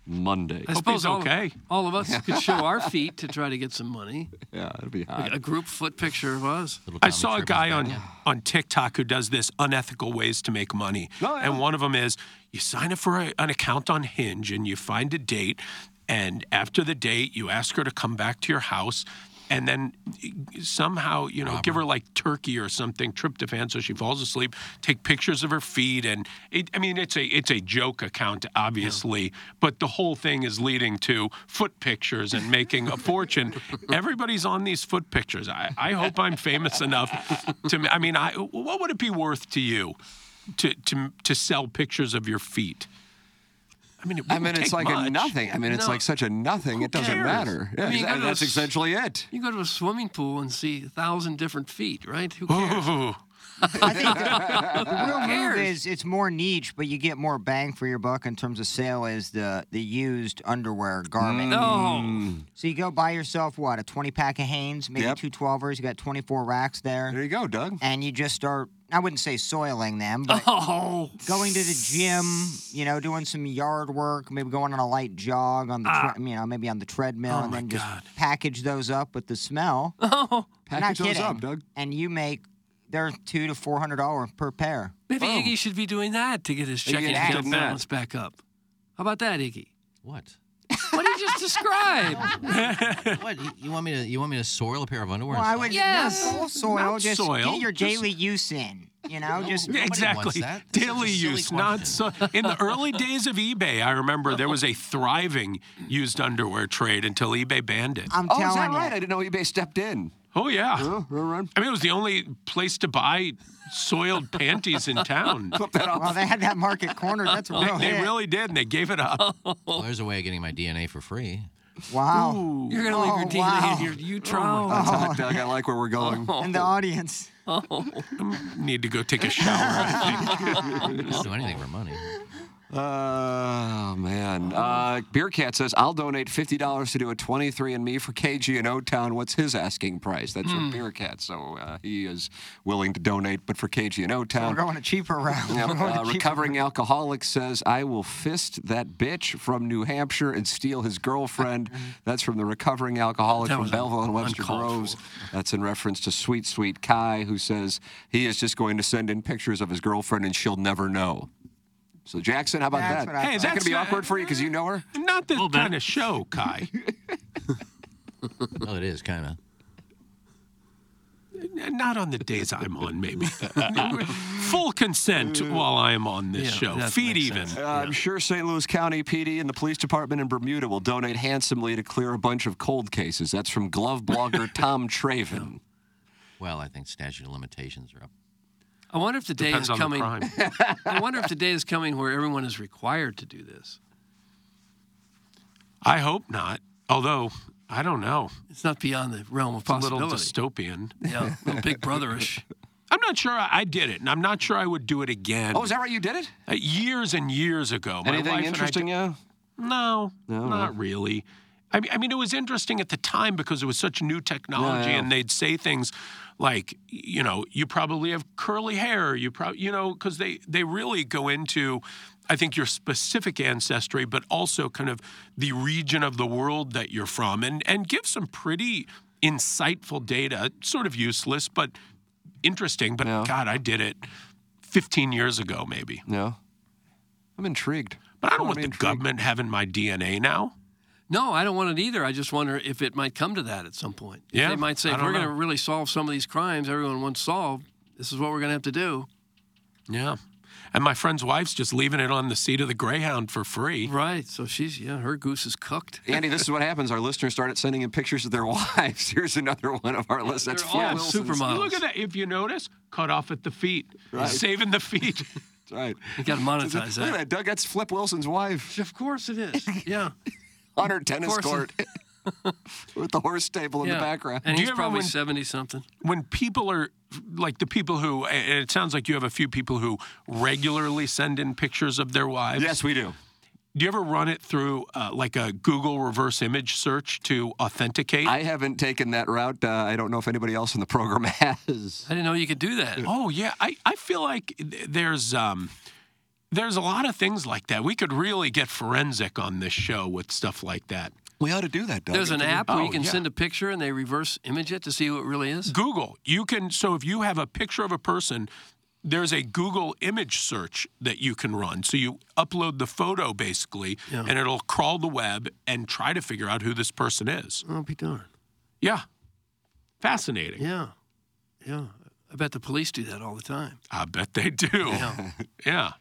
B: Monday.
C: I suppose all, all of
B: (laughs)
C: us could show our feet to try to get some money.
B: Yeah, it'll be
C: Like a group foot picture of us.
T: I saw a guy on on TikTok who does this unethical ways to make money,
B: Oh,
T: and one of them is you sign up for a, an account on Hinge and you find a date, and after the date you ask her to come back to your house, and then somehow you know give her like turkey or something tryptophan so she falls asleep. Take pictures of her feet, and it, I mean it's a it's a joke account obviously, but the whole thing is leading to foot pictures and making a fortune. Everybody's on these foot pictures. I, I hope I'm famous enough to. I mean, I what would it be worth to you to to to sell pictures of your feet? I mean, it
B: I mean,
T: wouldn't
B: it's
T: take
B: like a
T: much.
B: nothing. I mean, it's
T: No.
B: like such a nothing. it doesn't
C: cares?
B: matter. Yeah,
C: I mean, you
B: exa-
C: go to
B: that's
C: a s-
B: essentially it.
C: You go to a swimming pool and see a thousand different feet, right? Who cares?
E: (laughs) The real move
C: cares?
E: is it's more niche, but you get more bang for your buck in terms of sale is the the used underwear garment.
C: Mm.
B: No.
E: So you go buy yourself what a twenty pack of Hanes, maybe
B: Yep.
E: two twelvers. You got twenty four racks there.
B: There you go, Doug.
E: And you just start. I wouldn't say soiling them,
C: (laughs)
E: but
C: Oh.
E: going to the gym, you know, doing some yard work, maybe going on a light jog on the, tre- you know, maybe on the treadmill,
C: Ah. Oh
E: and
C: my
E: then just
C: God.
E: package those up with the smell.
C: (laughs) Oh,
E: I'm
B: Package
E: not
B: those
E: kidding.
B: up, Doug.
E: And you make they're two to four hundred dollars per pair.
C: maybe
B: Oh.
C: Iggy should be doing that to get his
E: Iggy
C: checking
E: should
C: account
E: do that.
C: balance back up. How about that, Iggy?
G: What?
C: What did you
E: (laughs)
C: just describe?
G: what? You- You want me to? You want me to soil a pair of underwear?
E: Well,
G: and
E: I
G: stuff?
E: would
C: Yes.
E: not full soil,
T: Not
E: just
T: soil,
E: get your
T: just-
E: daily use in. You know, (laughs)
C: (laughs)
E: just
T: Yeah, exactly. Daily use, not so. In the
E: (laughs)
T: early days of eBay, I remember there was a thriving used underwear trade until eBay banned it.
E: I'm
B: oh, is that
E: telling
B: right?
E: you.
B: I didn't know eBay stepped in.
T: Oh yeah.
B: I
T: mean, it was the only place to buy soiled panties
E: (laughs)
T: in town. (laughs)
E: Well, they had that market
C: (laughs)
E: cornered. That's a
T: They,
E: real Oh.
T: they
E: hit.
T: really did, and they gave it up.
G: Well, there's a way of getting my DNA for
T: (laughs)
G: free.
E: Wow. Oh,
C: You're gonna leave your DNA
E: wow.
C: in your utron.
B: That's hot, Doug. I like where
E: (laughs)
B: we're going.
E: Oh, in the audience.
B: Oh.
T: Need to go take a shower.
G: I'll do anything for money.
B: Oh, man. Uh, Beer Cat says, I'll donate $50 to do a 23andMe for KG and O Town. What's his asking price? That's from Beer Cat. So uh, he is willing to donate, but for KG and O
E: We're
B: Town.
E: going a cheaper route. (laughs)
B: Yep.
E: We're going
B: Uh,
E: a cheaper
B: recovering alcoholic says, I will fist that bitch from New Hampshire and steal his girlfriend. That's from the recovering alcoholic
C: That
B: from
C: was
B: Belleville and Webster
C: uncalled
B: Groves. That's in reference to Sweet Sweet Kai, who says he is just going to send in pictures of his girlfriend and she'll never know. So, Jackson, how about
E: That's
B: that?
E: what I Hey,
B: is that going
T: that's
B: to be
T: not-
B: awkward
G: (laughs)
B: for you because you know her?
T: Not this kind of show, Kai.
G: Well, it is kind of.
E: (laughs)
T: Not on the days I'm on, maybe. full consent while I am on this show. Feet even.
B: Uh, I'm sure St. Louis County PD and the police department in Bermuda will donate handsomely to clear a bunch of cold cases. That's from glove blogger Tom Traven.
G: Well, I think statute of limitations are up.
C: I wonder if the day
G: Depends
C: is
G: on the
C: coming.
G: crime.
C: I wonder if the day is coming where everyone is required to do this.
T: I hope not. Although I don't know.
C: It's not beyond the realm of
T: It's a little
C: possibility.
T: dystopian.
C: Yeah, a little Big Brotherish.
T: I'm not sure I I did it, and I'm not sure I would do it again.
B: Oh, is that right? You did it?
T: Uh, years and years ago. Oh, My
B: Anything
T: wife and I
B: interesting,
T: did-
B: yeah?
T: No,
B: No,
T: not
B: no.
T: really. I mean, I mean, it was interesting at the time because it was such new technology,
B: Yeah.
T: and they'd say things like, you know, you probably have curly hair. You probably, you know, because they they really go into, I think, your specific ancestry, but also kind of the region of the world that you're from, and and give some pretty insightful data. Sort of useless, but interesting. But God, I did it 15 years ago, maybe.
B: No, I'm intrigued.
T: But I don't want the government having my DNA now.
C: No, I don't want it either. I just wonder if it might come to that at some point. If
T: Yeah,
C: they might say
T: I
C: if
T: don't
C: we're going to
T: know.
C: really solve some of these crimes everyone wants solved. This is what we're going to have to do.
T: Yeah. And my friend's wife's just leaving it on the seat of the Greyhound for free.
C: Right. So she's, yeah, her goose is cooked.
B: Andy, this is what happens. Our listeners started sending in pictures of their (laughs) wives. Here's another one of our listeners. That's Flip Wilson's.
T: Look at that. If you notice, cut off at the feet.
B: Right.
T: Saving the (laughs) feet.
B: That's right.
C: You got to monetize
B: Look at
C: that.
B: that, Doug. That's Flip Wilson's wife
C: Of course it is.
B: (laughs)
C: Yeah.
B: on her tennis
C: course it-
B: court
C: (laughs)
B: with the horse stable in
C: Yeah.
B: the background.
C: And
T: Do
C: he's
T: you ever
C: probably
T: when-
C: 70 something.
T: When people are like the people who, and it sounds like you have a few people who regularly send in pictures of their wives.
B: Yes, we do.
T: Do you ever run it through uh, like a Google reverse image search to authenticate?
B: I haven't taken that route. Uh, I don't know if anybody else in the program (laughs) has.
C: I didn't know you could do that.
T: Oh yeah, I, I feel like th- there's um there's a lot of things like that. We could really get forensic on this show with stuff like that. Oh,
B: We ought to do that, Doug. Oh,
C: There's an app where you can
T: yeah.
C: send a picture and they reverse image it to see who it really is.
T: Google. You can so if you have a picture of a person, there's a Google image search that you can run. So you upload the photo basically,
C: Yeah.
T: and it'll crawl the web and try to figure out who this person is.
C: I'll Oh, be darned.
T: Yeah, fascinating.
C: Yeah. Yeah. I bet the police do that all the time.
T: I bet they do.
C: (laughs) Yeah.
T: yeah.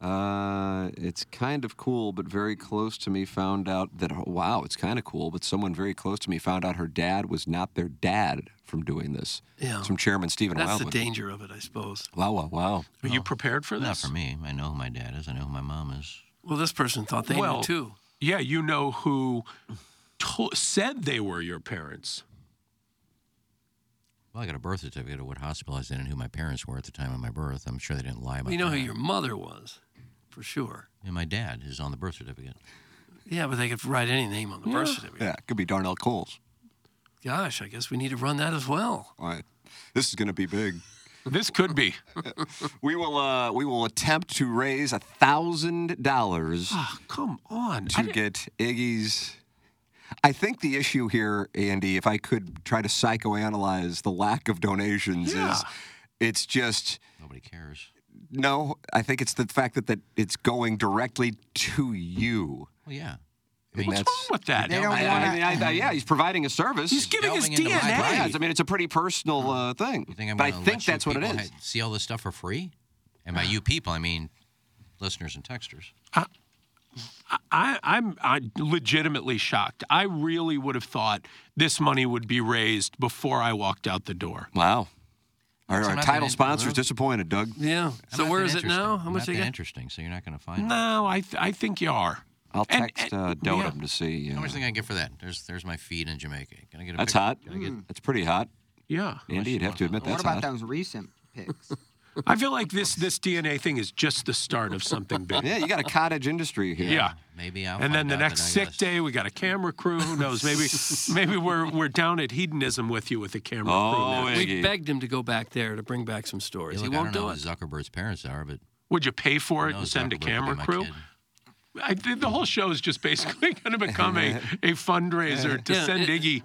B: Uh, it's kind of cool, but very close to me found out that wow, it's kind of cool, but someone very close to me found out her dad was not their dad from doing this.
C: Yeah.
B: It's from Chairman Stephen
C: That's
B: Wildman.
C: the danger of it, I suppose.
B: Wow, wow, wow.
T: Are you prepared for
G: Not
T: this?
G: for me. I know who my dad is. I know who my mom is.
C: Well, this person thought they
T: well,
C: knew too.
T: Yeah, you know who to- said they were your parents.
G: Well, I got a birth certificate of what hospital I was in and who my parents were at the time of my birth. I'm sure they didn't lie about
C: You know
G: that.
C: who your mother was, for sure.
G: And my dad is on the birth certificate.
C: Yeah, but they could write any name on the birth certificate.
B: Yeah, it could be Darnell Coles.
C: Gosh, I guess we need to run that as well.
B: All right. This is going to be big.
T: This could be.
B: (laughs) We will uh, we will attempt to raise a thousand dollars
T: Ah, come on. I
B: to
T: didn't-
B: get Iggy's. I think the issue here, Andy, if I could try to psychoanalyze the lack of donations,
T: Yeah.
B: is it's just
G: Nobody cares.
B: no. I think it's the fact that, that it's going directly to you.
G: Well, yeah.
B: And
G: What's
B: that's-
T: with that?
B: I- I- I mean, I- I- yeah, he's providing a service.
T: He's giving his
G: delving into my
T: DNA.
G: pride.
B: I mean, it's a pretty personal uh, thing.
G: You think I'm
B: but I
G: gonna
B: think
G: let you
B: that's what it
G: people
B: is.
G: ha- see all this stuff for free? And by you people, I mean listeners and texters.
T: I, I'm uh legitimately shocked. I really would have thought this money would be raised before I walked out the door.
B: Wow. Our,
G: That's
B: our
G: not
B: title
G: that
B: sponsor's
G: interesting.
B: disappointed, Doug.
C: Yeah.
G: I'm
C: So
G: not
C: where
G: that
C: is it
G: interesting.
C: now?
G: I'm
C: How much
G: not
C: they
G: that
C: got?
G: interesting, so you're not going to find it.
T: No, I, th- I think you are.
B: I'll
T: And-
B: text
T: and-
B: uh, Dotem
T: yeah.
B: to see.
G: How
B: Uh,
G: much thing I can get for that? There's there's my feed in Jamaica. Can I get a
B: that's
G: pic-
B: hot.
G: Can I get
B: That's pretty hot.
T: Yeah.
B: Andy, you'd have to admit
E: What
B: that's
E: about
B: hot.
E: those recent picks?
T: I feel like this, this DNA thing is just the start of something
B: (laughs)
T: big.
B: Yeah, you got a cottage industry here.
T: Yeah.
G: Maybe I'll
T: And then
G: find
T: the
G: out that
T: next
G: I
T: sick
G: gotta-
T: day, we got a camera crew. Who
G: (laughs)
T: knows? Maybe maybe we're we're down at hedonism with you with the camera crew.
B: Oh,
T: now.
B: Iggy.
C: We begged him to go back there to bring back some
G: Hey,
C: stories.
G: look,
C: he
G: I
C: won't
G: don't
C: do
G: know
C: it.
G: who Zuckerberg's parents are, but
T: Would you pay for
G: I
T: it
G: know
T: and send a
G: Zuckerberg would be
T: camera
G: my
T: crew?
G: kid.
T: I think the whole show is just basically (laughs) going to become a, a fundraiser to
C: Yeah,
T: send
C: it-
T: Iggy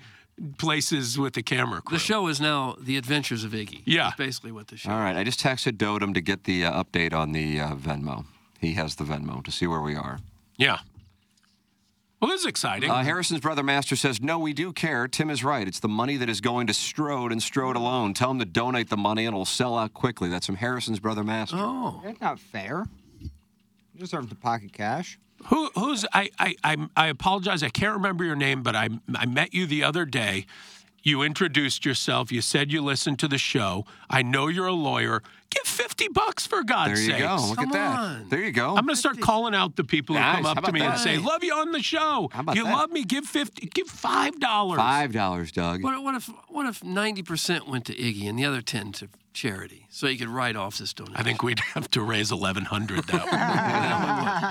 T: places with the camera crew.
C: The show is now The Adventures of Iggy.
T: Yeah.
C: That's basically what the show
B: All right, I just texted Dotem to get the uh, update on the uh, Venmo. He has the Venmo to see where we are.
T: Yeah. Well, this is exciting.
B: Uh, Harrison's brother Master says, No, we do care. Tim is right. It's the money that is going to Strode and Strode alone. Tell him to donate the money and it'll sell out quickly. That's from Harrison's brother Master.
T: Oh.
E: That's not fair. You deserve the pocket cash.
T: Who, who's I, I I I apologize. I can't remember your name, but I I met you the other day. You introduced yourself. You said you listened to the show. I know you're a lawyer. Give fifty bucks for God's
B: There you
T: sake.
B: go. Look at that. There you go.
T: I'm gonna start calling out the people
B: Nice. How
T: who come up to
B: about
T: me and
B: that?
T: say, "Love you on the show.
B: about
T: you
B: that?
T: love me. Give fifty. Give five dollars."
B: Five dollars, Doug.
C: What, what if what if ninety percent went to Iggy and the other ten to charity, so you could write off this donation?
T: I think we'd (laughs) have to raise eleven hundred that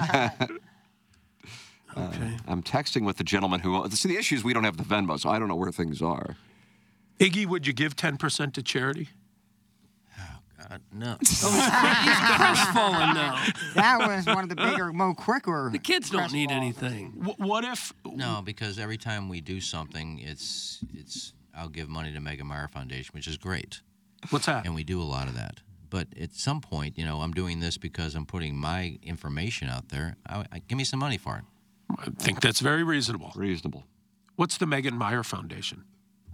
T: one.
B: Uh, I'm texting with the gentleman who. See, the issue is we don't have the Venmo, so I don't know where things are.
T: Iggy, would you give ten percent
C: (laughs)
T: to charity?
B: (laughs)
G: No.
C: crestfallen Oh, now.
E: That was one of the bigger, more quicker. The
C: kids don't need anything.
T: What if?
G: No, because every time we do something, it's it's I'll give money to Mega Meyer Foundation, which is great.
T: What's that?
G: And we do a lot of that. But at some point, you know, I'm doing this because I'm putting my information out there. I, I, give me some money for it.
T: I think that's very reasonable.
B: Reasonable.
T: What's the Megan Meyer Foundation?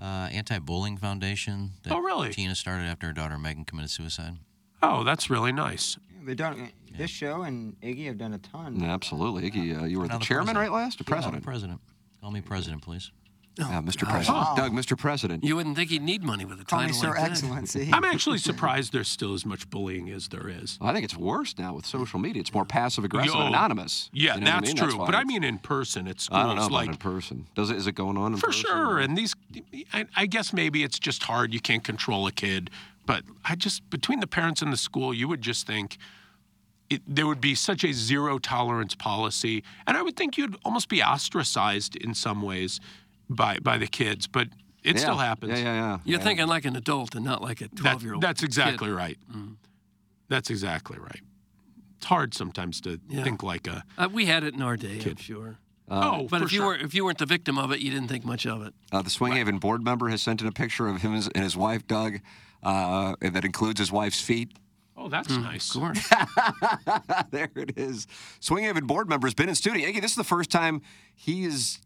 G: Uh, Anti-bullying foundation. That
T: Oh, really?
G: Tina started after her daughter Megan committed suicide.
T: Oh, that's really nice.
E: They don't. This show and Iggy have done a ton.
B: absolutely, Iggy. Uh, you were the,
G: Now the
B: chairman, right?
G: president.
B: Last or
G: Yeah,
B: president?
G: president. Call me president, please.
T: Oh,
B: Uh, Mr. President.
C: Wow.
B: Doug, Mr. President.
C: You wouldn't think he'd need money with a title like that.
T: I'm
C: (laughs)
T: actually surprised there's still as much bullying as there is.
B: I think it's worse now with social media. It's more passive aggressive,
T: Yo,
B: and anonymous.
T: Yeah,
B: You know what I
T: that's
B: mean?
T: true.
B: why
T: but I
B: it's-
T: mean, in person, it's schools
B: I don't know about
T: like
B: in person. Does it? Is it going on in
T: for
B: person?
T: sure. And these, I, I guess maybe it's just hard. You can't control a kid. But I just between the parents and the school, you would just think it, there would be such a zero tolerance policy, and I would think you'd almost be ostracized in some ways by by the kids. But it still happens.
C: You're thinking like an adult and not like a
T: That-
C: twelve-year-old. Mm.
T: that's exactly right. That's exactly right. It's hard sometimes to
C: Yeah.
T: think like a.
C: Uh, we had it in our day, I'm sure.
B: Uh,
T: Oh,
C: but
T: for
C: if you
T: sure.
C: were if you weren't the victim of it, you didn't think much of it.
B: Uh, the Swinghaven board member has sent in a picture of him and his- and his wife, Doug, uh, and that includes his wife's feet.
T: Oh, that's nice.
B: (laughs) there it is. Swinghaven board member has been in studio. Iggy, this is the first time he is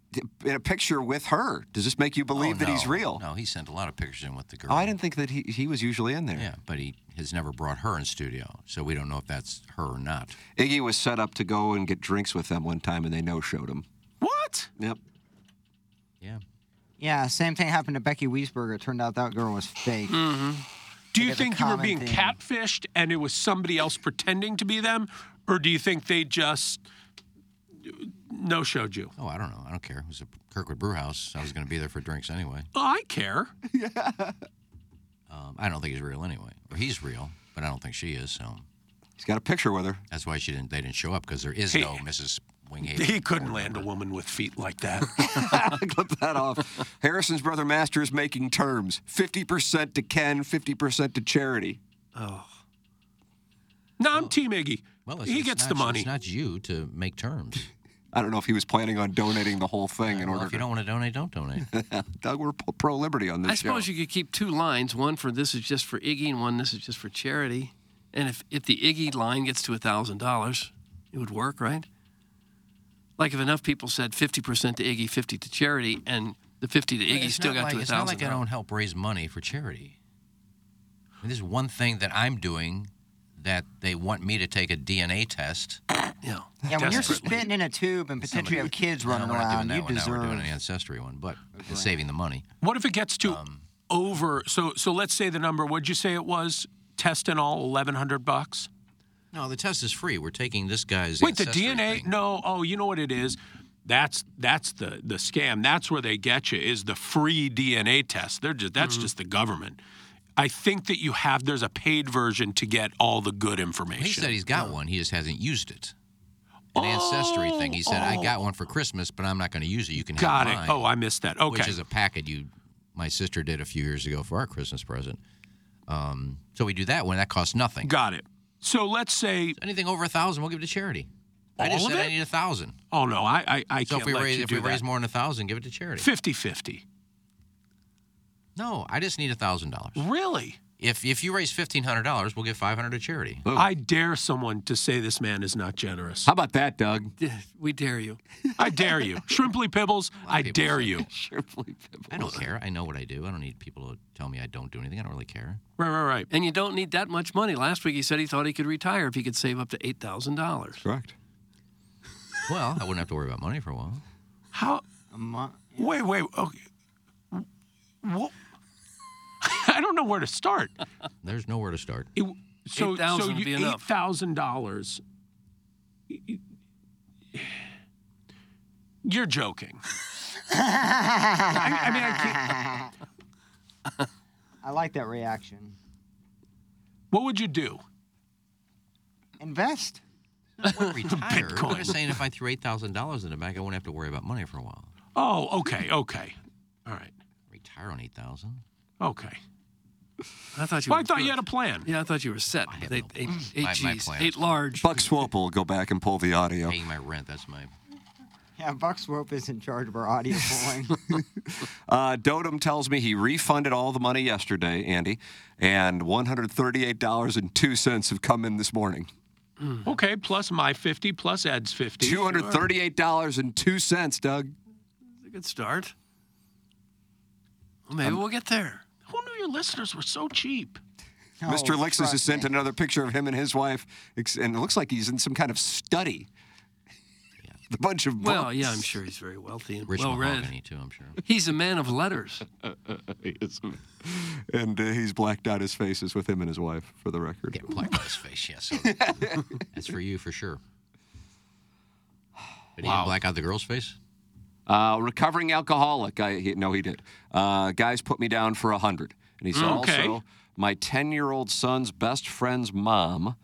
B: in a picture with her. Does this make you believe
G: Oh,
B: that he's
G: no.
B: real?
G: (laughs) No, he sent a lot of pictures in with the girl.
B: Oh, I didn't think that he, he was usually in there.
G: Yeah, but he has never brought her in studio, so we don't know if that's her or not.
B: Iggy was set up to go and get drinks with them one time, and they no showed him.
T: What?
B: Yep.
E: Yeah, same thing happened to Becky Weisberger. It turned out that girl was fake.
G: Hmm.
T: Mm-hmm. Do
E: They
T: you
E: have a
T: think you were
E: common
T: being
E: theme.
T: catfished and it was somebody else pretending to be them? Or do you think they just uh, no showed you?
G: Oh, I don't know. I don't care. It was a Kirkwood Brewhouse. I was going to be there for drinks anyway.
T: Well, I
E: (laughs)
T: care.
G: Um, I don't think he's real anyway. Or he's real, but I don't think she is. So
B: He's got a picture with her.
G: that's why she didn't. They didn't show up because there is
T: He-
G: no Mrs. Winghaven.
T: He (laughs) couldn't land a woman with feet like that.
B: (laughs)
T: (laughs)
B: Clip that off. Harrison's brother Master is making terms 50% to Ken, 50% to charity.
C: Oh.
T: No, I'm Team Iggy.
G: Well, Oh, it's-
T: he
G: it's
T: gets
G: not-
T: the money.
G: It's not you to make terms.
B: (laughs) I don't know if he was planning on donating the whole thing in
G: Well,
B: order
G: if you don't want to donate, don't donate.
B: to. (laughs) Doug, we're pro liberty on this
C: I
B: show.
C: suppose you could keep two lines: one for this is just for Iggy, and one this is just for charity. And if if the Iggy line gets to thousand dollars, it would work, right? Like if enough people said fifty percent to Iggy, fifty to charity, and the fifty to
G: But
C: Iggy
G: it's
C: still
G: not
C: got
G: like,
C: to
G: It's not
C: thousand.
G: like I don't help raise money for charity. I mean, this is one thing that I'm doing that they want me to take a DNA test.
C: Yeah.
E: Yeah, when you're
G: Desperately.
E: spitting in a tube and potentially have kids running
G: no, we're not doing
E: around,
G: that
E: you
G: one. Now we're doing
E: deserve.
G: an ancestry one, but it's saving the money.
T: What if it gets to
G: Um,
T: over? So, so let's say the number. What'd you say it was? Test and all, eleven hundred bucks.
G: No, the test is free. We're taking this guy's
T: Wait, the
G: ancestry
T: DNA? No. Oh, you know what it is? That's that's the the scam. That's where they get you is the free DNA test. They're just
G: Mm-hmm.
T: that's just the government. I think that you have there's a paid version to get all the good information.
G: He said he's
T: Oh.
G: got one. He just hasn't used it. An ancestry thing. He said, "I got one for Christmas, but I'm not going to use it. You can
T: Oh. Got
G: have
T: it.
G: mine."
T: Oh, I missed that.
G: which
T: Okay.
G: is a packet you, my sister did a few years ago for our Christmas present. Um, so we do that one. That costs nothing.
T: Got it. So let's say
G: anything over a thousand, we'll give it to charity. I
T: All
G: just
T: of
G: said I
T: it?
G: need a thousand.
T: Oh no, I I, I
G: so
T: can't
G: if we
T: let
G: raise
T: you
G: if
T: do
G: we
T: that.
G: raise more than a thousand, give it to charity.
T: 50-50.
G: No, I just need a thousand dollars.
T: Really?
G: If if you raise fifteen hundred dollars, we'll give five hundred to charity.
T: I dare someone to say this man is not generous.
B: How about that, Doug?
T: We dare you. (laughs) I dare you. Shrimply Pibbles, I dare
G: (laughs)
T: you. (laughs)
B: Shrimply Pibbles.
G: I don't care. I know what I do. I don't need people to tell me I don't do anything. I don't really care.
C: Right, right, right. And you don't need that much money. Last week he said he thought he could retire if he could save up to eight thousand dollars.
B: Correct.
G: Well, I wouldn't have to worry about money for a while.
T: How? Wait, wait. Okay. Wha- (laughs) I don't know where to start.
G: There's nowhere to start.
T: It- so, so
G: $8,000 would
T: you,
G: be
T: eight
G: enough.
T: thousand dollars. You're joking.
E: I,
T: mean,
E: I can't. (laughs) I like that reaction.
T: What would you do?
E: Invest.
C: (laughs)
G: Retire. I'm
T: Bitcoin.
G: just saying, if I threw eight thousand dollars in the bank, I wouldn't have to worry about money for a while.
T: Oh, okay, okay, all right,
G: Retire on eight thousand.
T: okay.
C: I thought you.
T: Well, I
C: were
T: thought you had a plan.
C: Yeah, I thought you were set. They- eight, eight
G: My- my
C: Gs,
G: plan
C: eight large.
B: Buck Swope will go back and pull the audio.
G: Paying my rent. That's my.
E: Yeah, Buck Swope is in charge of our audio polling.
G: (laughs)
B: Uh, Dotem tells me he refunded all the money yesterday, Andy, and $138.02 have come in this morning.
C: Hmm.
T: Okay, plus my fifty, plus Ed's fifty.
B: $238.02, Doug.
C: It's a good start. Well, maybe we'll get there.
T: Who knew your listeners were so cheap?
B: Mr. Lexus has sent another picture of him and his wife, ex- and it looks like he's in some kind of study. (laughs) The bunch of
C: Well,
B: books.
C: yeah, I'm sure he's very wealthy and
B: Rich
C: well
B: mahogany,
C: read.
G: too, I'm sure.
C: (laughs) He's a man of
B: (laughs)
C: letters.
B: Yes. and uh, he's blacked out his faces with him and his wife, for the record.
G: blacked out his face,
B: (laughs)
G: yes. That's for you for sure. But he didn't black out the girl's face.
B: Uh, recovering alcoholic. I, he, no, he did. Uh, guys put me down for a hundred, and he said
G: Mm,
T: Okay.
B: also my ten-year-old son's best friend's mom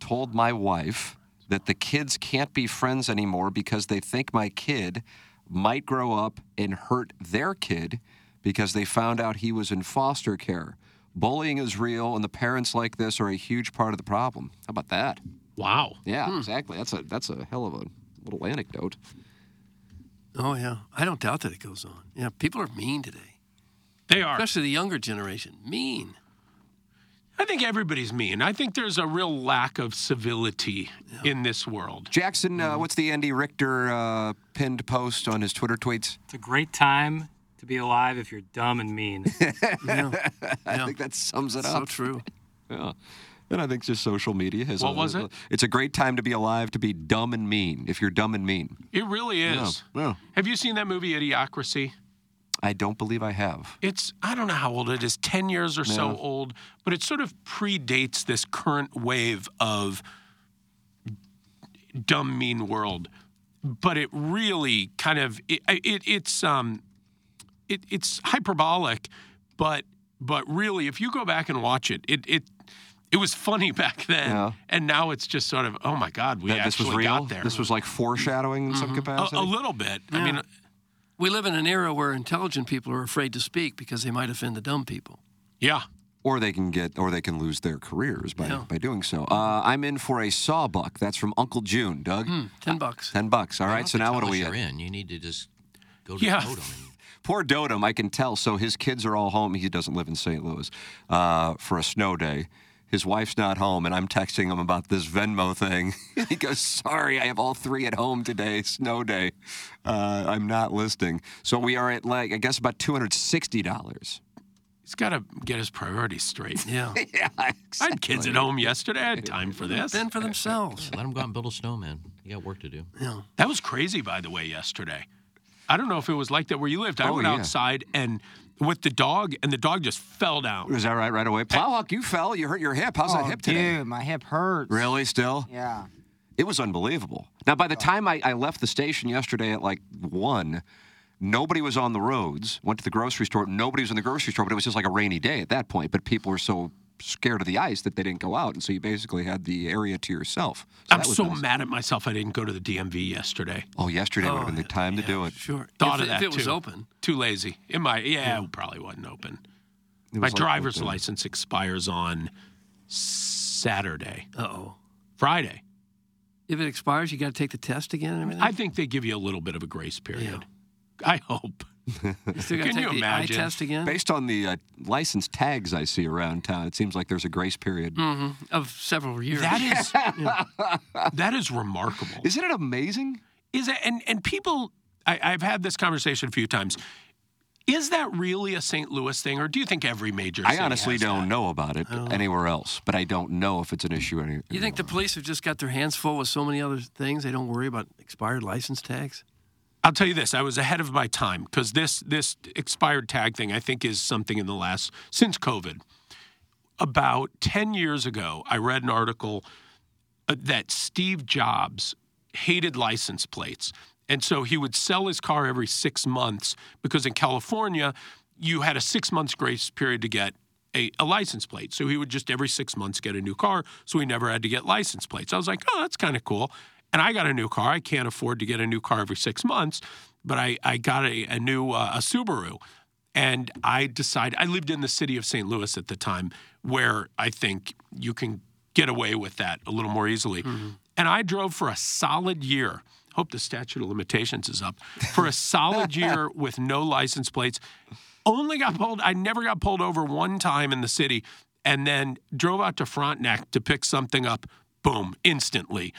B: told my wife that the kids can't be friends anymore because they think my kid might grow up and hurt their kid because they found out he was in foster care. Bullying is real, and the parents like this are a huge part of the problem. How about that?
T: Wow. Hmm.
B: Yeah, exactly. That's a that's a hell of a little anecdote.
C: Oh yeah, I don't doubt that it goes on. Yeah, people are mean today.
T: They are,
C: especially the younger generation. Mean.
T: I think everybody's mean. I think there's a real lack of civility in this world.
B: Jackson, uh, what's the Andy Richter uh, pinned post on his Twitter tweets?
D: It's a great time to be alive if you're dumb and
B: (laughs)
D: mean.
B: I think that sums it
D: So
B: up.
C: true.
B: Yeah. And I think just social media has.
T: What was it?
B: It's a great time to be alive, to be dumb and mean. If you're dumb and mean,
T: It really is.
B: Yeah, yeah.
T: Have you seen that movie Idiocracy?
B: I don't believe I have.
T: It's I don't know how old it is, 10 years or so
B: Yeah.
T: old, but it sort of predates this current wave of dumb mean world. But it really kind of it, it it's um it, it's hyperbolic, but but really if you go back and watch it, it it it was funny (laughs) back then,
B: Yeah.
T: and now it's just sort of oh my god, we
B: That this
T: actually
B: was real.
T: got there.
B: This was like foreshadowing in
C: Mm-hmm.
B: some capacity.
C: Oh,
T: a, a little bit. I mean,
C: uh, we live in an era where intelligent people are afraid to speak because they might offend the dumb people.
T: Yeah.
B: Or they can get, or they can lose their careers by, by doing so. Uh, I'm in for a sawbuck. That's from Uncle June, Doug. Uh,
C: Ten bucks.
B: Ten bucks. All right. So now what are
G: Unless
B: we
G: you're
B: at?
G: in? You need to just go to
B: Yeah.
G: Totem.
B: Poor Dotem, I can tell. So his kids are all home. He doesn't live in St. Louis uh, for a snow day. His wife's not home, and I'm texting him about this Venmo thing. (laughs) he goes, "Sorry, I have all three at home today. Snow day. Uh, I'm not listening." So we are at like I guess about two hundred sixty dollars.
T: He's got to get his priorities (laughs) straight.
C: Yeah.
B: yeah
T: I had kids at home yesterday. I had time for this.
C: Then for themselves.
G: Let them go out and build a snowman. You got work to do.
C: Yeah.
T: That was crazy, by the way, yesterday. I don't know if it was like that where you lived. I
B: Oh,
T: went
B: yeah.
T: outside and with the dog, and the dog just fell down.
B: Is that right? Right away, Plowhawk, you fell. You hurt your hip. How's
E: Oh,
B: that hip today?
E: Dude, my hip hurts.
B: Really? Still?
E: Yeah.
B: It was unbelievable. Now, by the time I, I left the station yesterday at like one, nobody was on the roads. Went to the grocery store. Nobody was in the grocery store, but it was just like a rainy day at that point. But people were so scared of the ice that they didn't go out, and so you basically had the area to yourself. So
T: I'm
B: that was
T: so
B: nice.
T: mad at myself I didn't go to the DMV yesterday.
B: Oh, yesterday would have been the time to do it.
C: Sure.
T: Thought
C: If
T: of
C: it-
T: that
C: if it was
T: too.
C: open.
T: Too lazy. It might. Yeah, it probably wasn't open.
B: It
T: My
B: was like
T: driver's
B: open.
T: license expires on Saturday,
C: Uh oh.
T: Friday.
C: If it expires, you got to take the test again and everything.
T: I think they give you a little bit of a grace period. I hope. (laughs)
C: You still gotta Can take you the eye imagine? test again?
B: Based on the uh, license tags I see around town, it seems like there's a grace period.
C: Mhm. Of several years.
T: That
C: (laughs)
T: is that is remarkable.
B: Isn't it amazing?
T: Is it and and people I, I've had this conversation a few times. Is that really a St. Louis thing, or do you think every major?
B: I
T: city
B: honestly
T: has
B: don't
T: that?
B: know about it
T: Oh.
B: anywhere else, but I don't know if it's an issue any.
C: You think the police have just got their hands full with so many other things they don't worry about expired license tags?
T: I'll tell you this: I was ahead of my time because this this expired tag thing, I think, is something in the last since COVID. About ten years ago, I read an article uh, that Steve Jobs hated license plates, and so he would sell his car every six months because in California, you had a six months grace period to get. A, a license plate. So he would just every six months get a new car. So he never had to get license plates. I was like, oh, that's kind of cool and I got a new car. I can't afford to get a new car every six months, but I, I got a, a new uh, a Subaru. And I decided, I lived in the city of St. Louis at the time where I think you can get away with that a little more easily. And I drove for a solid year. Hope the statute of limitations is up. For a solid year with no license plates. Only got pulled, I never got pulled over one time in the city. And then drove out to Frontenac to pick something up. Boom, instantly.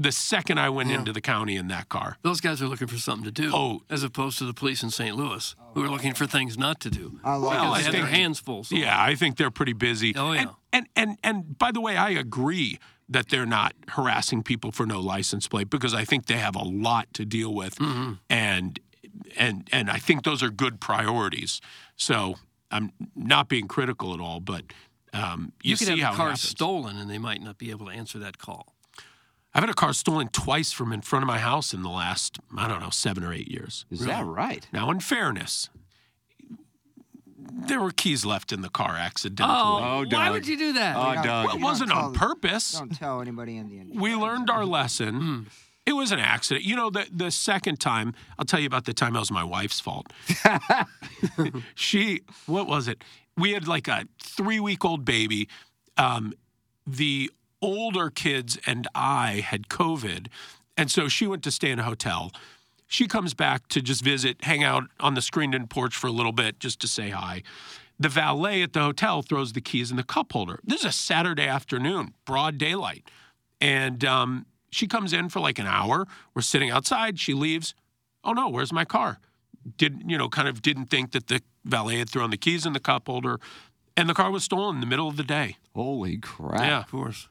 T: The second I went into the county in that car.
C: Those guys are looking for something to do. Oh, as opposed to the police in St. Louis, who are looking for things not to do. I
T: love
C: because
T: that.
C: they have
T: I
C: their
T: think-
C: hands full. so-
T: Yeah, I think they're pretty busy. Oh yeah. And and and, and by the way, I agree that they're not harassing people for no license plate because I think they have a lot to deal with,
C: Mhm.
T: and and and I think those are good priorities. So I'm not being critical at all, but um, you,
C: You, could
T: see
C: have
T: how
C: a
T: it
C: car
T: happens.
C: stolen and they might not be able to answer that call.
T: I've had a car stolen twice from in front of my house in the last, I don't know, seven or eight years.
C: Is that
T: right? Now, in fairness, there were keys left in the car accidentally.
C: Oh, why would you do that?
T: Well, it wasn't on purpose.
E: Don't tell anybody in the end.
T: We learned our lesson. It was an accident. You know, the, the second time, I'll tell you about the time that was my wife's fault. she, what was it? We had like a three week old baby. Um, the older kids and I had COVID. And so she went to stay in a hotel. She comes back to just visit, hang out on the screened in porch for a little bit just to say hi. The valet at the hotel throws the keys in the cup holder. This is a Saturday afternoon, broad daylight. And um, she comes in for like an hour. We're sitting outside. She leaves. Oh no, where's my car? Didn't, you know, kind of didn't think that the valet had thrown the keys in the cup holder. And the car was stolen in the middle of the day.
B: Holy crap!
T: Yeah. Of
C: course.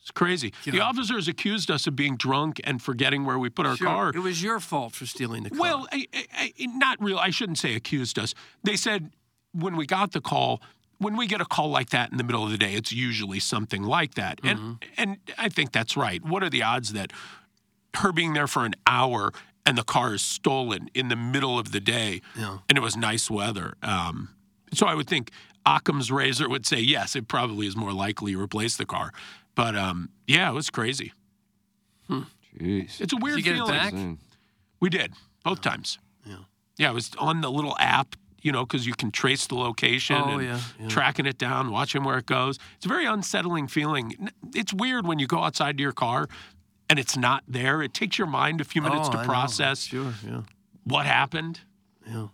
T: It's crazy. The officers accused us of being drunk and forgetting where we put our
C: Sure,
T: car.
C: It was your fault for stealing the car.
T: Well, I, I, I, not real. I shouldn't say accused us. They said when we got the call, when we get a call like that in the middle of the day, it's usually something like that, and and I think that's right. What are the odds that her being there for an hour and the car is stolen in the middle of the day,
C: Yeah.
T: and it was nice weather? Um, so I would think Occam's razor would say yes. It probably is more likely you replace the car, but um, yeah, it was crazy. Hmm.
B: Jeez.
T: It's a weird
C: you get it
T: feeling.
C: back?
T: We did both times. Yeah. Yeah, it was on the little app, you know, because you can trace the location
C: Oh,
T: and
C: yeah, yeah.
T: tracking it down, watching where it goes. It's a very unsettling feeling. N- It's weird when you go outside to your car and it's not there. It takes your mind a few minutes
C: Oh,
T: to
C: I know.
T: process
C: Sure, yeah.
T: what happened.
C: Yeah.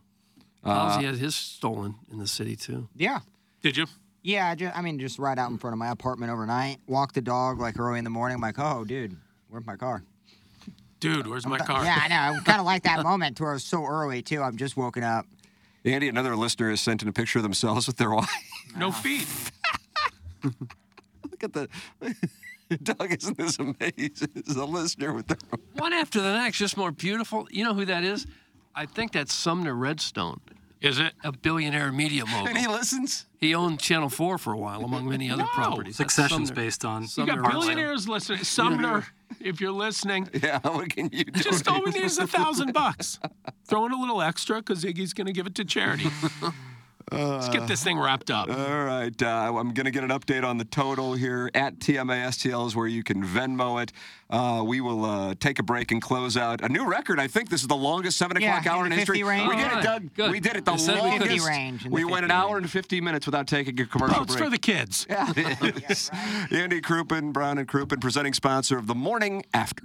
T: Uh,
C: Halsey had his stolen in the city too.
E: Yeah.
T: Did you?
E: Yeah, I, ju- I mean, just right out in front of my apartment overnight. Walk the dog like early in the morning. I'm like, oh, dude, where's my car?
T: Dude, where's my car?
E: Yeah, I
T: (laughs)
E: know. I kind of like that moment where I was so early too. I'm just woken up.
B: Andy, another listener has sent in a picture of themselves with their (laughs) wife.
E: Uh,
T: No feet.
B: Look at the (laughs) Doug. Isn't this amazing? This is a listener with their.
C: One after the next, just more beautiful. You know who that is? I think that's Sumner Redstone.
T: Is it
C: a billionaire media mogul?
B: And he listens.
C: He owned Channel Four for a while, among many other
T: (laughs) No.
C: properties. That's
D: Succession's
C: Sumner-
D: based on- You
T: You
C: Sumner
T: got
C: Redstone.
D: (laughs)
T: billionaires listening. Sumner, if you're listening.
B: Yeah, what (laughs) can you do?
T: Just all we
B: (laughs)
T: need is a thousand bucks. Throw in a little extra because Iggy's going to give it to charity. Let's get this thing wrapped up.
B: All right. Uh, I'm going to get an update on the total here at TMASTL is where you can Venmo it. Uh, we will uh, take a break and close out a new record. I think this is the longest 7
E: Yeah,
B: o'clock hour
E: in
B: in
E: the
B: history.
E: 50 range.
B: We did it,
E: Alright,
B: Doug.
E: good.
B: We did it. The
E: It said we could-
B: longest.
E: 50 range, in the
B: we went an
E: 50
B: hour and 50 minutes without taking a commercial
T: Votes
B: break.
T: for the kids.
E: (laughs)
B: Yeah, it is. Andy Crouppen, Brown and Crouppen, presenting sponsor of The Morning After.